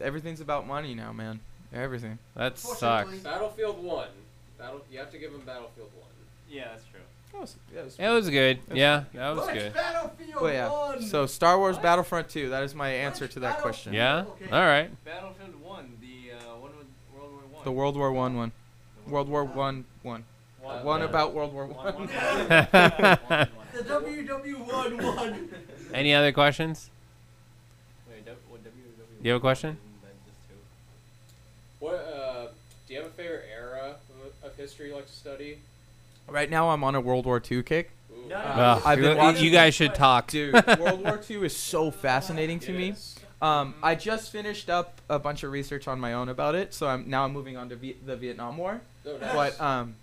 S5: everything's about money now, man. Everything.
S2: That sucks.
S3: Unfortunately.
S7: Battlefield One. Battle. You have to give him Battlefield One.
S8: Yeah, that's true.
S5: That was, that was
S2: It was good. Yeah, that was
S3: Which
S2: good.
S3: Battlefield
S5: But yeah,
S3: 1?
S5: so Star Wars
S3: What?
S5: Battlefront 2. That is my answer
S3: Which
S5: to that
S3: Battle-
S5: question.
S2: Yeah.
S3: Okay.
S2: All right.
S8: Battlefield One, the uh, one with World War One.
S5: The World War One one. World War One one.
S8: One,
S5: One
S8: yeah.
S5: about World War
S8: One,
S5: One.
S8: one, one, one, one.
S3: The WW1 one.
S2: Any other questions?
S8: Wait, W- what, W- W-
S2: You have a question?
S8: That's just two.
S7: What? Uh, do you have a favorite era of, of history you like to study?
S5: Right now, I'm on a World War Two kick.
S4: No,
S7: Ooh.
S4: no,
S5: Uh,
S2: Ugh,
S5: I've been
S2: you-
S5: watching-
S2: you guys should talk.
S5: Dude, World War Two is so fascinating to me.
S7: Yes.
S5: Um, I just finished up a bunch of research on my own about it, so I'm now I'm moving on to v- the Vietnam War.
S7: Oh, nice.
S5: But
S2: uh,
S5: um,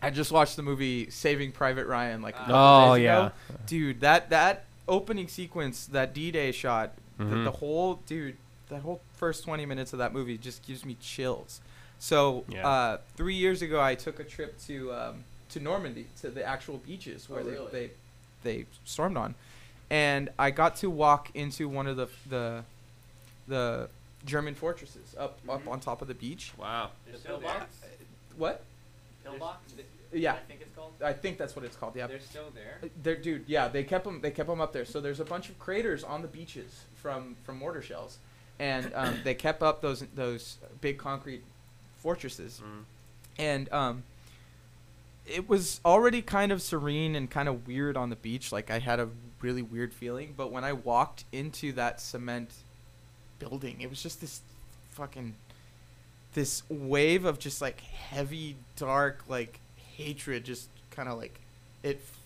S5: I just watched the movie Saving Private Ryan
S4: Uh,
S5: like a couple
S2: Oh,
S5: days
S2: yeah.
S5: ago. Dude, that that opening sequence, that D-Day shot, the,
S2: Mhm.
S5: the whole dude, that whole first 20 minutes of that movie just gives me chills. So
S2: Yeah.
S5: uh, three years ago, I took a trip to um, to Normandy to the actual beaches where
S7: Oh, really?
S5: they, they they stormed on, and I got to walk into one of the the the German fortresses up up
S7: Mm-hmm.
S5: on top of the beach.
S2: Wow.
S8: The pillbox?
S5: What?
S8: Pillbox?
S5: Yeah.
S8: I think it's called.
S5: I think that's what it's called. Yeah.
S8: They're still there.
S5: Uh, They're dude, yeah. They kept them. They kept 'em up there. So there's a bunch of craters on the beaches from from mortar shells, and um, they kept up those those big concrete fortresses,
S2: Mm.
S5: and um, it was already kind of serene and kind of weird on the beach. Like I had a really weird feeling, but when I walked into that cement building, it was just this fucking this wave of just like heavy dark like hatred just kind of like it f-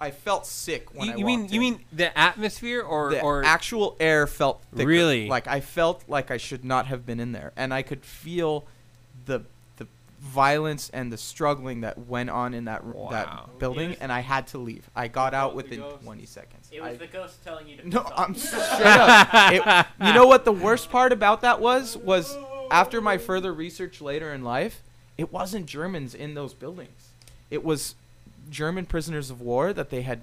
S5: i felt sick when
S2: You,
S5: i
S2: you mean
S5: walked
S2: you
S5: in.
S2: mean the atmosphere or
S5: the
S2: or
S5: actual air felt thicker.
S2: Really?
S5: like i felt like i should not have been in there and i could feel the the violence and the struggling that went on in that r-
S2: Wow.
S5: that building
S8: Yes.
S5: and i had to leave i got out
S8: The
S5: within
S8: ghost.
S5: 20 seconds
S4: It was
S5: I-
S4: the ghost telling you to.
S5: no,
S4: piss off.
S5: I'm straight up. It- you know what the worst part about that was? Was after my further research later in life, it wasn't Germans in those buildings. It was German prisoners of war that they had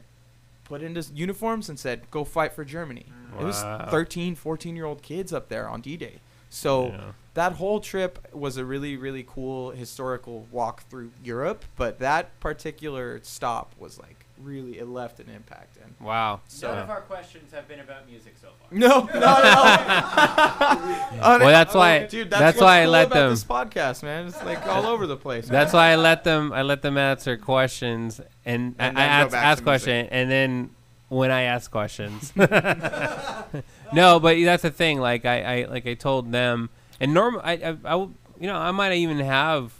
S5: put into s- uniforms and said, "Go fight for Germany." It was
S2: Wow.
S5: 13, 14-year-old kids up there on D-Day. So
S2: Yeah.
S5: that whole trip was a really, really cool historical walk through Europe, but that particular stop was like really it left an impact and
S2: Wow.
S5: so
S8: None of our questions have been about music so far.
S5: no, not at all.
S2: Well, that's why-
S5: Dude,
S2: that's
S5: what's
S2: why I
S5: cool
S2: let
S5: about
S2: them-
S5: This podcast, man, it's like all over the place.
S2: That's why I let them. I let them answer questions, and,
S5: And
S2: I, I
S5: then go
S2: ask,
S5: back
S2: ask
S5: to music.
S2: question, and then when I ask questions, no, but that's the thing. Like I, I like I told them, and norm, I, I, I will- you know, I might even have,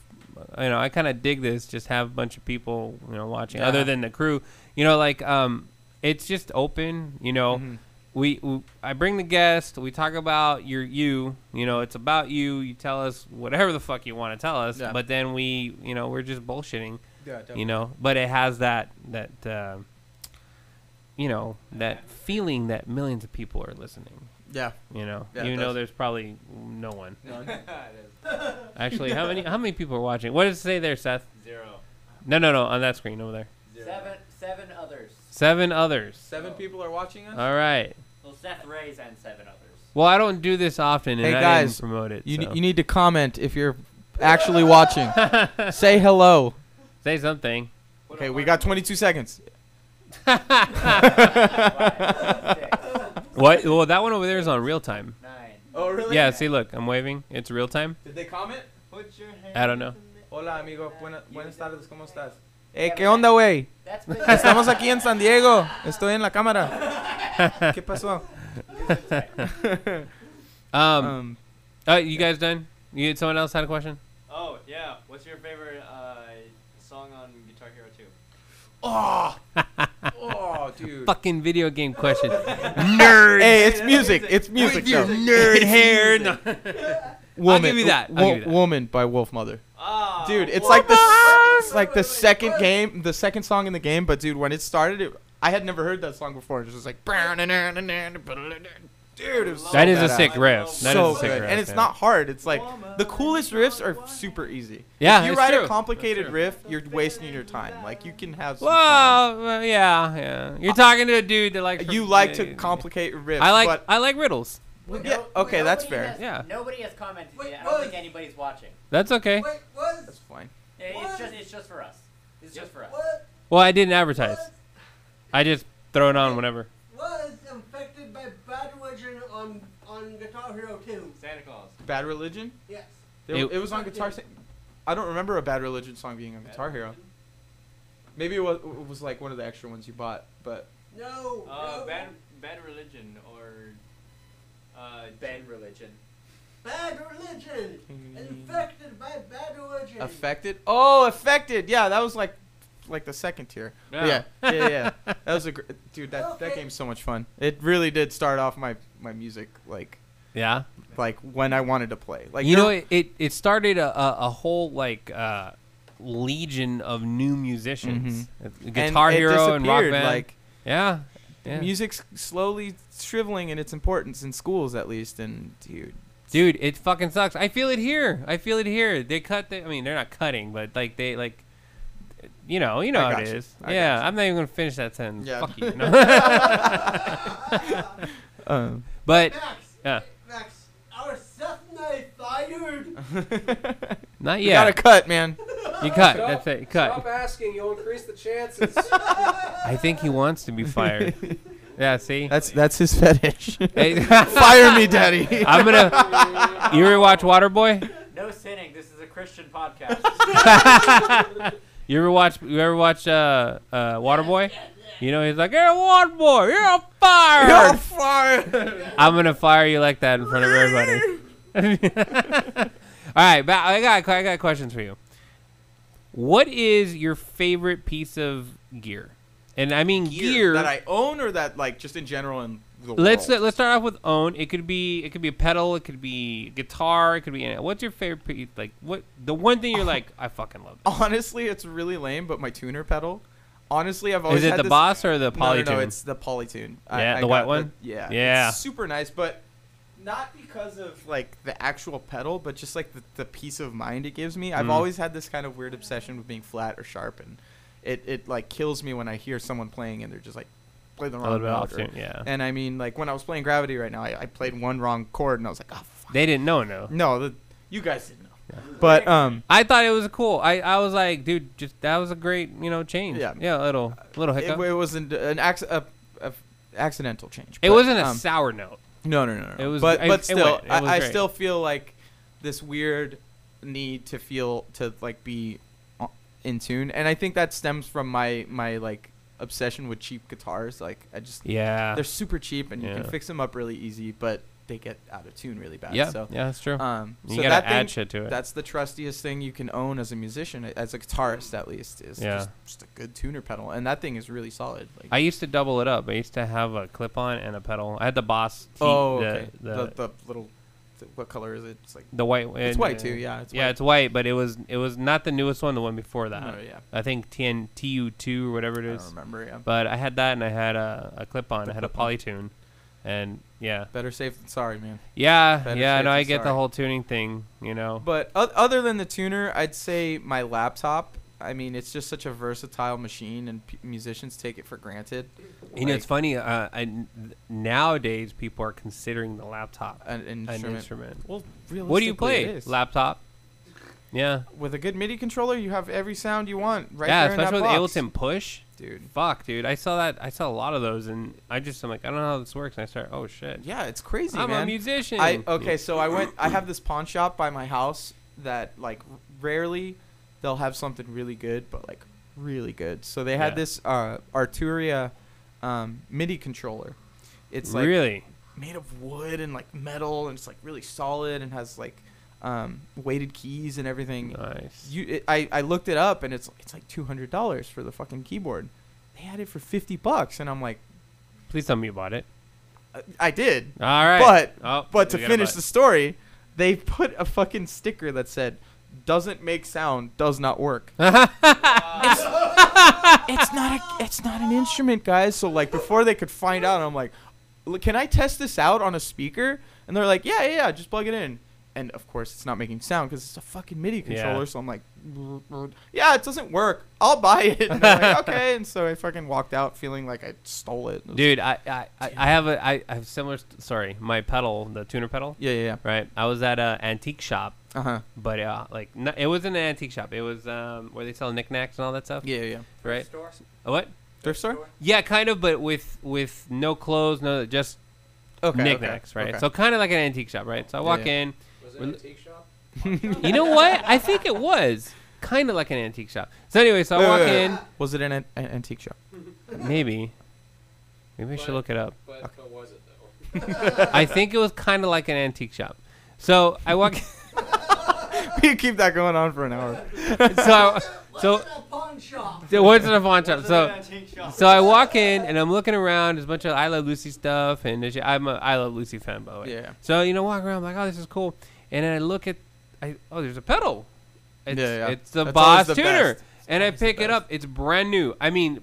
S2: you know, I kind of dig this. Just have a bunch of people, you know, watching, other
S5: Yeah.
S2: than the crew. You know, like um, it's just open. You know,
S5: Mhm.
S2: we, we I bring the guest. We talk about your you. You know, it's about you. You tell us whatever the fuck you want to tell us.
S5: Yeah.
S2: But then we, you know, we're just bullshitting.
S5: Yeah,
S2: You know, but it has that that uh, you know that feeling that millions of people are listening.
S5: yeah.
S2: You know,
S5: Yeah, it
S2: even though
S5: does.
S2: there's probably no one.
S8: It is.
S2: Actually, how many how many people are watching? What does it say there, Seth?
S8: Zero.
S2: No, no, no, on that screen over there.
S8: Zero.
S4: Seven, seven others.
S2: Seven others.
S5: Seven people are watching us.
S2: All right.
S4: Well, Seth Ray's and seven others.
S2: Well, I don't do this often, and
S5: Hey,
S2: I
S5: guys,
S2: didn't promote it.
S5: you
S2: so.
S5: ne- you need to comment if you're actually watching. Say hello.
S2: say something.
S8: What
S5: Okay,
S8: a
S5: we
S8: wonderful-
S5: got 22 seconds.
S2: What? Well, that one over there is on real time.
S4: Nine.
S5: Oh really?
S2: Yeah. See, look, I'm waving. It's real time.
S5: Did they comment?
S8: Put your hand.
S2: I don't know.
S5: Hola, amigo. Buena, buenas tardes. ¿Cómo
S4: Yeah,
S5: estás? Hey,
S4: but
S5: Eh, ¿qué onda, güey?
S4: That's been
S5: Estamos aquí en San Diego. Estoy en la cámara. ¿Qué pasó?
S2: Um.
S5: Um,
S2: uh, you guys done? You had someone else had a question?
S8: Oh yeah. What's your favorite uh, song on Guitar Hero 2?
S5: oh, oh, dude.
S2: Fucking video game question.
S5: Hey, it's music. It's music.
S2: With your
S5: though.
S2: nerd hair. No.
S5: Woman,
S2: give you that. I'll
S5: Wo-
S2: give you that. Oh.
S5: Woman by Wolf Mother.
S8: Ah.
S5: Dude, it's like the s- it's like the second game, the second song in the game. But dude, when it started, it, I had never heard that song before. It was just like, dude, it was so
S2: That is a
S5: badass.
S2: sick riff. That is a
S5: so
S2: sick
S5: good,
S2: riff.
S5: and it's
S2: yeah.
S5: not hard. It's like the coolest riffs are super easy.
S2: Yeah,
S5: if you
S2: it's
S5: write
S2: true.
S5: a complicated
S2: That's true.
S5: riff, you're wasting your time. Like you can have. Some fun.
S2: Well, uh, yeah, yeah. You're talking to a dude that likes.
S5: Uh, you like to complicate riffs.
S2: I like.
S5: but-
S2: I like riddles.
S5: yeah, okay, that's
S4: Nobody
S5: fair.
S4: has-
S2: Yeah.
S4: Nobody has commented
S3: Wait,
S4: yet. I don't
S3: what?
S4: think anybody's watching.
S2: That's okay.
S3: Wait, what?
S5: That's fine.
S4: It-
S3: What?
S4: It's just, it's just for us. It's just for us.
S3: What?
S2: Well, I didn't advertise.
S3: What?
S2: I just throw it on whenever.
S3: Was infected by bad religion on on Guitar Hero 2.
S8: Santa Claus.
S5: Bad Religion?
S3: Yes.
S5: There,
S2: It-
S5: it, was on Guitar. Sa- I don't remember a Bad Religion song being on Guitar Hero.
S8: Uh,
S5: Maybe it was, it was like one of the extra ones you bought, but
S3: No.
S8: Uh,
S3: no.
S8: bad, bad religion or. Uh,
S4: Bad religion.
S3: Bad religion.
S2: Hmm.
S3: Infected by bad religion.
S5: affected. Oh, affected. Yeah, that was like like the second tier. But
S2: Yeah.
S5: Yeah, yeah, yeah. yeah. that was a gr- dude. That that
S3: Okay.
S5: game's so much fun. It really did start off my my music like
S2: Yeah.
S5: like when I wanted to play. Like
S2: you
S5: there-
S2: know, it, it, it started a, a, a whole like uh, legion of new musicians. Uh,
S5: Mm-hmm. and
S2: Guitar
S5: it
S2: Hero and Rock
S5: disappeared,
S2: Band.
S5: Like
S2: yeah. yeah.
S5: music's slowly shriveling in its importance in schools, at least. And dude,
S2: Dude, it fucking sucks. I feel it here. I feel it here. They cut the I mean, they're not cutting, but like they like you know, you know
S5: I
S2: how it
S5: gotcha.
S2: is.
S5: I
S2: yeah, I'm not even gonna finish that sentence.
S5: Yeah.
S2: Fuck you. No.
S5: um,
S2: but
S3: Max.
S2: Yeah.
S3: Max. Our fired.
S2: Not
S5: You
S2: yet.
S5: gotta cut, man.
S2: You cut.
S7: Stop-
S2: That's it. Cut.
S7: Stop asking. You'll increase the chances.
S2: I think he wants to be fired. yeah. See.
S5: That's that's his fetish.
S2: Hey.
S5: Fire me, daddy.
S2: I'm gonna. You ever watch Waterboy?
S4: No sinning. This is a Christian podcast.
S2: You ever watch? You ever watch uh, uh, Waterboy? You know he's like, "Hey, Waterboy, you're fired.
S5: You're fired.
S2: I'm gonna fire you like that in front of everybody." All right, but I got I got questions for you. What is your favorite piece of gear? And I mean gear.
S5: that I own, or that like just in general in the
S2: let's
S5: world.
S2: let's start off with own. It could be it could be a pedal. It could be guitar. It could be what's your favorite piece? Like what the one thing you're like I fucking love.
S5: Honestly, it's really lame, but my tuner pedal. Honestly, I've
S2: This.
S5: always
S2: Is it
S5: had
S2: the
S5: this-
S2: boss or the
S5: No,
S2: polytune?
S5: no, no, it's the Polytune.
S2: Yeah, the white
S5: got
S2: one?
S5: yeah, it's
S2: Yeah.
S5: super nice, but not because of like the actual pedal, but just like the, the peace of mind it gives me. I've
S2: Mm.
S5: always had this kind of weird obsession with being flat or sharp, and it, it like kills me when I hear someone playing and they're just like play the
S2: a little
S5: wrong
S2: bit Oh, off
S5: note. or-
S2: tune. Yeah,
S5: And I mean, like when I was playing Gravity right now, I, I played one wrong chord and I was like, oh fuck.
S2: they didn't know. No,
S5: no, the, you guys didn't know. But um,
S2: I thought it was cool. I, I was like, dude, just that was a great you know change.
S5: Yeah. Uh,
S2: yeah, little little
S5: it,
S2: hiccup. It,
S5: it wasn't an acc- a, a accidental change. but,
S2: wasn't a
S5: um,
S2: sour note.
S5: No, no, no, no.
S2: It was-
S5: but
S2: I-
S5: but
S2: it
S5: still,
S2: went. It
S5: I,
S2: was
S5: I
S2: great.
S5: still feel like this weird need to feel to like be o- in tune, and I think that stems from my my like obsession with cheap guitars. Like I just
S2: Yeah,
S5: they're super cheap, and you
S2: Yeah.
S5: can fix them up really easy, but they get out of tune really bad.
S2: yeah,
S5: So
S2: yeah, that's true.
S5: um,
S2: you
S5: so
S2: gotta
S5: that
S2: add
S5: thing,
S2: shit to it.
S5: that's the trustiest thing you can own as a musician, as a guitarist at least, is
S2: Yeah.
S5: just, just a good tuner pedal, and that thing is really solid. Like
S2: I used to double it up. I used to have a clip on and a pedal. I had the Boss. key-
S5: oh,
S2: the,
S5: okay.
S2: the,
S5: the, the little, th- what color is it? It's like
S2: the white.
S5: It's
S2: and,
S5: white
S2: uh,
S5: too, yeah. It's
S2: yeah,
S5: white.
S2: it's white, but it was it was not the newest one. The one before that.
S5: No, yeah.
S2: I think TN TU2 or whatever it
S5: I
S2: is.
S5: don't remember, yeah.
S2: But I had that, and I had a, a clip on.
S5: The
S2: I had a
S5: clip-on.
S2: polytune, and yeah,
S5: Better safe than sorry, man.
S2: yeah,
S5: Better
S2: yeah.
S5: safe
S2: No, I
S5: than
S2: get the
S5: sorry.
S2: whole tuning thing. You know.
S5: But o- other than the tuner, I'd say my laptop. I mean, it's just such a versatile machine, and p- musicians take it for granted.
S2: You know, it's
S5: Like,
S2: funny. Uh, I, nowadays, people are considering the laptop
S5: An, instrument.
S2: an instrument.
S5: Well,
S2: What do you
S5: realistically, it
S2: play?
S5: is.
S2: Laptop. Yeah.
S5: with a good MIDI controller, you have every sound you want right
S2: yeah,
S5: there in that
S2: especially with
S5: box.
S2: Ableton Push.
S5: dude.
S2: Fuck, dude. I saw that. I saw a lot of those, and I just I'm like, I don't know how this works. And I start, oh shit.
S5: Yeah, it's crazy,
S2: I'm
S5: man.
S2: a musician.
S5: I okay, so I went. I have this pawn shop by my house that like rarely they'll have something really good, but like really good. So they had
S2: Yeah.
S5: this uh, Arturia um, MIDI controller. It's like
S2: really.
S5: made of wood and like metal, and it's like really solid and has like um, weighted keys and everything.
S2: Nice.
S5: You, it, I, I looked it up and it's it's like two hundred dollars for the fucking keyboard. They had it for fifty bucks, and I'm like,
S2: Please tell me you bought it.
S5: I- I did.
S2: All right.
S5: But
S2: Oh,
S5: but to
S2: we gotta
S5: finish
S2: buy
S5: the
S2: it.
S5: story, they put a fucking sticker that said "doesn't make sound, does not work." it's, it's not a it's not an instrument, guys. So like before they could find out, I'm like, "L- can I test this out on a speaker? And they're like, yeah, yeah, yeah just plug it in. And of course, it's not making sound because it's a fucking MIDI
S2: Yeah.
S5: controller. So I'm like, yeah, it doesn't work. I'll buy it. And they're like, okay. And so I fucking walked out feeling like I stole it. It was-
S2: dude, I, I, I I have a I, I have similar. St- sorry, my pedal, the tuner pedal.
S5: Yeah, yeah,
S2: Right. I was at a antique shop,
S5: yeah. Uh huh.
S2: but uh, like no, it wasn't an antique shop. It was um where they sell knickknacks and all that stuff.
S5: Yeah, yeah, yeah.
S2: Right.
S4: Store?
S2: A What?
S5: Thrift store?
S2: Yeah, kind of, but with with no clothes, no just
S5: Okay.
S2: knickknacks, right? So kind of like an antique shop, right? So I
S5: Yeah,
S2: walk
S5: yeah.
S2: in.
S7: Was it
S2: Well,
S7: an antique shop?
S2: You know what? I think it was kind of like an antique shop. So anyway, so I walk
S5: Was it an, an antique shop?
S2: in. Maybe. Maybe I should look it up.
S7: But, but was it though?
S2: I think it was kind of like an antique shop. So I walk.
S5: you keep that going on for an hour.
S2: So I, so
S3: Wasn't a pawn shop.
S2: it wasn't a pawn shop. So
S8: So,
S2: so I walk in and I'm looking around. There's a bunch of I Love Lucy stuff, and there's- I'm a I Love Lucy fan, by the way.
S5: Yeah.
S2: So you know, walk around like, oh, this is cool. And then I look at, I oh, there's a pedal. It's,
S5: Yeah, yeah.
S2: it's the
S5: That's always
S2: Boss
S5: the
S2: tuner,
S5: best. It's
S2: and I
S5: always the
S2: pick it
S5: best.
S2: up. It's brand new. I mean,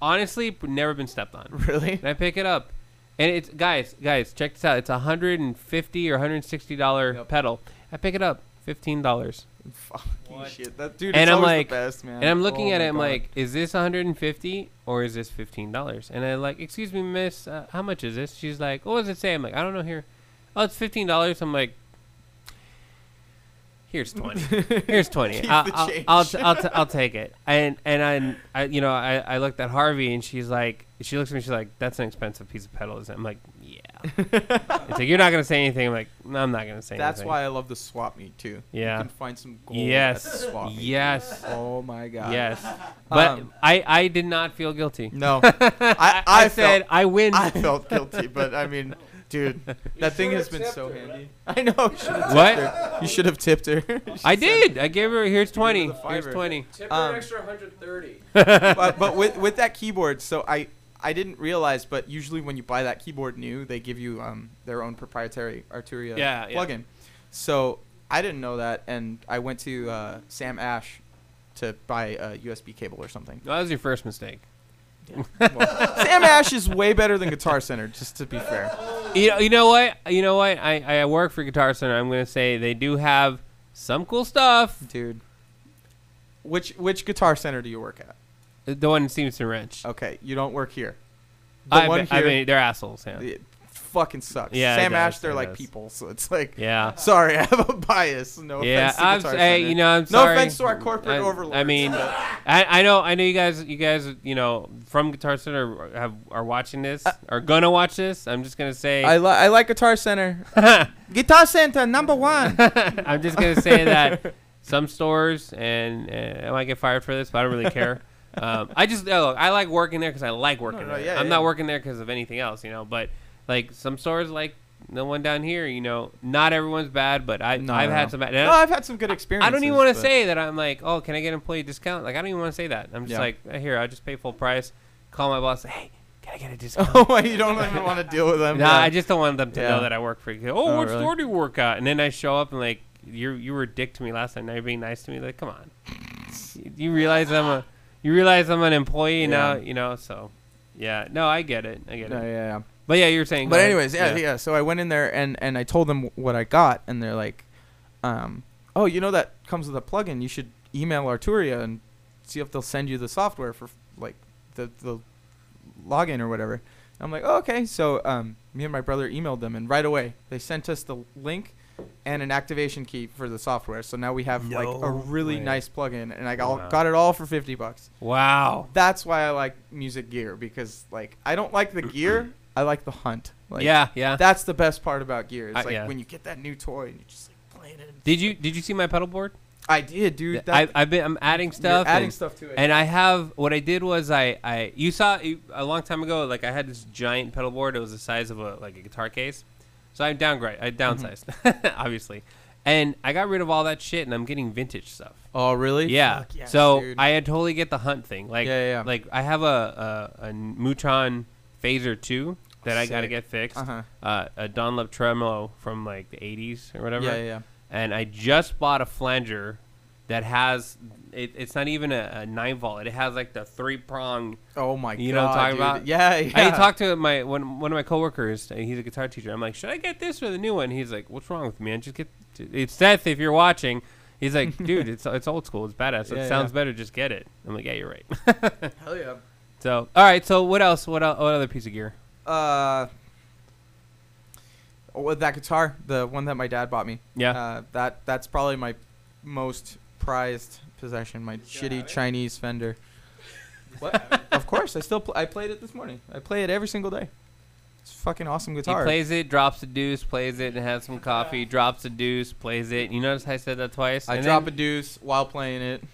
S2: honestly, p- never been stepped on.
S5: Really?
S2: And I pick it up, and it's guys, guys, check this out. It's a hundred and fifty or hundred and sixty dollar
S5: Yep.
S2: pedal. I pick it up, fifteen dollars,
S5: Fucking
S8: What?
S5: shit. That dude
S2: And
S5: is
S2: I'm
S5: always
S2: like-
S5: the best, man.
S2: and I'm looking
S5: Oh
S2: at
S5: my
S2: it. I'm
S5: God.
S2: like, is this hundred and fifty or is this fifteen dollars? And I like, excuse me, miss, uh, how much is this? She's like, what does it say? I'm like, I don't know here. Oh, it's fifteen dollars. I'm like. Here's twenty. Here's twenty.
S6: Keep
S2: I'll,
S6: the
S2: I'll,
S6: change.
S2: I'll, t- I'll, t- I'll take it. And and I, I you know I, I looked at Harvey and she's like she looks at me she's like that's an expensive piece of pedal. isn't it?" I'm like yeah. it's like you're not gonna say anything. I'm like no, I'm not gonna say
S5: That's
S2: anything.
S5: why I love the swap meet too.
S2: Yeah.
S5: You can find some gold
S2: Yes.
S5: at the swap meet.
S2: Yes.
S5: Oh my god.
S2: Yes. But
S5: Um,
S2: I, I did not feel guilty.
S5: No.
S2: I,
S5: I
S2: said
S5: felt-
S2: I win.
S5: I felt guilty, but I mean, dude, that thing has been so handy. I know. You should have tipped
S2: What?
S5: her. You should have tipped her.
S2: I did. I gave her here's twenty.
S5: the
S2: Here's
S5: fiver.
S2: twenty.
S7: Tip her
S5: Um,
S7: an extra 130.
S5: but, but with with that keyboard, so I I didn't realize, but usually when you buy that keyboard new, they give you um their own proprietary Arturia
S2: Yeah, yeah.
S5: plugin. So I didn't know that, and I went to uh, Sam Ash to buy a USB cable or something.
S2: No, that was your first mistake.
S5: Well, Sam Ash is way better than Guitar Center, just to be fair.
S2: You know, you know what? You know what? I, I work for Guitar Center. I'm gonna say they do have some cool stuff.
S5: Dude, which which Guitar Center do you work at?
S2: The one that seems to wrench.
S5: Okay, you don't work here. The
S2: I,
S5: one
S2: be-
S5: here,
S2: I mean, they're assholes. Yeah.
S5: it fucking sucks.
S2: Yeah, it
S5: Sam Ash,
S2: does,
S5: they're
S2: it
S5: like
S2: does.
S5: people, so it's like,
S2: Yeah.
S5: sorry, I have a bias. No
S2: Yeah,
S5: offense to
S2: I'm,
S5: Guitar
S2: s-
S5: Center.
S2: hey, you know, I'm
S5: no
S2: sorry.
S5: offense to our corporate
S2: I,
S5: overlords.
S2: I mean,
S5: but-
S2: I, I know, I know you guys, you guys, you know, from Guitar Center have are watching
S5: Uh,
S2: this, are gonna watch this. I'm just gonna say,
S5: I, li- I like Guitar Center. Guitar Center number one.
S2: I'm just gonna say that some stores, and uh, I might get fired for this, but I don't really care. Um, I just oh, look, I like working there because I like working
S5: no,
S2: there.
S5: yeah,
S2: I'm
S5: yeah.
S2: not working there because of anything else, you know. But like some stores, like the one down here, you know, not everyone's bad, but I
S5: No,
S2: I've
S5: no,
S2: had
S5: no.
S2: some. and
S5: No,
S2: I,
S5: I've had some good experiences.
S2: I don't even want
S5: but-
S2: to say that I'm like, oh, can I get employee discount? Like I don't even want to say that. I'm just
S5: Yeah.
S2: like, "Eh, here, I'll just pay full price. Call my boss, hey, can I get a discount?
S5: Oh, you don't even want to deal with them.
S2: No,
S5: yeah.
S2: I just don't want them to
S5: Yeah.
S2: know that I work for you. Oh,
S5: Oh,
S2: what
S5: really?
S2: store do you work at? And then I show up and like you you were a dick to me last time. Now you're being nice to me. Like, come on. You- you realize I'm a you realize I'm an employee now.
S5: Yeah.
S2: You know, so yeah. No, I get it. I get
S5: No,
S2: it.
S5: yeah, yeah.
S2: But yeah, you were saying. go
S5: But
S2: ahead.
S5: anyways, yeah, yeah, So I went in there and and I told them what I got, and they're like, um, "Oh, you know that comes with a plugin. You should email Arturia and see if they'll send you the software for like the the login or whatever." And I'm like, oh, "Okay." So um, me and my brother emailed them, and right away they sent us the link and an activation key for the software. So now we have like a
S2: No
S5: really
S2: way.
S5: nice plugin, and I got,
S2: Wow.
S5: got it all for fifty bucks.
S2: Wow.
S5: That's why I like music gear because like I don't like the gear. I like the hunt. Like,
S2: yeah, yeah.
S5: that's the best part about gear. It's
S2: I-
S5: like
S2: yeah.
S5: when you get that new toy and you just like playing it.
S2: did you did you see my pedal board?
S5: I did, dude. That,
S2: I, I've been I'm adding
S5: you're
S2: stuff.
S5: adding
S2: and-
S5: stuff to it.
S2: And I have what I did was I I you saw you- a long time ago like I had this giant pedal board. It was the size of a like a guitar case. So I downgrade I downsized obviously, and I got rid of all that shit and I'm getting vintage stuff.
S5: oh, really?
S2: Yeah.
S5: Fuck yes,
S2: so
S5: dude.
S2: I had totally get the hunt thing. Like
S5: Yeah, yeah, yeah.
S2: like I have a a, a Mutron Phaser two that I got to
S5: Sick.
S2: get fixed.
S5: Uh-huh.
S2: Uh, a Dunlop tremolo from like the 80s or whatever
S5: Yeah, yeah, yeah.
S2: and I just bought a flanger that has it, it's not even a, a nine volt. It has like the three prong.
S5: Oh my god.
S2: You know what I'm talking about?
S5: dude. Yeah,
S2: I
S5: yeah.
S2: had talked to my one one of my coworkers. And he's a guitar teacher. I'm like, should I get this or the new one? He's like, what's wrong with me? man? Just get it's Seth if you're watching. He's like, dude, it's it's old school. It's badass.
S5: Yeah,
S2: it sounds
S5: yeah.
S2: better. Just get it. I'm like, yeah, you're right.
S5: Hell yeah.
S2: so all right. So what else? What el- what other piece of gear?
S5: Uh, oh, with that guitar, the one that my dad bought me.
S2: Yeah.
S5: Uh, that that's probably my most prized possession. My shitty Chinese Fender. What? of course, I still pl- I played it this morning. I play it every single day. It's a fucking awesome guitar.
S2: He plays it, drops a deuce, plays it, and has some coffee. Drops a deuce, plays it. You notice how I said that twice.
S5: I
S2: And
S5: drop
S2: then-
S5: a deuce while playing it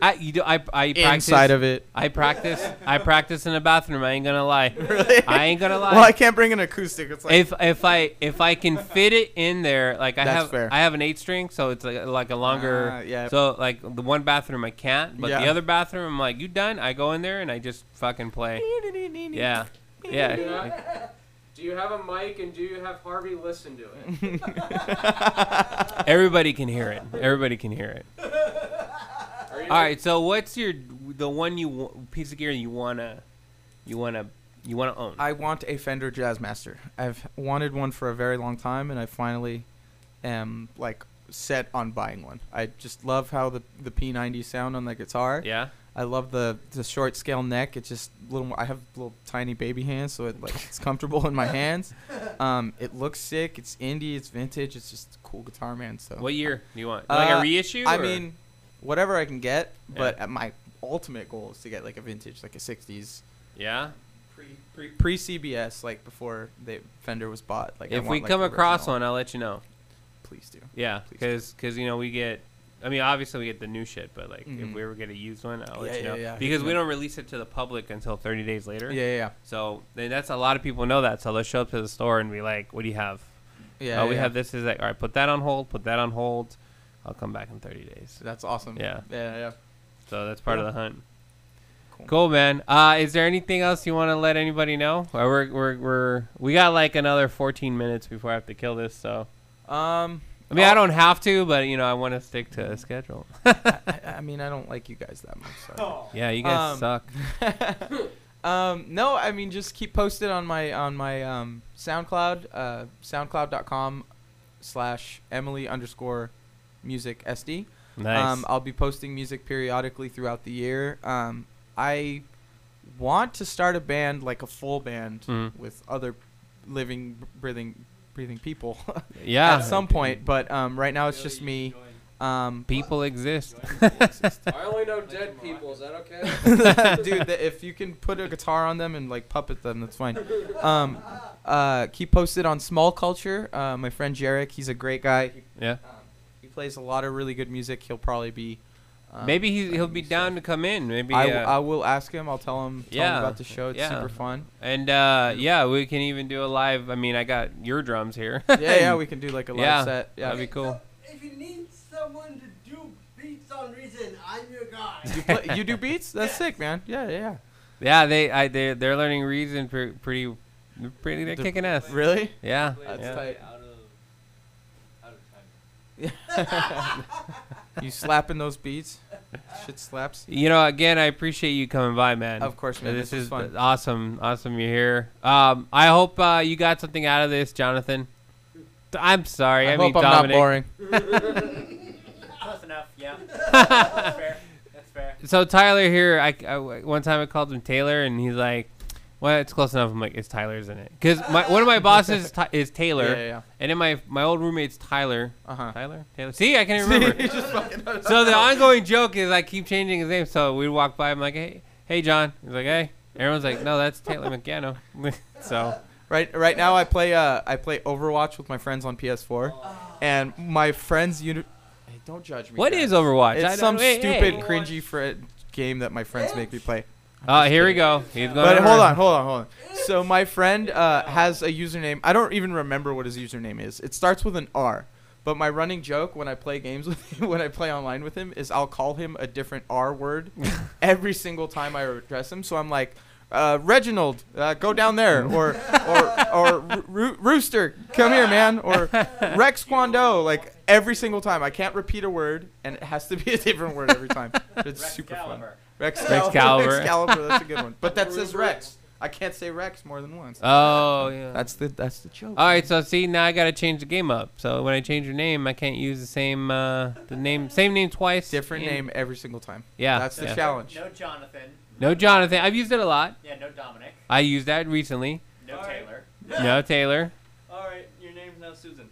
S2: I you do, I I practice
S5: inside of it.
S2: I practice I practice in the bathroom. I ain't gonna lie.
S5: Really?
S2: I ain't gonna lie.
S5: well, I can't bring an acoustic. It's like
S2: if if I if I can fit it in there, like I
S5: That's
S2: have
S5: fair.
S2: I have an eight string, so it's like, like a longer.
S5: Ah, yeah.
S2: So like the one bathroom I can't, but the
S5: Yeah.
S2: other bathroom I'm like you done. I go in there and I just fucking play. Yeah.
S7: Do you
S2: Yeah.
S7: have- Do you have a mic and do you have Harvey listen to it?
S2: Everybody can hear it. Everybody can hear it.
S7: Are you
S2: All right. So what's your the one you wa- piece of gear you wanna you wanna you wanna own?
S5: I want a Fender Jazzmaster. I've wanted one for a very long time, and I finally am like set on buying one. I just love how the the P90s sound on the guitar.
S2: yeah.
S5: I love the the short scale neck. It's just little. More, I have little tiny baby hands, so it like it's comfortable in my hands. Um, it looks sick. It's indie. It's vintage. It's just a cool guitar, man. So
S2: What year do you want? Like a
S5: Uh,
S2: reissue,
S5: I
S2: or-
S5: mean, whatever I can get.
S2: Yeah.
S5: But at my ultimate goal is to get like a vintage, like a '60s.
S2: Yeah.
S5: Pre pre CBS, like before the Fender was bought. Like I
S2: if
S5: want,
S2: we
S5: like,
S2: come
S5: the
S2: across
S5: original.
S2: one, I'll let you know.
S5: please do.
S2: Yeah, because you know we get. I mean, obviously we get the new shit, but like if
S5: Mhm.
S2: we ever get a used one, I'll let
S5: Yeah,
S2: you
S5: yeah,
S2: know
S5: yeah, hit
S2: because
S5: me
S2: we
S5: up.
S2: don't release it to the public until 30 days later.
S5: Yeah, yeah, yeah.
S2: So and that's a lot of people know that. So they'll show up to the store and be like, "What do you have?"
S5: Yeah,
S2: "Oh, we
S5: yeah.
S2: have this. Is like, all right. Put that on hold. Put that on hold. I'll come back in 30 days.
S5: That's awesome.
S2: Yeah.
S5: Yeah, yeah.
S2: So that's part
S5: Yeah.
S2: of the hunt.
S5: Cool.
S2: Cool, man. Uh, is there anything else you want to let anybody know? Uh, We're, we're, we're, we got like another 14 minutes before I have to kill this. So,
S5: Um,
S2: I mean, I
S5: I'll-
S2: don't have to, but you know, I want to stick to a schedule.
S5: I, I- I mean, I don't like you guys that much. So.
S2: Yeah, you guys
S5: Um, suck. um, no, I mean, just keep posted on my on my um, SoundCloud, uh, soundcloud.com slash Emily underscore music SD.
S2: Nice.
S5: Um, I'll be posting music periodically throughout the year. Um, I want to start a band, like a full band,
S2: Mhm.
S5: with other living, breathing, breathing people.
S2: Yeah.
S5: At some point, but um, right now it's just me. Um,
S2: People exist.
S7: I only know dead people. Is that okay?
S5: dude that if you can put a guitar on them and like puppet them that's fine um uh keep posted on small culture uh my friend jarek he's a great guy he,
S2: Yeah.
S5: um, he plays a lot of really good music he'll probably be um,
S2: Maybe he, he'll
S5: playing
S2: be
S5: new
S2: down to
S5: stuff.
S2: come in. Maybe.
S5: I,
S2: uh,
S5: w- I will ask him i'll tell him, tell
S2: Yeah,
S5: him about the show it's
S2: yeah.
S5: super fun
S2: and uh, yeah, we can even do a live. I mean, I got your drums here.
S5: yeah yeah we can do like a live
S2: Yeah,
S5: set yeah
S2: that'd be cool.
S3: If you need someone to do beats on reason, I'm your guy.
S5: you, play, you do beats that's sick man yeah yeah, yeah
S2: Yeah, they I they they're learning reason pre- pretty pretty they're
S5: The-
S2: kicking ass.
S5: really
S2: Yeah.
S5: That's
S2: yeah.
S5: tight.
S8: Out of, out of time.
S5: you slapping those beats shit slaps
S2: You know, again, I appreciate you coming by, man.
S5: Of course, man.
S2: This,
S5: This was
S2: is
S5: fun.
S2: awesome. Awesome you're here. Um, I hope uh, you got something out of this, Jonathan. D- I'm sorry. I,
S5: i
S2: mean,
S5: hope i'm
S2: Dominic.
S5: not boring
S4: Close enough. Yeah. That's fair. That's fair.
S2: So Tyler here, I, I- one time I called him Taylor, and he's like, "Well, it's close enough." I'm like, "It's Tyler's in it," because my one of my bosses is, Ty- is Taylor,
S5: yeah yeah, yeah.
S2: and then my my old roommate's Tyler.
S5: uh-huh
S2: Tyler, Taylor. See, I can remember.
S5: You just fucking-
S2: so the ongoing joke is I keep changing his name. So we walk by, I'm like, hey, hey, John. He's like, hey. Everyone's like, no, that's Taylor McGanno. so
S5: Right, right now I play uh I play Overwatch with my friends on PS4, and my friends uni- Hey, don't judge me.
S2: what
S5: guys.
S2: is Overwatch? I
S5: It's
S2: don't-
S5: some
S2: hey,
S5: stupid
S2: hey.
S5: cringy fr- game that my friends make me play.
S2: Uh, here we go. He's going.
S5: But
S2: over.
S5: hold on, hold on, hold on. So my friend uh, has a username. I don't even remember what his username is. It starts with an R. But my running joke when I play games with him, when I play online with him, is I'll call him a different R word every single time I address him. So I'm like, uh, Reginald, uh, go down there, or or or Roo- Rooster, come here, man, or Rex Kwando. Like every single time, I can't repeat a word, and it has to be a different word every time. It's super fun.
S4: Excalibur.
S5: Rex
S2: Rex
S5: Calibur.
S2: Calibur.
S5: that's a good one. But that says Rex. I can't say Rex more than once.
S2: Oh yeah.
S5: That's the that's the joke.
S2: all right, so see now I gotta change the game up. So when I change your name, I can't use the same uh, the name same name twice.
S5: Different
S2: in-
S5: name every single time.
S2: Yeah,
S5: That's the
S2: yeah.
S5: challenge.
S4: No Jonathan.
S2: No Jonathan. I've used it a lot.
S4: Yeah. No Dominic.
S2: I used that recently.
S4: No Taylor.
S2: No Taylor.
S8: All right, your name's now Susan.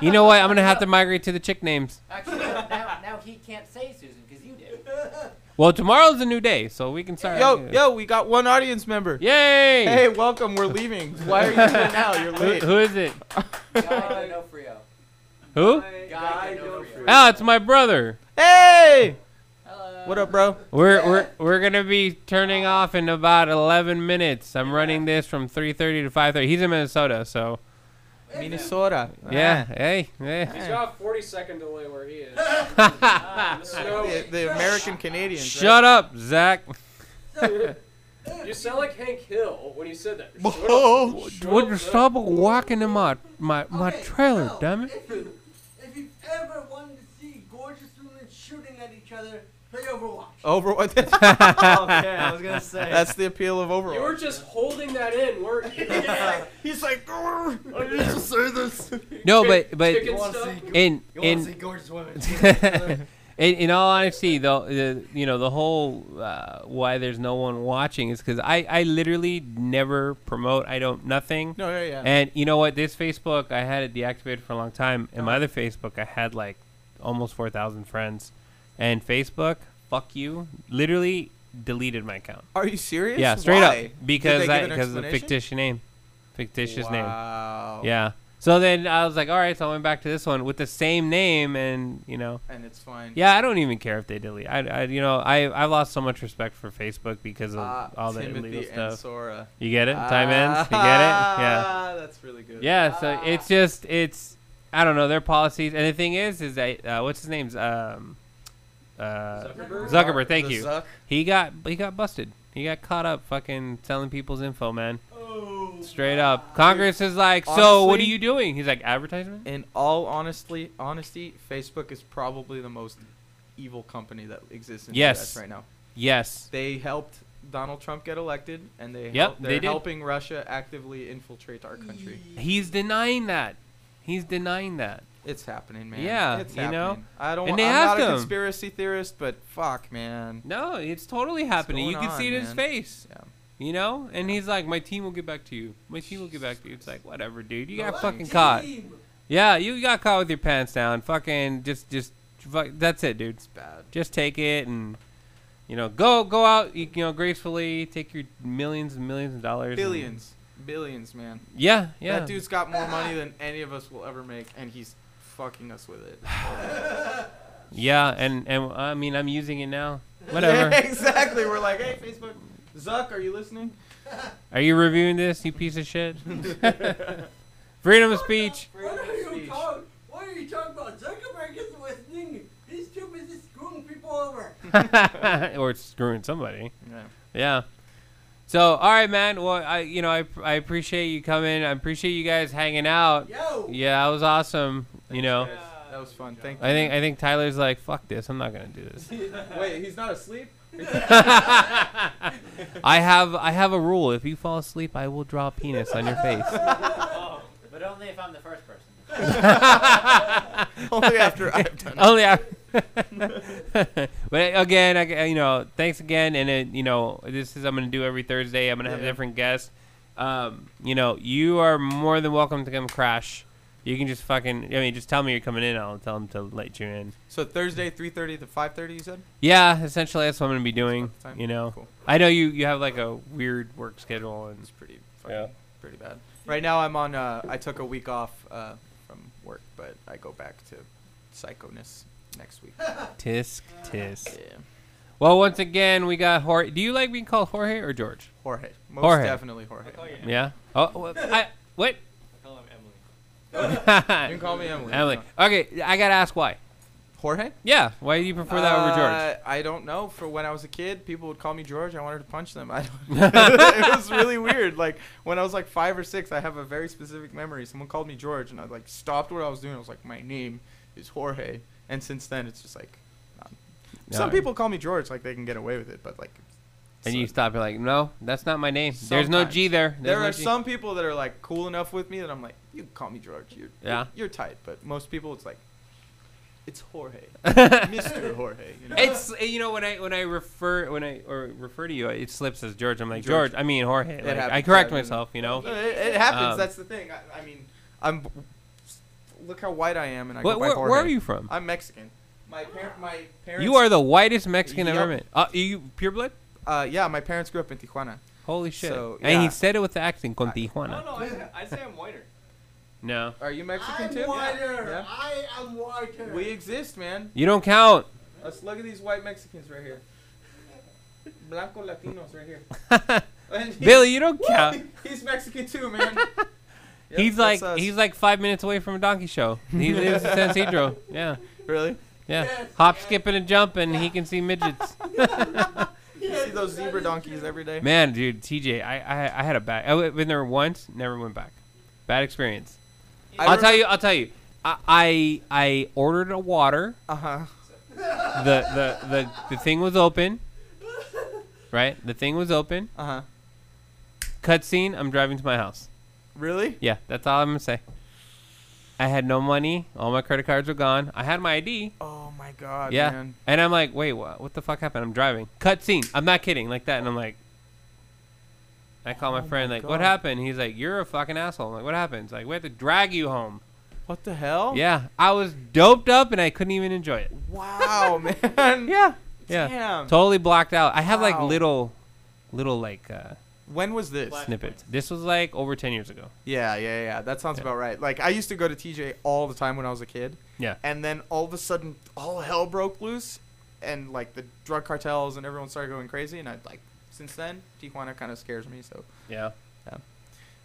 S2: You know what? I'm gonna have to migrate to the chick names.
S4: Actually, now, now he can't say Susan because you did.
S2: Well, tomorrow's a new day, so we can start.
S5: Yo, yo, we got one audience member.
S2: Yay!
S5: Hey, welcome. We're leaving. Why are you here now? You're
S2: Who,
S5: late.
S2: who is it?
S4: Guy D'Onofrio.
S2: Who?
S4: Guy D'Onofrio.
S2: Oh, it's my brother.
S5: Hey,
S4: Hello.
S5: what up, bro?
S2: We're we're we're gonna be turning off in about 11 minutes. I'm running this from 3:30 to 5:30. He's in Minnesota, so
S5: Minnesota.
S8: Ah.
S2: yeah. Hey, hey.
S7: He's got a 40 second delay where he is.
S5: Ah.
S7: So,
S5: The, the American Canadians.
S2: Shut up, Zach.
S7: you sound like Hank Hill when you said that. Shut up.
S5: Oh.
S2: Would you stop walking in my my my
S3: Okay,
S2: trailer,
S3: so,
S2: damn it?
S3: If, you, if you've ever wanted to see gorgeous women shooting at each other, play Overwatch.
S5: Over what?
S8: okay, I was gonna say.
S5: that's the appeal of
S7: You were
S5: Overwatch.
S7: just holding that in, weren't you?
S5: He's like, "Grr."
S2: No, but but
S7: Chicken stuff.
S2: in
S8: you want to see
S2: in
S8: gorgeous women?
S2: In, in all honesty, though, the you know the whole uh, why there's no one watching is because I I literally never promote. I don't nothing.
S5: No, yeah, yeah.
S2: And you know what? This Facebook I had it deactivated for a long time, and my other Facebook I had like almost four thousand friends, and Facebook, fuck you, literally deleted my account.
S5: Are you serious?
S2: Yeah, straight
S5: Why?
S2: up
S5: Did
S2: because
S5: they
S2: I
S5: give an
S2: because of the
S5: explanation?
S2: fictitious name, fictitious
S5: Wow. Oh.
S2: name. Yeah. So then I was like, all right. So I went back to this one with the same name, and you know.
S5: And it's fine.
S2: Yeah, I don't even care if they delete. I, I you know, I I lost so much respect for Facebook because of
S5: Ah,
S2: all the
S5: Timothy Ah.
S2: illegal
S5: and
S2: stuff.
S5: Sora.
S2: You get it? Time ends. You get it? Yeah.
S5: Ah, that's really good.
S2: Yeah. So it's just it's I don't know their policies. And the thing is, is that uh, what's his name's um uh
S7: Zuckerberg?
S2: Zuckerberg. Thank
S5: The
S2: you.
S5: Zuck?
S2: He got he got busted. He got caught up fucking selling people's info, man. Straight up. Congress is like, so what are
S5: Oh. Honestly-
S2: you doing? He's like, advertisement.
S5: In all honestly, honesty, Facebook is probably the most evil company that exists in
S2: Yes.
S5: the U.S. right now.
S2: Yes.
S5: They helped Donald Trump get elected, and they
S2: Yep,
S5: help,
S2: they
S5: they're
S2: did.
S5: helping Russia actively infiltrate our country.
S2: He's denying that. He's denying that.
S5: It's happening, man.
S2: Yeah,
S5: it's
S2: you know?
S5: happening. I don't.
S2: And
S5: I'm
S2: they
S5: not
S2: asked
S5: a
S2: him.
S5: conspiracy theorist, but fuck, man.
S2: No, it's totally happening. You
S5: going
S2: can see it
S5: on,
S2: in his
S5: man?
S2: face.
S5: Yeah.
S2: You know? And he's like, My team will get back to you. My team will get back to you. It's like, whatever, dude. You got fucking caught. Yeah, you got caught with your pants down. Fucking just just fuck, that's it, dude.
S5: Bad.
S2: Just take it and you know, go go out, you know, gracefully take your millions and millions of dollars. and-
S5: Billions, billions, man.
S2: yeah, yeah.
S5: That dude's got more money than any of us will ever make, and he's fucking us with it.
S2: Yeah, and and I mean, I'm using it now. Whatever.
S5: exactly. We're like, hey, Facebook, Zuck, are you listening?
S2: Are you reviewing this, you piece of shit?
S5: Oh,
S2: Freedom of speech.
S3: What are you
S5: Speech.
S3: talking? What are you talking about? Zuckerberg is listening. He's too busy screwing people over.
S2: or it's screwing somebody.
S5: Yeah.
S2: Yeah. So, all right, man. Well, I, you know, I, I appreciate you coming. I appreciate you guys hanging out.
S3: Yo.
S2: Yeah, that was awesome. You know,
S5: That was fun. Thank you.
S2: I think I think Tyler's like, fuck this. I'm not gonna do this.
S5: Wait, he's not asleep?
S2: I have I have a rule. If you fall asleep, I will draw a penis on your face.
S4: Oh, but only if I'm the first person.
S5: Only after I've done it.
S2: Only after. but again, I, you know, thanks again, and it, you know, this is I'm gonna do every Thursday. I'm gonna have a
S5: Yeah.
S2: different guest. Um, you know, you are more than welcome to come crash. You can just fucking, I mean, just tell me you're coming in. I'll tell them to let you in.
S5: So Thursday, 3.30 to 5.30, you said?
S2: Yeah, essentially that's what I'm gonna be doing.
S5: about the time.
S2: You know,
S5: Cool.
S2: I know you you have like a weird work schedule and
S5: It's pretty fucking,
S2: Yeah.
S5: pretty bad. Right now I'm on, uh, I took a week off uh, from work, but I go back to psychoness next week.
S2: tisk tisk.
S5: Yeah.
S2: Well, once again, we got Jorge. Do you like being called Jorge or George?
S5: Jorge. Most
S2: Jorge.
S5: definitely Jorge.
S8: call you Emily.
S2: Yeah. Oh, well, I, what?
S8: I call him Emily.
S5: You can call me Emily.
S2: Emily. Okay, I gotta ask why.
S5: Jorge?
S2: Yeah, why do you prefer that over George?
S5: Uh, I don't know. For when I was a kid, people would call me George. I wanted to punch them. I don't. it was really weird. Like when I was like five or six, I have a very specific memory. Someone called me George, and I like stopped what I was doing. I was like, my name is Jorge. And since then, it's just like, not- some
S2: No.
S5: people call me George, like they can get away with it, but like.
S2: And
S5: so-
S2: you stop. You're like, no, that's not my name. There's no G there. There's
S5: there
S2: no
S5: are
S2: G."
S5: some people that are like cool enough with me that I'm like, you can call me George. You're,
S2: Yeah.
S5: you're, you're tight. But most people, it's like, it's Jorge, Mr. Jorge. You know?
S2: It's eh, you know when I when I refer when I or refer to you, it slips as George. I'm like George.
S5: George.
S2: I mean Jorge.
S5: It
S2: Like, I
S5: happens,
S2: correct
S5: yeah, it
S2: myself. You know.
S5: No, It, it happens.
S2: Um,
S5: That's the thing. I, I mean, I'm. Look how white I am, and I
S2: What,
S5: go by
S2: where,
S5: Jorge.
S2: where are you from?
S5: I'm Mexican. My par- my parents.
S2: You are the whitest Mexican I've
S5: Yup.
S2: ever met. Uh, you pure blood?
S5: Uh, yeah, my parents grew up in Tijuana.
S2: Holy shit!
S5: So,
S2: And he
S5: yeah.
S2: said it with the accent, con
S5: I-
S2: Tijuana.
S8: No, no, I, I'd say I'm whiter.
S2: No,
S5: Are you Mexican
S3: I'm
S5: too?
S3: whiter.
S5: Yeah.
S3: I am whiter.
S5: We exist, man.
S2: you don't count.
S5: Let's look at these white Mexicans right here. Blanco Latinos right here. And he-
S2: Billy, you don't count.
S5: He's Mexican too, man. Yep,
S2: he's
S5: that's
S2: like
S5: us.
S2: he's like five minutes away from a donkey show. He lives in San Pedro. Yeah.
S5: really.
S2: Yeah.
S3: Yes,
S2: Hop,
S3: yes.
S2: skipping, and jumping. He can see midgets.
S5: You see those zebra donkeys every day.
S2: Man, dude, TJ, I, I, I had a bad. I went been there once, never went back. Bad experience.
S5: I
S2: I'll tell you. I'll tell you. I, I I ordered a water.
S5: Uh huh.
S2: The, the the the thing was open. Right. The thing was open.
S5: Uh huh.
S2: Cutscene. I'm driving to my house.
S5: Really?
S2: Yeah, that's all I'm gonna say. I had no money. All my credit cards were gone. I had my ID.
S5: Oh my my god,
S2: yeah.
S5: man.
S2: And I'm like, wait, what? What the fuck happened? I'm driving. Cut scene. I'm not kidding. Like that. And I'm like, I call my
S5: Oh
S2: friend,
S5: my
S2: like, what
S5: God.
S2: happened? He's like, you're a fucking asshole. I'm like, what happened? He's like, we had to drag you home.
S5: What the hell?
S2: Yeah, I was doped up and I couldn't even enjoy it.
S5: Wow, man.
S2: Yeah. Yeah.
S5: Damn.
S2: Totally blocked out. I have like
S5: Wow.
S2: little, little like uh,
S5: When was this?
S2: snippets. This was like over 10 years ago.
S5: Yeah, yeah, yeah. That sounds about right. Like I used to go to TJ all the time when I was a kid.
S2: Yeah.
S5: And then all of a sudden, all hell broke loose, and like the drug cartels and everyone started going crazy. And I like since then, Tijuana kind of scares me. So,
S2: Yeah.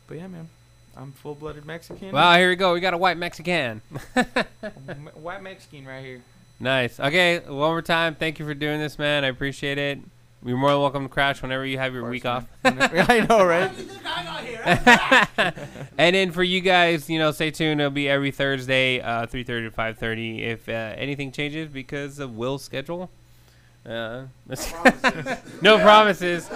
S5: but yeah, man, I'm full-blooded Mexican.
S2: Well, here we go. We got a white Mexican.
S5: M- white Mexican right here.
S2: Nice. Okay, one more time. Thank you for doing this, man. I appreciate it. You're more than welcome to crash whenever you have your week off.
S5: I know, right?
S2: and then for you guys, you know, stay tuned. It'll be every Thursday, uh, 3.30 to 5.30 if uh, anything changes because of Will's schedule. Uh, no promises.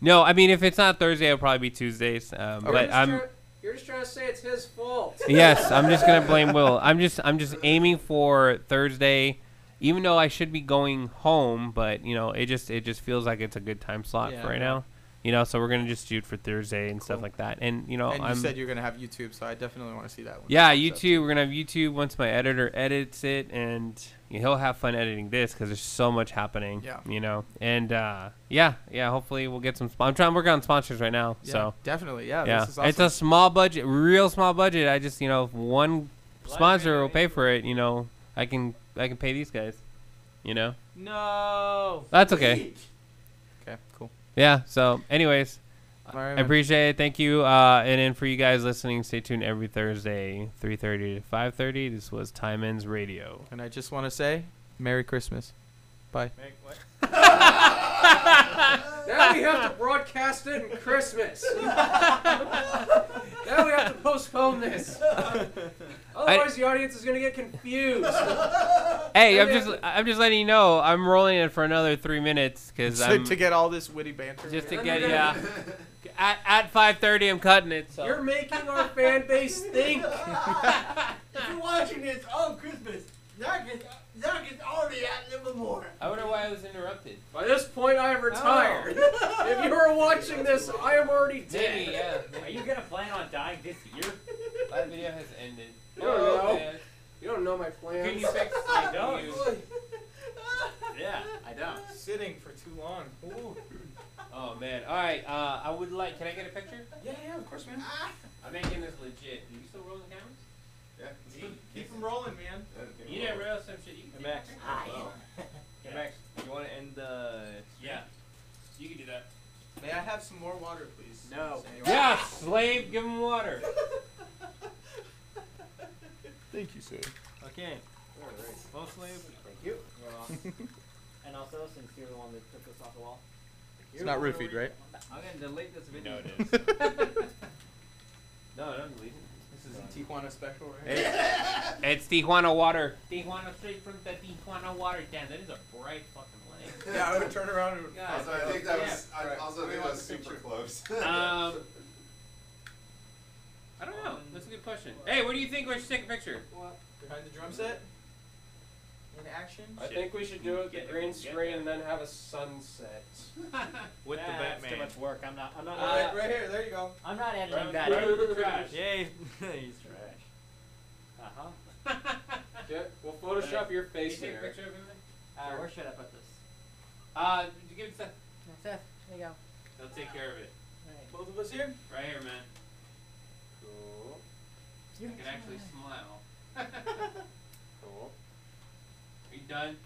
S2: No, I mean, if it's not Thursday, it'll probably be Tuesdays. Um, But I'm...
S7: You're just trying to say it's his fault.
S2: yes, I'm just gonna blame Will. I'm just I'm just aiming for Thursday, even though I should be going home, but you know, it just it just feels like it's a good time slot
S5: Yeah,
S2: for right
S5: yeah.
S2: now. You know, so we're gonna just shoot for Thursday and stuff
S5: Cool.
S2: like that. And you know,
S5: and you
S2: I'm
S5: said you're gonna have YouTube, so I definitely want to see that one.
S2: yeah,
S5: So-
S2: YouTube. We're gonna have YouTube once my editor edits it, and he'll have fun editing this because there's so much happening.
S5: Yeah.
S2: you know, and uh, yeah, yeah. Hopefully, we'll get some. Sp- I'm trying to work on sponsors right now.
S5: Yeah,
S2: So
S5: definitely, yeah.
S2: yeah,
S5: This is awesome.
S2: it's a small budget, real small budget. I just you know if one sponsor will pay for it. You know, I can I can pay these guys. You know,
S5: no.
S2: that's okay.
S5: Okay, cool.
S2: Yeah. So, anyways,
S5: All right,
S2: I
S5: man.
S2: appreciate it. Thank you. Uh, and then for you guys listening, stay tuned every Thursday, three thirty to five thirty. This was Time Ends Radio.
S5: and I just want to say, Merry Christmas. Bye.
S8: Make, what?
S7: Now we have to broadcast it in Christmas. now we have to postpone this. Otherwise, the audience is going to get confused.
S2: Hey, I'm just I'm just letting you know I'm rolling it for another three minutes because I'm
S5: to get all this witty banter.
S2: just to get yeah. At, at 5:30, I'm cutting it. So.
S7: You're making our fan base think.
S3: If you're watching this on Christmas, Zach is, Zach is already at Livermore.
S2: I wonder why I was interrupted.
S7: By this point, I am retired. If you are watching this, I am already
S2: Maybe,
S7: dead.
S2: yeah.
S4: Are you gonna plan on dying this year?
S2: That video has ended.
S7: I don't know.
S2: man.
S7: You don't know my plans.
S2: Can you fix
S4: I
S2: can
S4: don't.
S2: you-
S4: Yeah, I don't.
S5: Sitting for too long.
S2: Oh man. All right. Uh, I would like. Can I get a picture?
S5: Yeah, yeah, of course, man.
S2: I'm making this legit. You still rolling cameras?
S14: Yeah.
S5: Keep them rolling, man.
S2: You didn't roll some shit. You
S8: Hey,
S2: can
S8: Max.
S6: Ah,
S4: I-
S2: Oh,
S8: Hey, Max. You want to end the?
S4: Yeah, you can do that.
S5: May I have some more water, please?
S4: No.
S2: Yeah, slave. Give him water.
S5: Thank you, sir.
S8: Okay. Mostly.
S4: Thank you. You're welcome. and also, since you're the one that took us off the wall,
S5: It's not roofied, right?
S8: I'm gonna delete this video.
S2: No, it No, don't delete
S5: This is a Tijuana special, right?
S2: it. It's Tijuana water. Tijuana straight from the Tijuana water. Damn, that is a bright fucking
S5: Yeah, I would turn around and.
S14: Also, I think that was. I
S5: Right.
S14: also
S5: Let me
S14: think
S5: watch
S14: that was
S5: the
S14: super
S5: picture.
S14: close.
S5: Uh,
S2: Um. I don't know. That's a good question. Hey, what do you think we should take a picture?
S5: Behind the drum set? In action?
S7: I think we should do it the green screen and then have a sunset.
S8: With the
S4: That's
S8: Batman.
S4: Too much work. I'm not. I'm not.
S5: right, right here, there you go.
S4: I'm not editing
S7: Right-
S4: that.
S7: right over the trash.
S8: Yay. He's trash.
S4: Uh huh.
S7: Yeah, we'll Photoshop your face in there.
S2: of him?
S4: Uh, where should I put this?
S2: Uh, give it Seth.
S4: Seth, there you go.
S2: He'll take care of it.
S5: Both of us here?
S2: Right here, man.
S7: Cool,
S2: I can actually smile.
S7: cool.
S2: Are you done?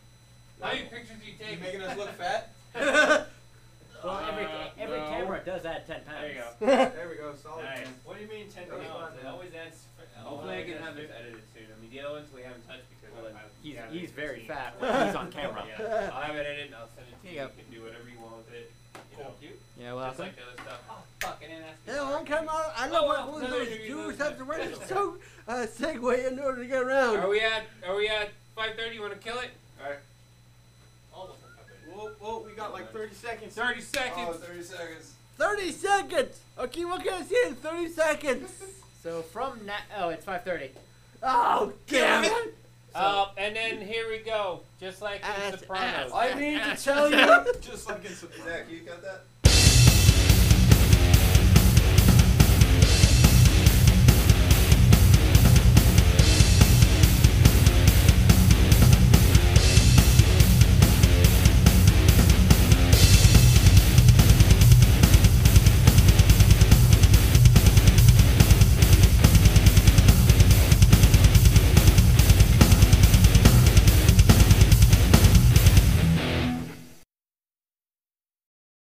S2: How many pictures do you
S5: You
S2: take?
S5: making us look fat?
S4: Well, every
S7: Uh,
S4: every
S7: no.
S4: camera does that ten times.
S2: There you go.
S5: there we go, solid.
S2: Nice.
S5: man.
S8: What do you mean ten
S5: That was
S8: pounds?
S5: fun,
S8: It
S5: man.
S8: always adds.
S2: Hopefully, I can have this edited soon. I mean, the other ones we haven't touched because
S8: Well,
S2: I- I-
S4: He's,
S2: yeah,
S4: he's very
S2: yeah.
S4: fat when he's on camera.
S2: Yeah, I'll have it edited and I'll send it to you.
S4: Here you
S2: You can do whatever you want with it. You know, cute.
S4: Yeah, well,
S2: Just like the other stuff. Oh, fuck, I didn't ask you.
S3: Yeah, one time I, I know
S2: Oh,
S3: what
S2: well,
S3: one
S2: no,
S3: of
S2: no,
S3: those
S2: you- you
S3: Jews
S2: know,
S3: have to run
S2: yeah.
S3: a so, uh, segue in order to get around.
S2: Are we at? Are we at 5:30? You want to kill it?
S8: Almost a cup of-
S5: Whoa, whoa, we got like 30 seconds.
S2: 30
S14: Oh,
S2: seconds.
S14: 30 seconds.
S3: 30 seconds! Okay, what can I say in 30 seconds?
S4: So from now, oh, it's 5:30.
S3: Oh, damn it!
S4: Uh, and then here we go, just like in Sopranos.
S6: I need to tell you- Just like in Sopranos. Zach, you got that?